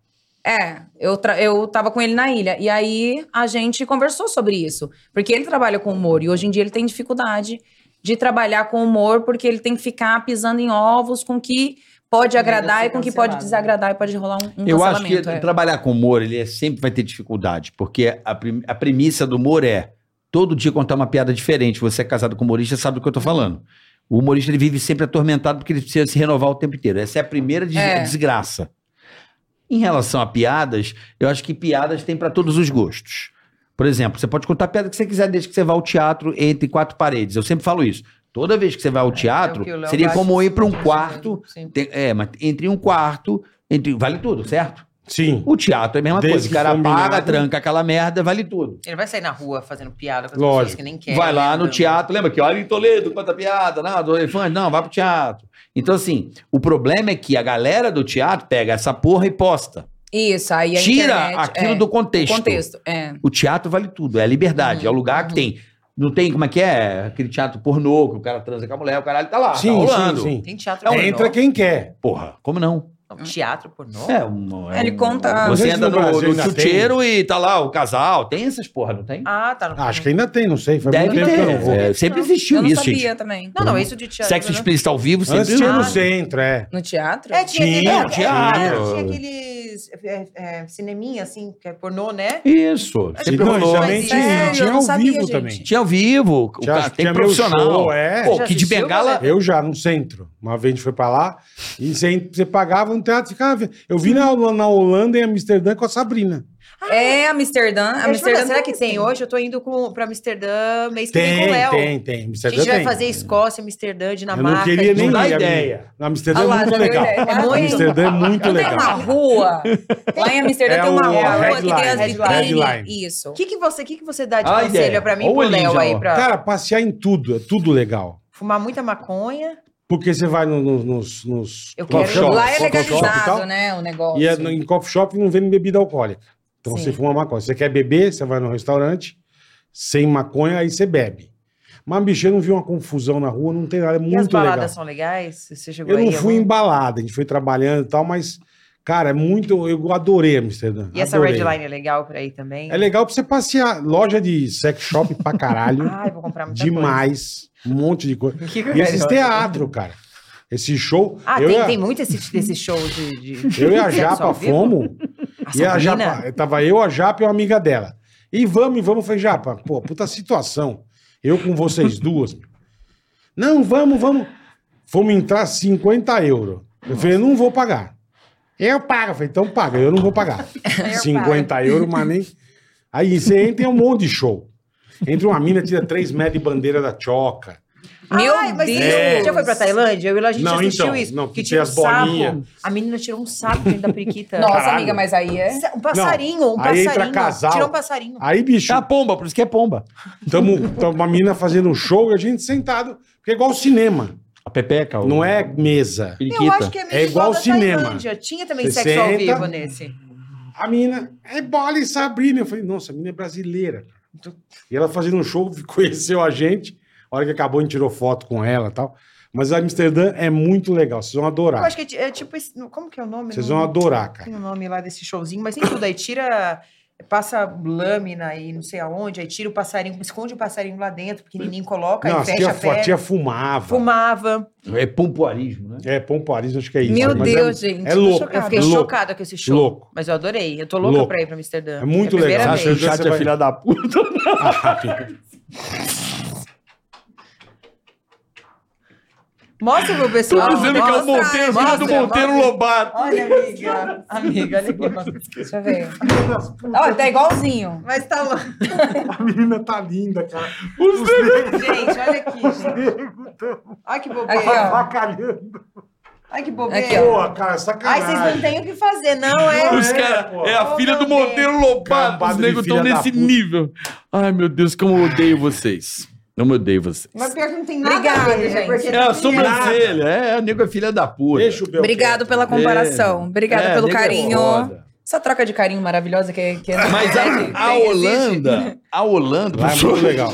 É, eu, tra- eu tava com ele na ilha. E aí a gente conversou sobre isso. Porque ele trabalha com humor e hoje em dia ele tem dificuldade de trabalhar com humor porque ele tem que ficar pisando em ovos com que pode Medo de agradar ser e com que cancelado. pode né? desagradar e pode rolar um, um Eu acho que cancelamento, é. trabalhar com humor, ele é- sempre vai ter dificuldade, porque a, prim- a premissa do humor é todo dia contar uma piada diferente. Você é casado com humorista, sabe do que eu tô falando. O humorista ele vive sempre atormentado porque ele precisa se renovar o tempo inteiro. Essa é a primeira des- É. desgraça. Em relação a piadas, eu acho que piadas tem para todos os gostos. Por exemplo, você pode contar a piada que você quiser desde que você vá ao teatro entre quatro paredes. Eu sempre falo isso. Toda vez que você vai ao teatro, que É o Léo seria Bastos como ir para um fez, né? quarto. Sim. tem- é, mas entre um quarto, entre, vale tudo, certo? Sim, O teatro é a mesma Desde coisa. O cara combinado. paga, tranca aquela merda, vale tudo. Ele vai sair na rua fazendo piada com as Lógico. pessoas que nem É, querem. vai lá no né? teatro, lembra que olha em Toledo, conta piada, não, do elefante, não, vai pro teatro. Então, assim, o problema é que a galera do teatro pega essa porra e posta. Isso, aí a Tira internet, aquilo é, do do contexto. contexto. Uhum, É. O teatro vale tudo, é a liberdade, é o lugar que tem. Não tem, como é que é? Aquele teatro pornô, que o cara transa com a mulher, o caralho tá lá, tá sim, rolando. sim, sim. Tem teatro É um pornô. Entra quem quer. Porra, como não? Não, Teatro pornô? É, um, é Ele um- conta- Às Você vezes anda no no, Brasil no ainda tem. chuteiro e tá lá o casal, tem essas porra, não tem? Ah, tá. no- Acho que ainda tem, não sei. Faz Deve muito tempo que eu não ter. vou. É, sempre Não, existiu Eu não isso, sabia gente. é também. Não, não, isso de teatro. Sexo né? explícito ao vivo sempre Antes tinha no Ah. centro, é. No teatro? É, tinha, Sim, aquele- tinha. é, tinha aqueles é, é, cineminha, assim, que é pornô, né? Isso, é sempre Não, rolou. também Mas tinha, sério, tinha eu não ao sabia, vivo gente. também. Tinha ao vivo, o Tinha- cara, tem tinha meu profissional. show, é. Pô, Já que de assistiu, bengala. galera? Eu já, no centro. Uma vez a gente foi pra lá e você, você pagava um teatro e ficava. vendo. Eu vi na, na Holanda e em Amsterdã com a Sabrina. É, Amsterdã. Deixa eu Amsterdã perguntar, Ah, será que tem hoje? Eu tô indo com, pra Amsterdã mês que vem com o Tem, Léo. tem, tem. A Amsterdã gente vai tem. fazer Escócia, Amsterdã, Eu Dinamarca. não queria nem Não dá ir, amigo. ideia. Amsterdã Ah é lá, muito já deu legal. ideia. É muito- Amsterdã é muito Não tem uma legal. rua. Lá em Amsterdã É tem uma o- a rua que tem as headline, headline. vitrines. Isso. O que, que, você, que, que você dá de Ah, conselho ideia. pra mim e Olha pro o Linja, Léo ó. aí? Pra Cara, passear em tudo, é tudo legal. fumar muita maconha? Porque você vai no- no- nos, nos Eu coffee quero- shop, Lá é coffee shop e tal, legalizado, né, o negócio. E é no- em coffee shop não vende bebida alcoólica. Então Sim. você fuma maconha. Você quer beber, você vai no restaurante, sem maconha, aí você bebe. Mas, bicho, eu não vi uma confusão na rua, não tem nada, é e as muito baladas legal. são legais? Você chegou Eu aí não fui algum? em balada, a gente foi trabalhando e tal, mas, cara, é muito. Eu adorei Amsterdã. E essa adorei. Redline é legal pra ir também? É legal pra você passear. Loja de sex shop pra caralho. Ai, vou comprar Ah, muita é demais. Um monte de coisa. coisa. Que E esses coisa. teatro, cara. Esse show. Ah, eu tem, ia- tem muito esse, desse show de... de... Eu e a sexo ao Japa vivo? fomos. E a Japa, eh, tava eu, a Japa e uma amiga dela. E vamos, e vamos. Eu falei, Japa, pô, puta situação. Eu com vocês duas. meu. Não, vamos, vamos. Fomos entrar 50 euros. Eu falei, não vou pagar. Eu pago. Eu falei, então paga, eu não vou pagar. 50 euros, mas nem. Aí você entra e é um monte de show. Entra uma mina, tira três metros de bandeira da choca. Meu Ai, mas Deus! você já foi pra Tailândia? Eu e a gente Não, assistiu então, isso. não, que que tinha um tem as bolinhas. sapo. A menina tirou um sapo dentro da periquita. Nossa, Caralho. amiga, mas aí é. Um passarinho, um aí entra passarinho. casal. Tirou um passarinho. Aí, bicho, É a pomba, por isso que é pomba. tamo, tamo uma mina fazendo um show e a gente sentado. Porque é igual cinema. A pepeca. o- Não é mesa. periquita. Eu acho que é meio É igual igual da cinema. Tailândia. Tinha também Você sexo ao senta- vivo nesse. A mina, é bola e Sabrina. Eu falei, nossa, a mina é brasileira. cara. E ela fazendo um show, conheceu a gente. A hora que acabou, a gente tirou foto com ela e tal. Mas Amsterdã é muito legal, vocês vão Eu adorar. acho que é ti- é tipo. esse- Como que é o nome? Vocês Não- vão adorar, Tem cara. o nome lá desse showzinho, mas tem tudo. Aí tira. Passa lâmina aí, não sei aonde, aí tira o passarinho, esconde o passarinho lá dentro, pequenininho, coloca, Não, aí as tia, fecha a fu- é a perna. tia fumava. Fumava. É pompoarismo, né? É, Pompoarismo, acho que é isso. Meu Mas é- Deus, gente. é tô louco. chocada. Eu fiquei Louco. chocada com esse show. Louco. Mas eu adorei. Eu tô louca Louco. pra ir pra Amsterdã. É muito a primeira legal. vez. Você acha Você vai- da puta? Mostra pro Tô pessoal. dizendo que é o mostra, Monteiro, filho do mostra, Monteiro mostra. Lobato. Olha, amiga. Amiga, olha aqui. mostra. Deixa eu ver. Olha, tá igualzinho. Mas tá louco. A menina tá linda, cara. tá Gente, olha aqui, gente. Ai, que Aqui, bobeira. ó. Avacalhando. Ai, que Aqui, bobeira. ó. Porra, cara, Ai, sacanagem. vocês não têm o que fazer, não, é? Não Os É, cara, pô. é a Ô, filha meu do Monteiro Lobato. Cambada Os de negros filha estão da nesse puta. nível. Ai, meu Deus, como eu odeio vocês. Como eu odeio vocês. Mas pior que não tem nada Obrigada, a ver, né? gente. Porque É a não tem nada. sobrancelha. É, o nego é filha da puta. Deixa o Belchior. Obrado pela comparação. Obrigada É, pelo nego é carinho. foda. Essa troca de carinho maravilhosa que, que Mas que- que a, a existe. Holanda, a Holanda... Lá é muito legal.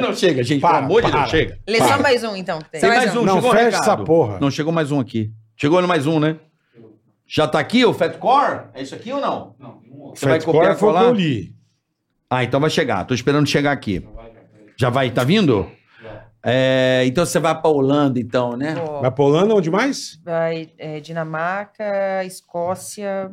não chega, gente. Para, pelo amor de para. Deus, chega. Lê só mais um, então. Que tem. Tem mais um, Não, chegou o fecha recado. essa porra. Não, chegou mais um aqui. Chegou mais um, né? Já tá aqui o Fat Core? É isso aqui ou não? Você vai Fatcore copiar e foi o que eu colar? li. Ah, então vai chegar. Tô esperando chegar aqui. Já vai, tá vindo? É, então você vai pra Holanda, então, né? Ó, Vai pra Holanda, onde mais? Vai é, Dinamarca, Escócia,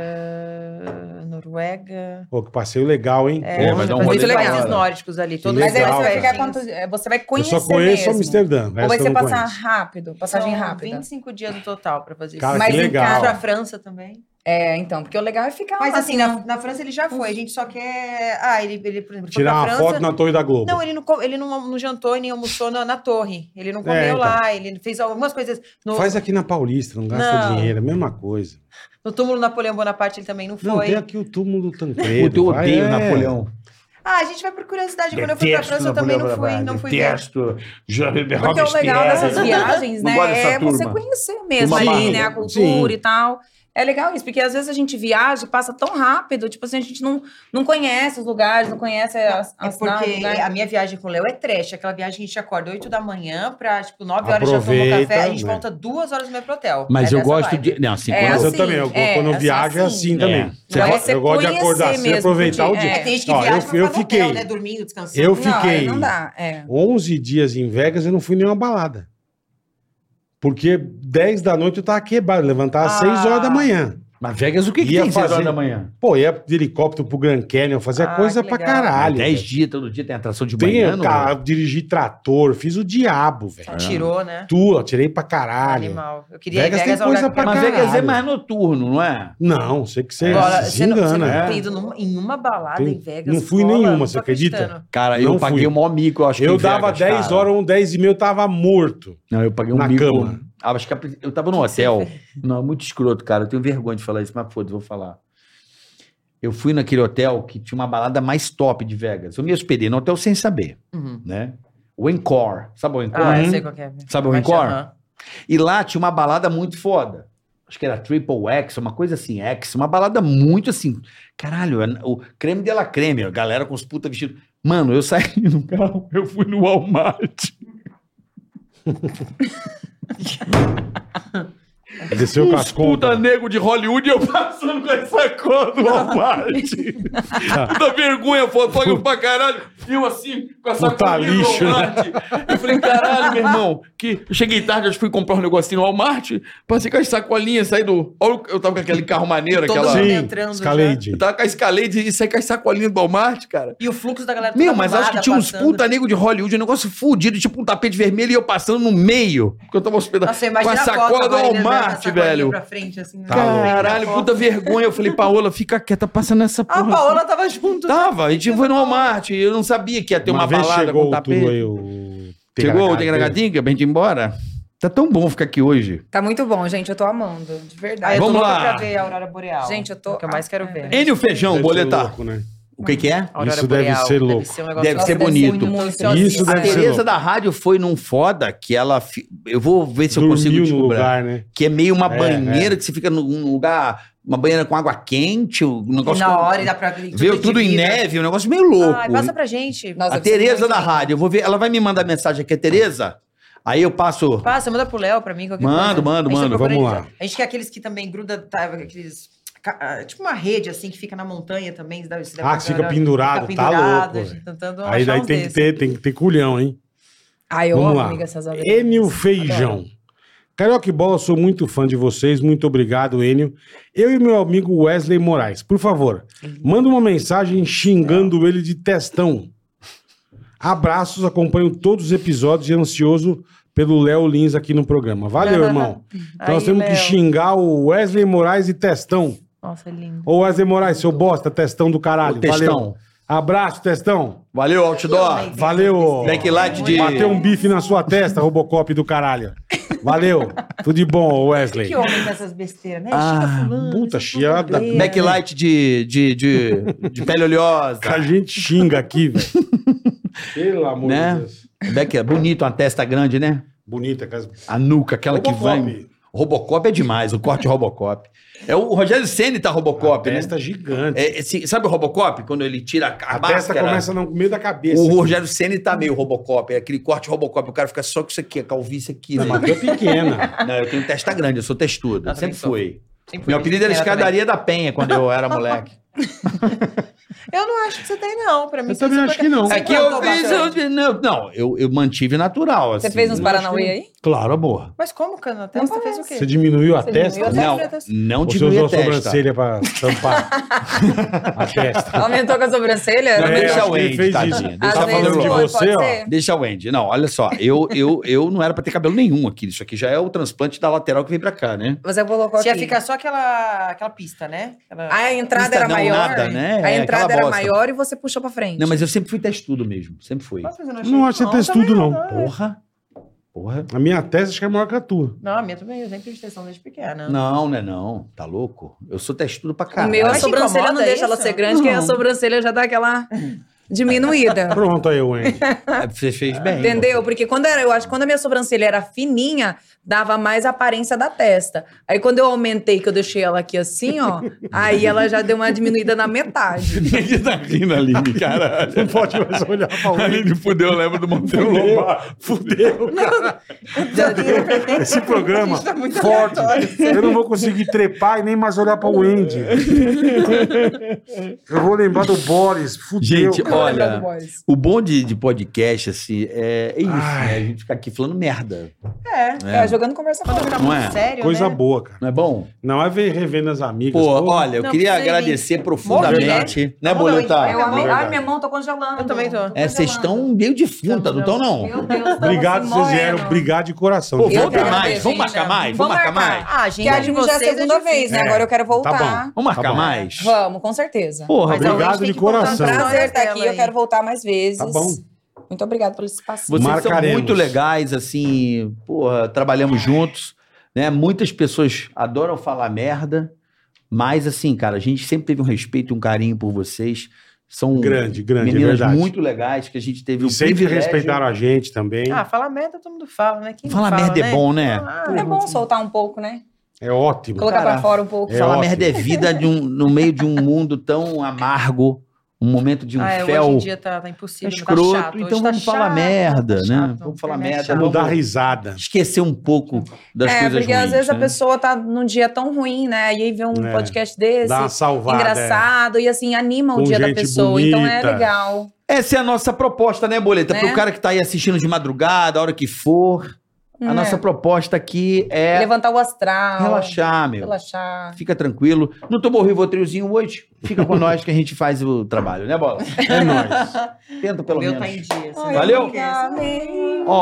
eh, Noruega. Pô, que passeio legal, hein? É, vai onde dar um vai rolê muitos da países hora. nórdicos ali. Todo Mas aí Legal, você vai cara. ficar quanto- é, Você vai eu conhecer. só conheço mesmo. Amsterdã. Ou vai essa eu ser não passar conheço. rápido, passagem São rápida. 25 dias no total pra fazer Cara, isso. Mas que em legal. casa- pra França também. É, então, porque o legal é ficar. Mas lá, assim, na, na França ele já foi. A gente só quer. Ah, ele, ele por exemplo, foi Tirar pra uma França. foto na Torre da Globo. Não, ele não, co- ele não, não jantou e nem almoçou na, na torre. Ele não comeu É, então. lá, ele fez algumas coisas. No, Faz aqui na Paulista, não gasta Não. dinheiro, é a mesma coisa. no túmulo do Napoleão Bonaparte ele também não Não, foi. tem aqui o túmulo do Puta, Tancredo. eu vai, odeio é. Napoleão. Ah, a gente vai por curiosidade. Quando eu fui pra França, eu também não fui, não fui é ver. Detesto. Já Porque o legal dessas viagens, Não né, gosto dessa é você turma. conhecer Turma mesmo ali, maluca. né, a cultura Sim. e tal. É legal isso, porque às vezes a gente viaja e passa tão rápido, tipo assim, a gente não, não conhece os lugares, não conhece as, É as porque cidades, né? a minha viagem com o Léo é trash. Aquela viagem que a gente acorda 8 da manhã pra, tipo, 9 horas já tomou Aproveita, café, a gente né? volta 2 horas e meia pro hotel. Mas É eu dessa gosto vibe. de. Não, assim, É, quando- Mas eu assim, também, eu, é, quando é eu só viajo é assim assim. também. Você Mas ro- você eu gosto de conhecer acordar cedo e mesmo, aproveitar o porque- dia. É, tem gente que Ó, viaja eu pra fui- eu ficar no fiquei- hotel, né? Dormindo, descansando. Eu Não, aí fiquei não dá, é. 11 dias em Vegas eu não fui nenhuma balada. Porque 10 da noite eu tava quebrado, levantava às Ah. 6 horas da manhã. Mas Vegas, o que, que Ia tem seis fazer- horas da manhã? Pô, ia de helicóptero pro Grand Canyon, fazia Ah, coisa que pra legal. caralho. Dez velho. dias, todo dia tem atração de Tem, manhã. não é? cara, dirigi trator, fiz o diabo, velho. Tirou, né? Tua, tirei pra caralho. Animal. Eu queria Vegas ir tem Vegas é um lugar coisa que eu pra Mas quero caralho. Vegas é mais noturno, não é? Não, sei que você Agora, se você não, você não engana. é. tem ido numa- em uma balada Tem- em Vegas? não fui cola? nenhuma, Não tô você acredita? acreditando. Cara, Não eu fui. paguei o maior mico, eu acho Eu que em dava Vegas, 10 cara. horas, um 10 e meio eu tava morto. Não, eu paguei um na mico. cama. Ah, acho que a- eu tava num hotel. Não, é muito escroto, cara. Eu tenho vergonha de falar isso, mas foda, vou falar. Eu fui naquele hotel que tinha uma balada mais top de Vegas. Eu me hospedei no hotel sem saber, Uhum. né? O Encore. Sabe o Encore? Ah, Uhum. eu sei qual que é. Sabe o Mas, Encore? aham. E lá tinha uma balada muito foda. Acho que era Triple X, uma coisa assim, X, uma balada muito assim. Caralho, é- o creme de la creme, a galera com os puta vestidos. Mano, eu saí no carro, eu fui no Walmart. Desceu com as Os puta contas. nego de Hollywood e eu passando com essa cor do Walmart. Ah. Puta vergonha, fotógrafo pra caralho. E eu assim, com essa Puta colinha do lixo, né? Walmart. Eu falei, caralho, meu irmão. Que... Eu cheguei tarde, eu fui comprar um negocinho no Walmart. Passei com as sacolinhas, saí do... Olha o- Eu tava com aquele carro maneiro, Todo aquela... mundo Sim, entrando já. Escalade. Eu tava com a Escalade e saí com as sacolinhas do Walmart, cara. E o fluxo da galera Meu, Tá toda mas acho que arrumada, tinha uns passando. puta nego de Hollywood, um negócio fudido, tipo um tapete vermelho e eu passando no meio. Porque eu tava hospedado Nossa, com imagina a foto sacola agora, do ele andando com a Walmart, sacolinha velho. Pra frente, assim, né? Tá louco. Caralho, puta vergonha. Eu falei, Paola, fica quieta, passa nessa Ah, porra. a Paola tava junto. Tá. Tava, a gente foi no Walmart. Eu não sabia que ia ter uma, uma vez balada com chegou o tapete. Tulu aí, o... Chegou o Tegaragatinho. Tegragadinga pra gente ir embora. Tá tão bom ficar aqui hoje. Tá muito bom, gente. Eu tô amando, de Ah, verdade. eu Vamos tô louca lá. pra ver a Aurora Boreal. É Gente, eu tô- Ah, é O que eu mais quero ver. Enio Feijão, Deve ser boletar. louco, né? O que que é? A Aurora Isso deve Boreal. ser louco. Deve ser, um negócio Deve ser Nossa, bonito. muito Isso ansiosíssimo. deve A Deve ser Tereza louco. da rádio foi num foda que ela... fi- Eu vou ver se eu consigo Dormiu no descobrir. lugar, né? Que é meio uma É, banheira que você fica num- num lugar... Uma banheira com água quente, um E negócio... na com- hora e dá pra Ah, Veio tudo em neve, um negócio meio louco. Ai, passa pra gente. Nossa, a deve ser Tereza muito da lindo. rádio, eu vou ver, ela vai me mandar mensagem aqui, Tereza. Aí eu passo. Passa, manda pro Léo pra mim. qualquer coisa. Mando, mando, A gente tá mando, vamos procurando isso. A gente quer aqueles que também gruda, tá, aqueles... ca- ah, Tipo uma rede, assim, que fica na montanha também. se dá- se dá Ah, pra que fica galera- pendurado, fica tá pendurado, louco, a gente velho. Tentando achar Aí um daí uns tem que, desses. ter, tem que ter culhão, hein? Ai, eu Vamos amo, lá. amiga, essas abelhas. Enio Feijão. Carioca e Bola, sou muito fã de vocês. Muito obrigado, Enio. Eu e meu amigo Wesley Moraes, por favor, manda uma mensagem xingando ele de testão. Abraços, acompanho todos os episódios e ansioso pelo Léo Lins aqui no programa. Valeu, irmão. Então nós Aí, temos que Léo. xingar o Wesley Moraes e testão. é Nossa, lindo. Ô Wesley Moraes, seu bosta, testão do caralho. Ô, testão. Valeu. Abraço, testão. Valeu, outdoor. Amei. Valeu. Backlight de. Bateu um bife na sua testa, Robocop do caralho. Valeu. Tudo de bom, Wesley. Que homem com essas besteiras, né? Ah, Xinga fulano, isso puta, é chiada. fuleira. Backlight de, de, de, de pele oleosa. Que a gente xinga aqui, velho. Pelo amor Né? de Deus. Back, bonito, uma testa grande, né? Bonita. Aquela A nuca, aquela que vai. Robocop é demais, o corte Robocop. É o Rogério Senna tá Robocop, né? testa gigante. É, esse- sabe o Robocop? Quando ele tira a, a a testa máscara? começa no meio da cabeça. né? O Rogério Senna tá meio Robocop, é aquele corte Robocop. O cara fica só com isso aqui, a calvície aqui. Não, né? mas tu é pequena. Não, eu tenho testa grande, eu sou testudo. Eu também sempre sou. fui. Sempre foi Meu apelido era pequena Escadaria da Penha quando eu era moleque. também. Eu não acho que você tem, não. Pra mim, Eu você também é acho super- que não. Você É que eu plantou fiz. bastante. um- eu- não, não, eu, eu mantive natural. tá Você assim. fez uns Paranauê aí? Claro, amor. Mas como, Cana? A testa fez o quê? Você diminuiu a Você testa? diminuiu Não, a testa. não Você diminui usou a a testa. sobrancelha pra tampar a testa. Aumentou com a sobrancelha? Não, É, deixa acho o que ele Andy, fez tadinha. isso. Às Deixa Tá eu vezes falar falando de de foi, você, você. pode ó. ser. Deixa o Andy. Não, olha só. Eu, eu, eu não era pra ter cabelo nenhum aqui. Isso aqui já é o transplante da lateral que vem pra cá, né? Você colocou Você ia aqui. ficar só aquela, aquela pista, né? Aquela- A entrada Vista era não, maior. nada, né? A É, entrada aquela era bosta. maior e você puxou pra frente. Não, mas eu sempre fui testudo mesmo. Sempre fui. Nossa, mas eu Não acho que você fez tudo, não. Não, Porra. Porra. A minha testa acho que é maior que a tua. não a minha também, eu sempre tive extensão desde pequena. Não, não é não. Tá louco? Eu sou testudo pra O caralho. meu, é a Mas te sobrancelha não incomoda deixa ela isso? ser grande, porque a Não. sobrancelha já dá aquela Hum. diminuída. Pronto aí, Wendy. É, Você fez bem. Entendeu? Porque quando era, eu acho que quando a minha sobrancelha era fininha, dava mais a aparência da testa. Aí quando eu aumentei, que eu deixei ela aqui assim, ó, aí ela já deu uma diminuída na metade. Ele tá rindo, Aline, caralho. Não pode mais olhar pra A Wendy. Aline fudeu, lembra do Monteiro Fudeu. Lobato. Fudeu, cara. Esse programa Isso é muito forte. aleatório. Eu não vou conseguir trepar e nem mais olhar pra Wendy. Eu vou lembrar do Boris. Fudeu. Gente, cara. olha, é. o bom de, de podcast, assim, é, é isso, Ai. né? A gente fica aqui falando merda. É. Tá jogando conversa Quando fora. fica Não muito é? sério, Coisa né? boa, cara. Não é bom? Não é ver revendo as amigas. Pô, pô. olha, eu Não, queria precisa ir. agradecer Vamos lá, profundamente. Né, Boletar? gente, vai, vai, Ai, Verdade. minha mão tá congelando. Eu também tô. É, vocês estão meio defunta, não estão, Meu não? Deus, tamo Obrigado, se vocês morrendo. vieram. Obrigado de coração. Pô, de Eu volta verdade. quero mais, ver, vamos Gina. marcar mais, vamos marcar mais. Ah, gente, Que a gente já é a segunda vez, né? É. Agora eu quero voltar. Tá Vamos Tá marcar bom. mais? Vamos, com certeza. Porra, Mas alguém obrigado tem de que botar um coração. Foi um prazer estar aqui, Ela eu aí. quero voltar mais vezes. Tá bom. Muito obrigado pela participação. Vocês são Marcaremos. muito legais, assim, porra, trabalhamos juntos, né? Muitas pessoas adoram falar merda, mas assim, cara, a gente sempre teve um respeito e um carinho por vocês. São Grande, grande, é meninas verdade. muito legais que a gente teve E o sempre privilégio. respeitaram a gente também. Ah, falar merda todo mundo fala, né? Quem não Falar fala, merda né? é bom, né? Ah, É bom soltar um pouco, né? É ótimo. Colocar Cara, pra fora um pouco. É Falar ótimo. merda é vida de um- no meio de um mundo tão amargo, um momento de um ah, é, hoje fel em dia tá, tá impossível. tá escroto. chato, hoje então tá vamos falar chato, merda, tá né? chato, vamos falar internet é merda, chato. Não vamos dá risada. esquecer um pouco das é, coisas porque ruins. às vezes né? a pessoa tá num dia tão ruim, né? E aí vê um É. podcast desse, Dá uma salvada. é. engraçado, e assim, anima Com o dia da gente pessoa. Então é bonita. legal. Essa é a nossa proposta, né, Boleta? Né? Pro cara que tá aí assistindo de madrugada, a hora que for. Hum, É. A nossa proposta aqui é. é Levantar o astral. relaxar, meu. Relaxar. Fica tranquilo. Não tomou o Rivotrilzinho hoje? Fica com nós que a gente faz o trabalho, né, Bola? É nóis. Tenta O pelo meu tá menos. em dia. Ai, sabe? Valeu? assim. obrigada.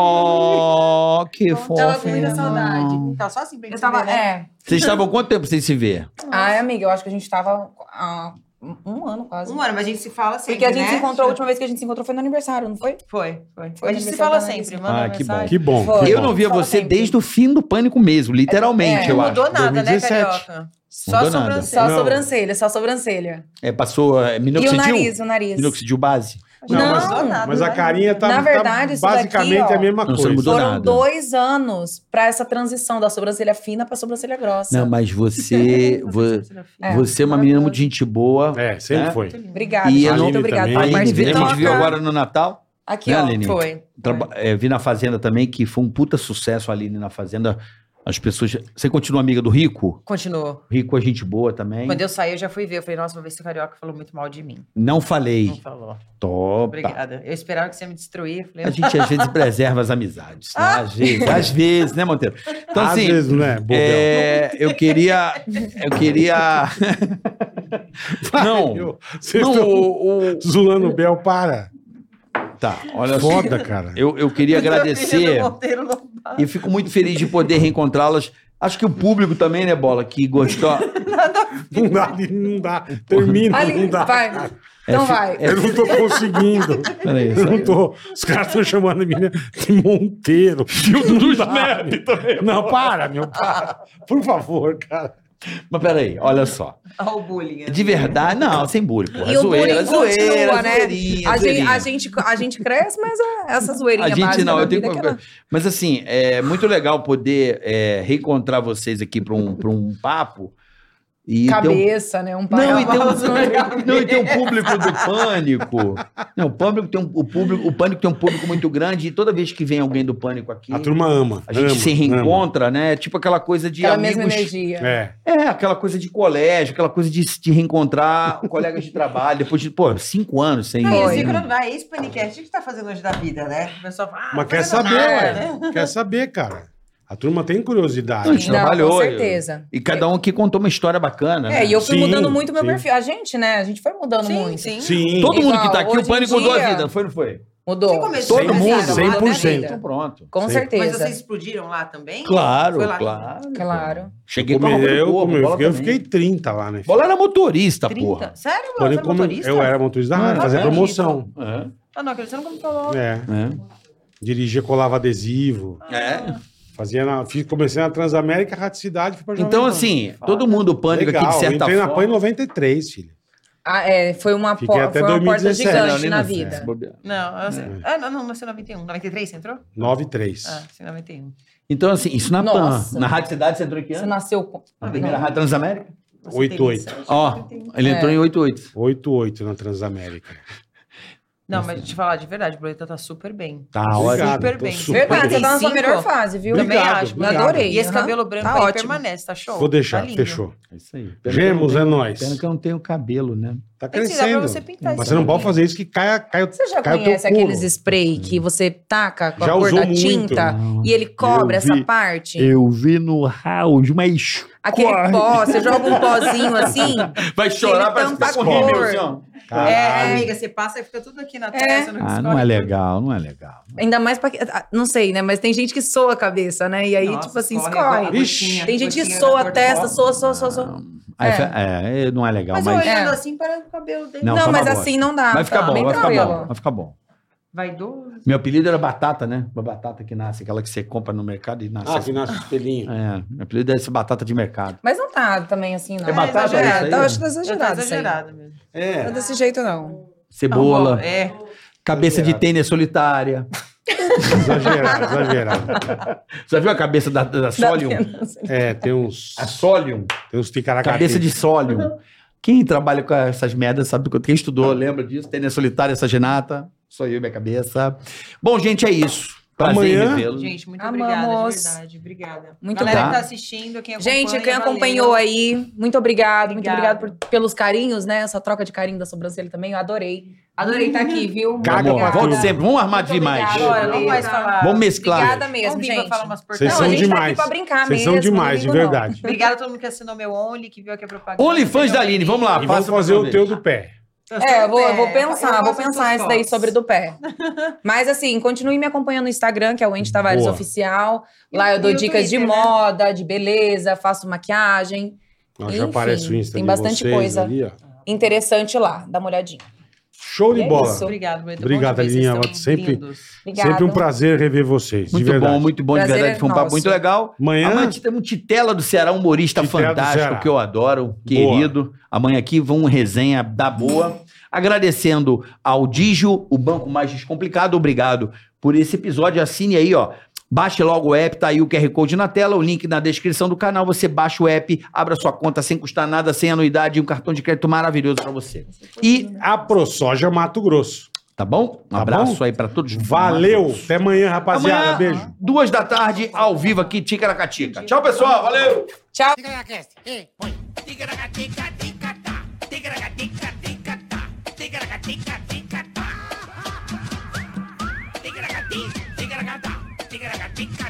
Oh, que fofo. Tava com né? muita irmão. saudade. Então, Tá só assim, bem Eu tava. É. Vocês estavam quanto tempo sem se ver? Ai, amiga, eu acho que a gente tava há um- um ano quase. Um ano, mas a gente se fala sempre. Porque a gente né? se encontrou, a última vez que a gente se encontrou foi no aniversário, não foi? Foi, foi. Foi a gente se aniversário fala da Ana sempre, Lisa. manda Ah, que bom. mensagem. Que bom. Foi. que Eu bom. não via Fala você sempre. desde o fim do pânico mesmo, literalmente, É, eu Não acho. mudou nada, 2017. né, Carioca? Só Mudou nada. sobrancelha. Só Não. sobrancelha, só sobrancelha. É, passou é, E o minoxidil? nariz, o nariz. Minoxidil base? Não, Não, mas- mudou nada. Mas a né? carinha tá, Na tá verdade, isso basicamente daqui, ó, a mesma Não, você coisa. mudou. Foram nada. dois anos pra essa transição da sobrancelha fina pra sobrancelha grossa. Não, mas você... vo- É, você é uma menina muito gente boa. Tá É, sempre É? foi. Obrigada, E gente, a Aline muito obrigada também. pela A gente, a gente viu participação. agora no Natal. Aqui, né, ó. Aline? Foi. Traba- é, vi na Fazenda também, que foi um puta sucesso a Aline na Fazenda. As pessoas. Você continua amiga do Rico? Continuou. Rico é gente boa também. Quando eu saí, eu já fui ver. Eu falei, nossa, uma vez que o Carioca falou muito mal de mim. Não Não falei. falou. Topa. Obrigada. Eu esperava que você ia me destruir. Eu Falei, A gente às vezes preserva as amizades. Né? Às vezes, às vezes, né, Monteiro? Então, Às assim, vezes, né? Bobel? é, eu queria. Eu queria. não, Eu- Vocês não, estão o- o- zulando o Bel, para. Tá, olha só. Foda, cara. Eu, eu queria agradecer. E fico muito feliz de poder reencontrá-las. Acho que o público também, né, Bola, que gostou. Não dá, não dá. Termina, Aline, não dá. vai. Então É, fi- vai. é- Eu não tô conseguindo. Peraí, Eu não tô. Os caras estão chamando a menina de Monteiro. E o do Snap também. Não, para, meu, para. Por favor, cara. Mas peraí, olha só. Olha o bullying. né?" De verdade, não, sem bullying, porra. E É o bullying zoeira, continua, zoeira, né? zoeirinha, A gente, zoeirinha. a, gente, a gente cresce, mas é essa zoeirinha A gente básica não, da eu tenho vida que- que ela- Mas assim, é muito legal poder é, reencontrar vocês aqui para um, pra um papo. E ter um- Cabeça, né? Um pai. Não, e tem Vamos olhar um, não, e tem um público do pânico. Não, o pânico tem um, o público, o pânico tem um público muito grande e toda vez que vem alguém do pânico aqui, A turma ama. a gente ama, se ama. reencontra, né? Tipo aquela coisa de Aquela mesma amigos. energia. É. É, aquela coisa de colégio, aquela coisa de se de reencontrar colegas de trabalho, depois de, pô, cinco anos sem. Não, e Foi. assim, quando vai, esse panicast, o que você tá fazendo hoje da vida, né? O pessoal fala, ah, Mas não quer tô fazendo saber, nada, ué. Quer saber, cara. A turma tem curiosidade. a gente Não, trabalhou, Com eu- certeza. E cada um aqui contou uma história bacana. É, né? e eu fui Sim, mudando muito meu sim. perfil. A gente, né? A gente foi mudando Sim, muito. sim. Sim. Todo mundo que Igual, tá aqui, o hoje em pânico mudou a dia- vida, não foi, não foi? Mudou. Você começou Todo a mundo, fazer a roda, né, 100%. vida? Então pronto. Com Sim. Mas certeza. vocês explodiram lá também? Claro, Foi lá. claro. Claro. Cheguei Eu, com a roupa eu, do corpo, eu bola fiquei, eu também. fiquei 30 lá, né? Bola era motorista, 30? porra. Sério, mano? Você Quando eu, era come- motorista? eu era motorista da Ah, rádio, fazia acredito. promoção. Ah, não, acredito, você não falou. É. É. Dirigia, colava adesivo. É. Fazia na, fiz, comecei na Transamérica, Rádio Cidade, fui pra Jovem Então, Pan. assim, todo mundo pânico Legal. aqui de certa Entrei na PAN em forma. 93, filho. Ah, é, foi uma, Fiquei po- até foi uma porta 2017. gigante nem na sei, vida. se bobear. Não, eu sei. É. ah, não, não, nasceu em 91. 93 você entrou? 93. É. Ah, sim, 91. Então, assim, isso na PAN. Nossa. Na Rádio Cidade você entrou em que Você ano? nasceu com. Na primeira Rádio Transamérica? Você Oito, teve oito. sete, Ó, 91. ele É. entrou em 88. 88 na Transamérica. Não, mas te falar de verdade, o Boleta tá super bem. Tá Obrigado, Super tô bem. Verdade, você tá na sua 45? melhor fase, viu? Também Obrigado, acho, obrigado. Adorei, E esse aham. cabelo branco Tá aí ótimo. permanece, tá show? Vou deixar, tá lindo. fechou. É isso aí. né? Pena que eu não Gemos, é tenho- nóis. Pena que eu não tenho cabelo, né? Tá Tem que dar pra crescendo. você pintar Mas isso você não aí. pode fazer isso que cai, cai o Você já Cai o teu conhece couro. aqueles spray que você taca com Uhum. Já a cor usou da muito. tinta Não. e ele cobre Eu essa vi. parte? Eu vi no house, mas. Aquele Corre. pó, você joga um pozinho assim. Vai chorar, Ele parece que tá tampa com a cor. rímel, assim, ó. É, Caralho. amiga, você passa e fica tudo aqui na É. testa. você Ah, escolhe. não é legal, não é legal. Ainda mais pra. que- ah, Não sei, né? Mas tem gente que soa a cabeça, né? E aí, Nossa, é tipo assim, escorre escorre. a Ixi. gotinha, Tem gente que gotinha soa da Tipo assim, a testa, cor do soa, soa, soa, soa. Aí É. fa- É, é, não é legal, pó. mas. Mas olhando É. assim, parece o cabelo dele. Não, Não, tá só mas uma bosta. assim não dá. Vai ficar tá? bom, Bem vai ficar tranquilo. bom, vai ficar bom. Vai do... Meu apelido era batata, né? Uma batata que nasce, aquela que você compra no mercado e nasce. assim. Ah, que nasce os pelinhos. É, meu apelido deve ser batata de mercado. Mas não tá também assim, não. É batata exagerado. isso aí? Eu acho que tá Exagerado, exagerado. isso aí. exagerado mesmo. Não é É. desse jeito, não. Cebola, É. cabeça de Exagerado. tênis solitária. Exagerado, exagerado. Já viu a cabeça da, da Dá Solium? pena. É, tem uns. A Solium? Tem uns ticaracati. Cabeça de Solium. Quem trabalha com essas merdas sabe do que quem estudou, lembra disso? Tênia Solitária, essa Genata. Sou eu, minha cabeça. Bom, gente, é isso. Prazer em Amanhã- revê-lo. Gente, muito Amamos. obrigada, de verdade. Obrigada. Muito Galera que obrigado. tá assistindo, quem acompanha, Gente, quem valeu. acompanhou aí, muito obrigado, muito Obrigada. obrigado por- pelos carinhos, né? Essa troca de carinho da sobrancelha também, eu adorei. Adorei estar aqui, viu? Muito Caga pra obrigada. tudo. Volte sempre. Vamos armar Muito de vir mais. obrigada. Agora, não mais falar. Vamos mesclar. Obrigada Mesmo, mesmo, viva gente. falar umas Vocês Não, porcaria. são a gente tá aqui demais. pra brincar Vocês mesmo. são demais, de comigo não. verdade. Obrigada a todo mundo que assinou meu Only, que viu aqui a propaganda. OnlyFans da Aline, vamos lá. E vamos Faça pra fazer o vocês. teu do pé. É, eu vou, eu vou É, pensar, eu vou gosto das pensar suas isso daí fotos. sobre do pé. Mas assim, continue me acompanhando no Instagram, que é o Ente Tavares Boa. Oficial. Lá eu E dou o dicas de Twitter, né? moda, de beleza, faço maquiagem. Ó, já Enfim, aparece o Insta tem de bastante vocês coisa. ali, ó. Interessante lá, dá uma olhadinha. Show de E é bola. isso. Obrigado, muito Obrigado, bom te ver, vocês Aline, são sempre- lindos. Obrigada. Sempre um prazer rever vocês, de Muito verdade. bom, muito bom, de Prazer verdade. Foi um nosso. papo muito legal. Amanhã, Amanhã temos um Titela do Ceará, um humorista É. Titela do fantástico Ceará. que eu adoro, querido. Amanhã aqui vão resenha da boa. Agradecendo ao Digio, o Banco Mais Descomplicado, obrigado por esse episódio. Assine aí, ó. Baixe logo o app, tá aí o QR Code na tela, o link na descrição do canal. Você baixa o app, abra sua conta sem custar nada, sem anuidade e um cartão de crédito maravilhoso pra você. E, a ProSoja Mato Grosso. tá bom? Um Tá abraço bom? aí pra todos. Valeu. Até amanhã, rapaziada. Amanhã, Beijo. Duas da tarde, ao vivo aqui, Ticaracatica. Tchau, pessoal. Valeu! Tchau. Tigra-ga-tica, tigra-ga-tica,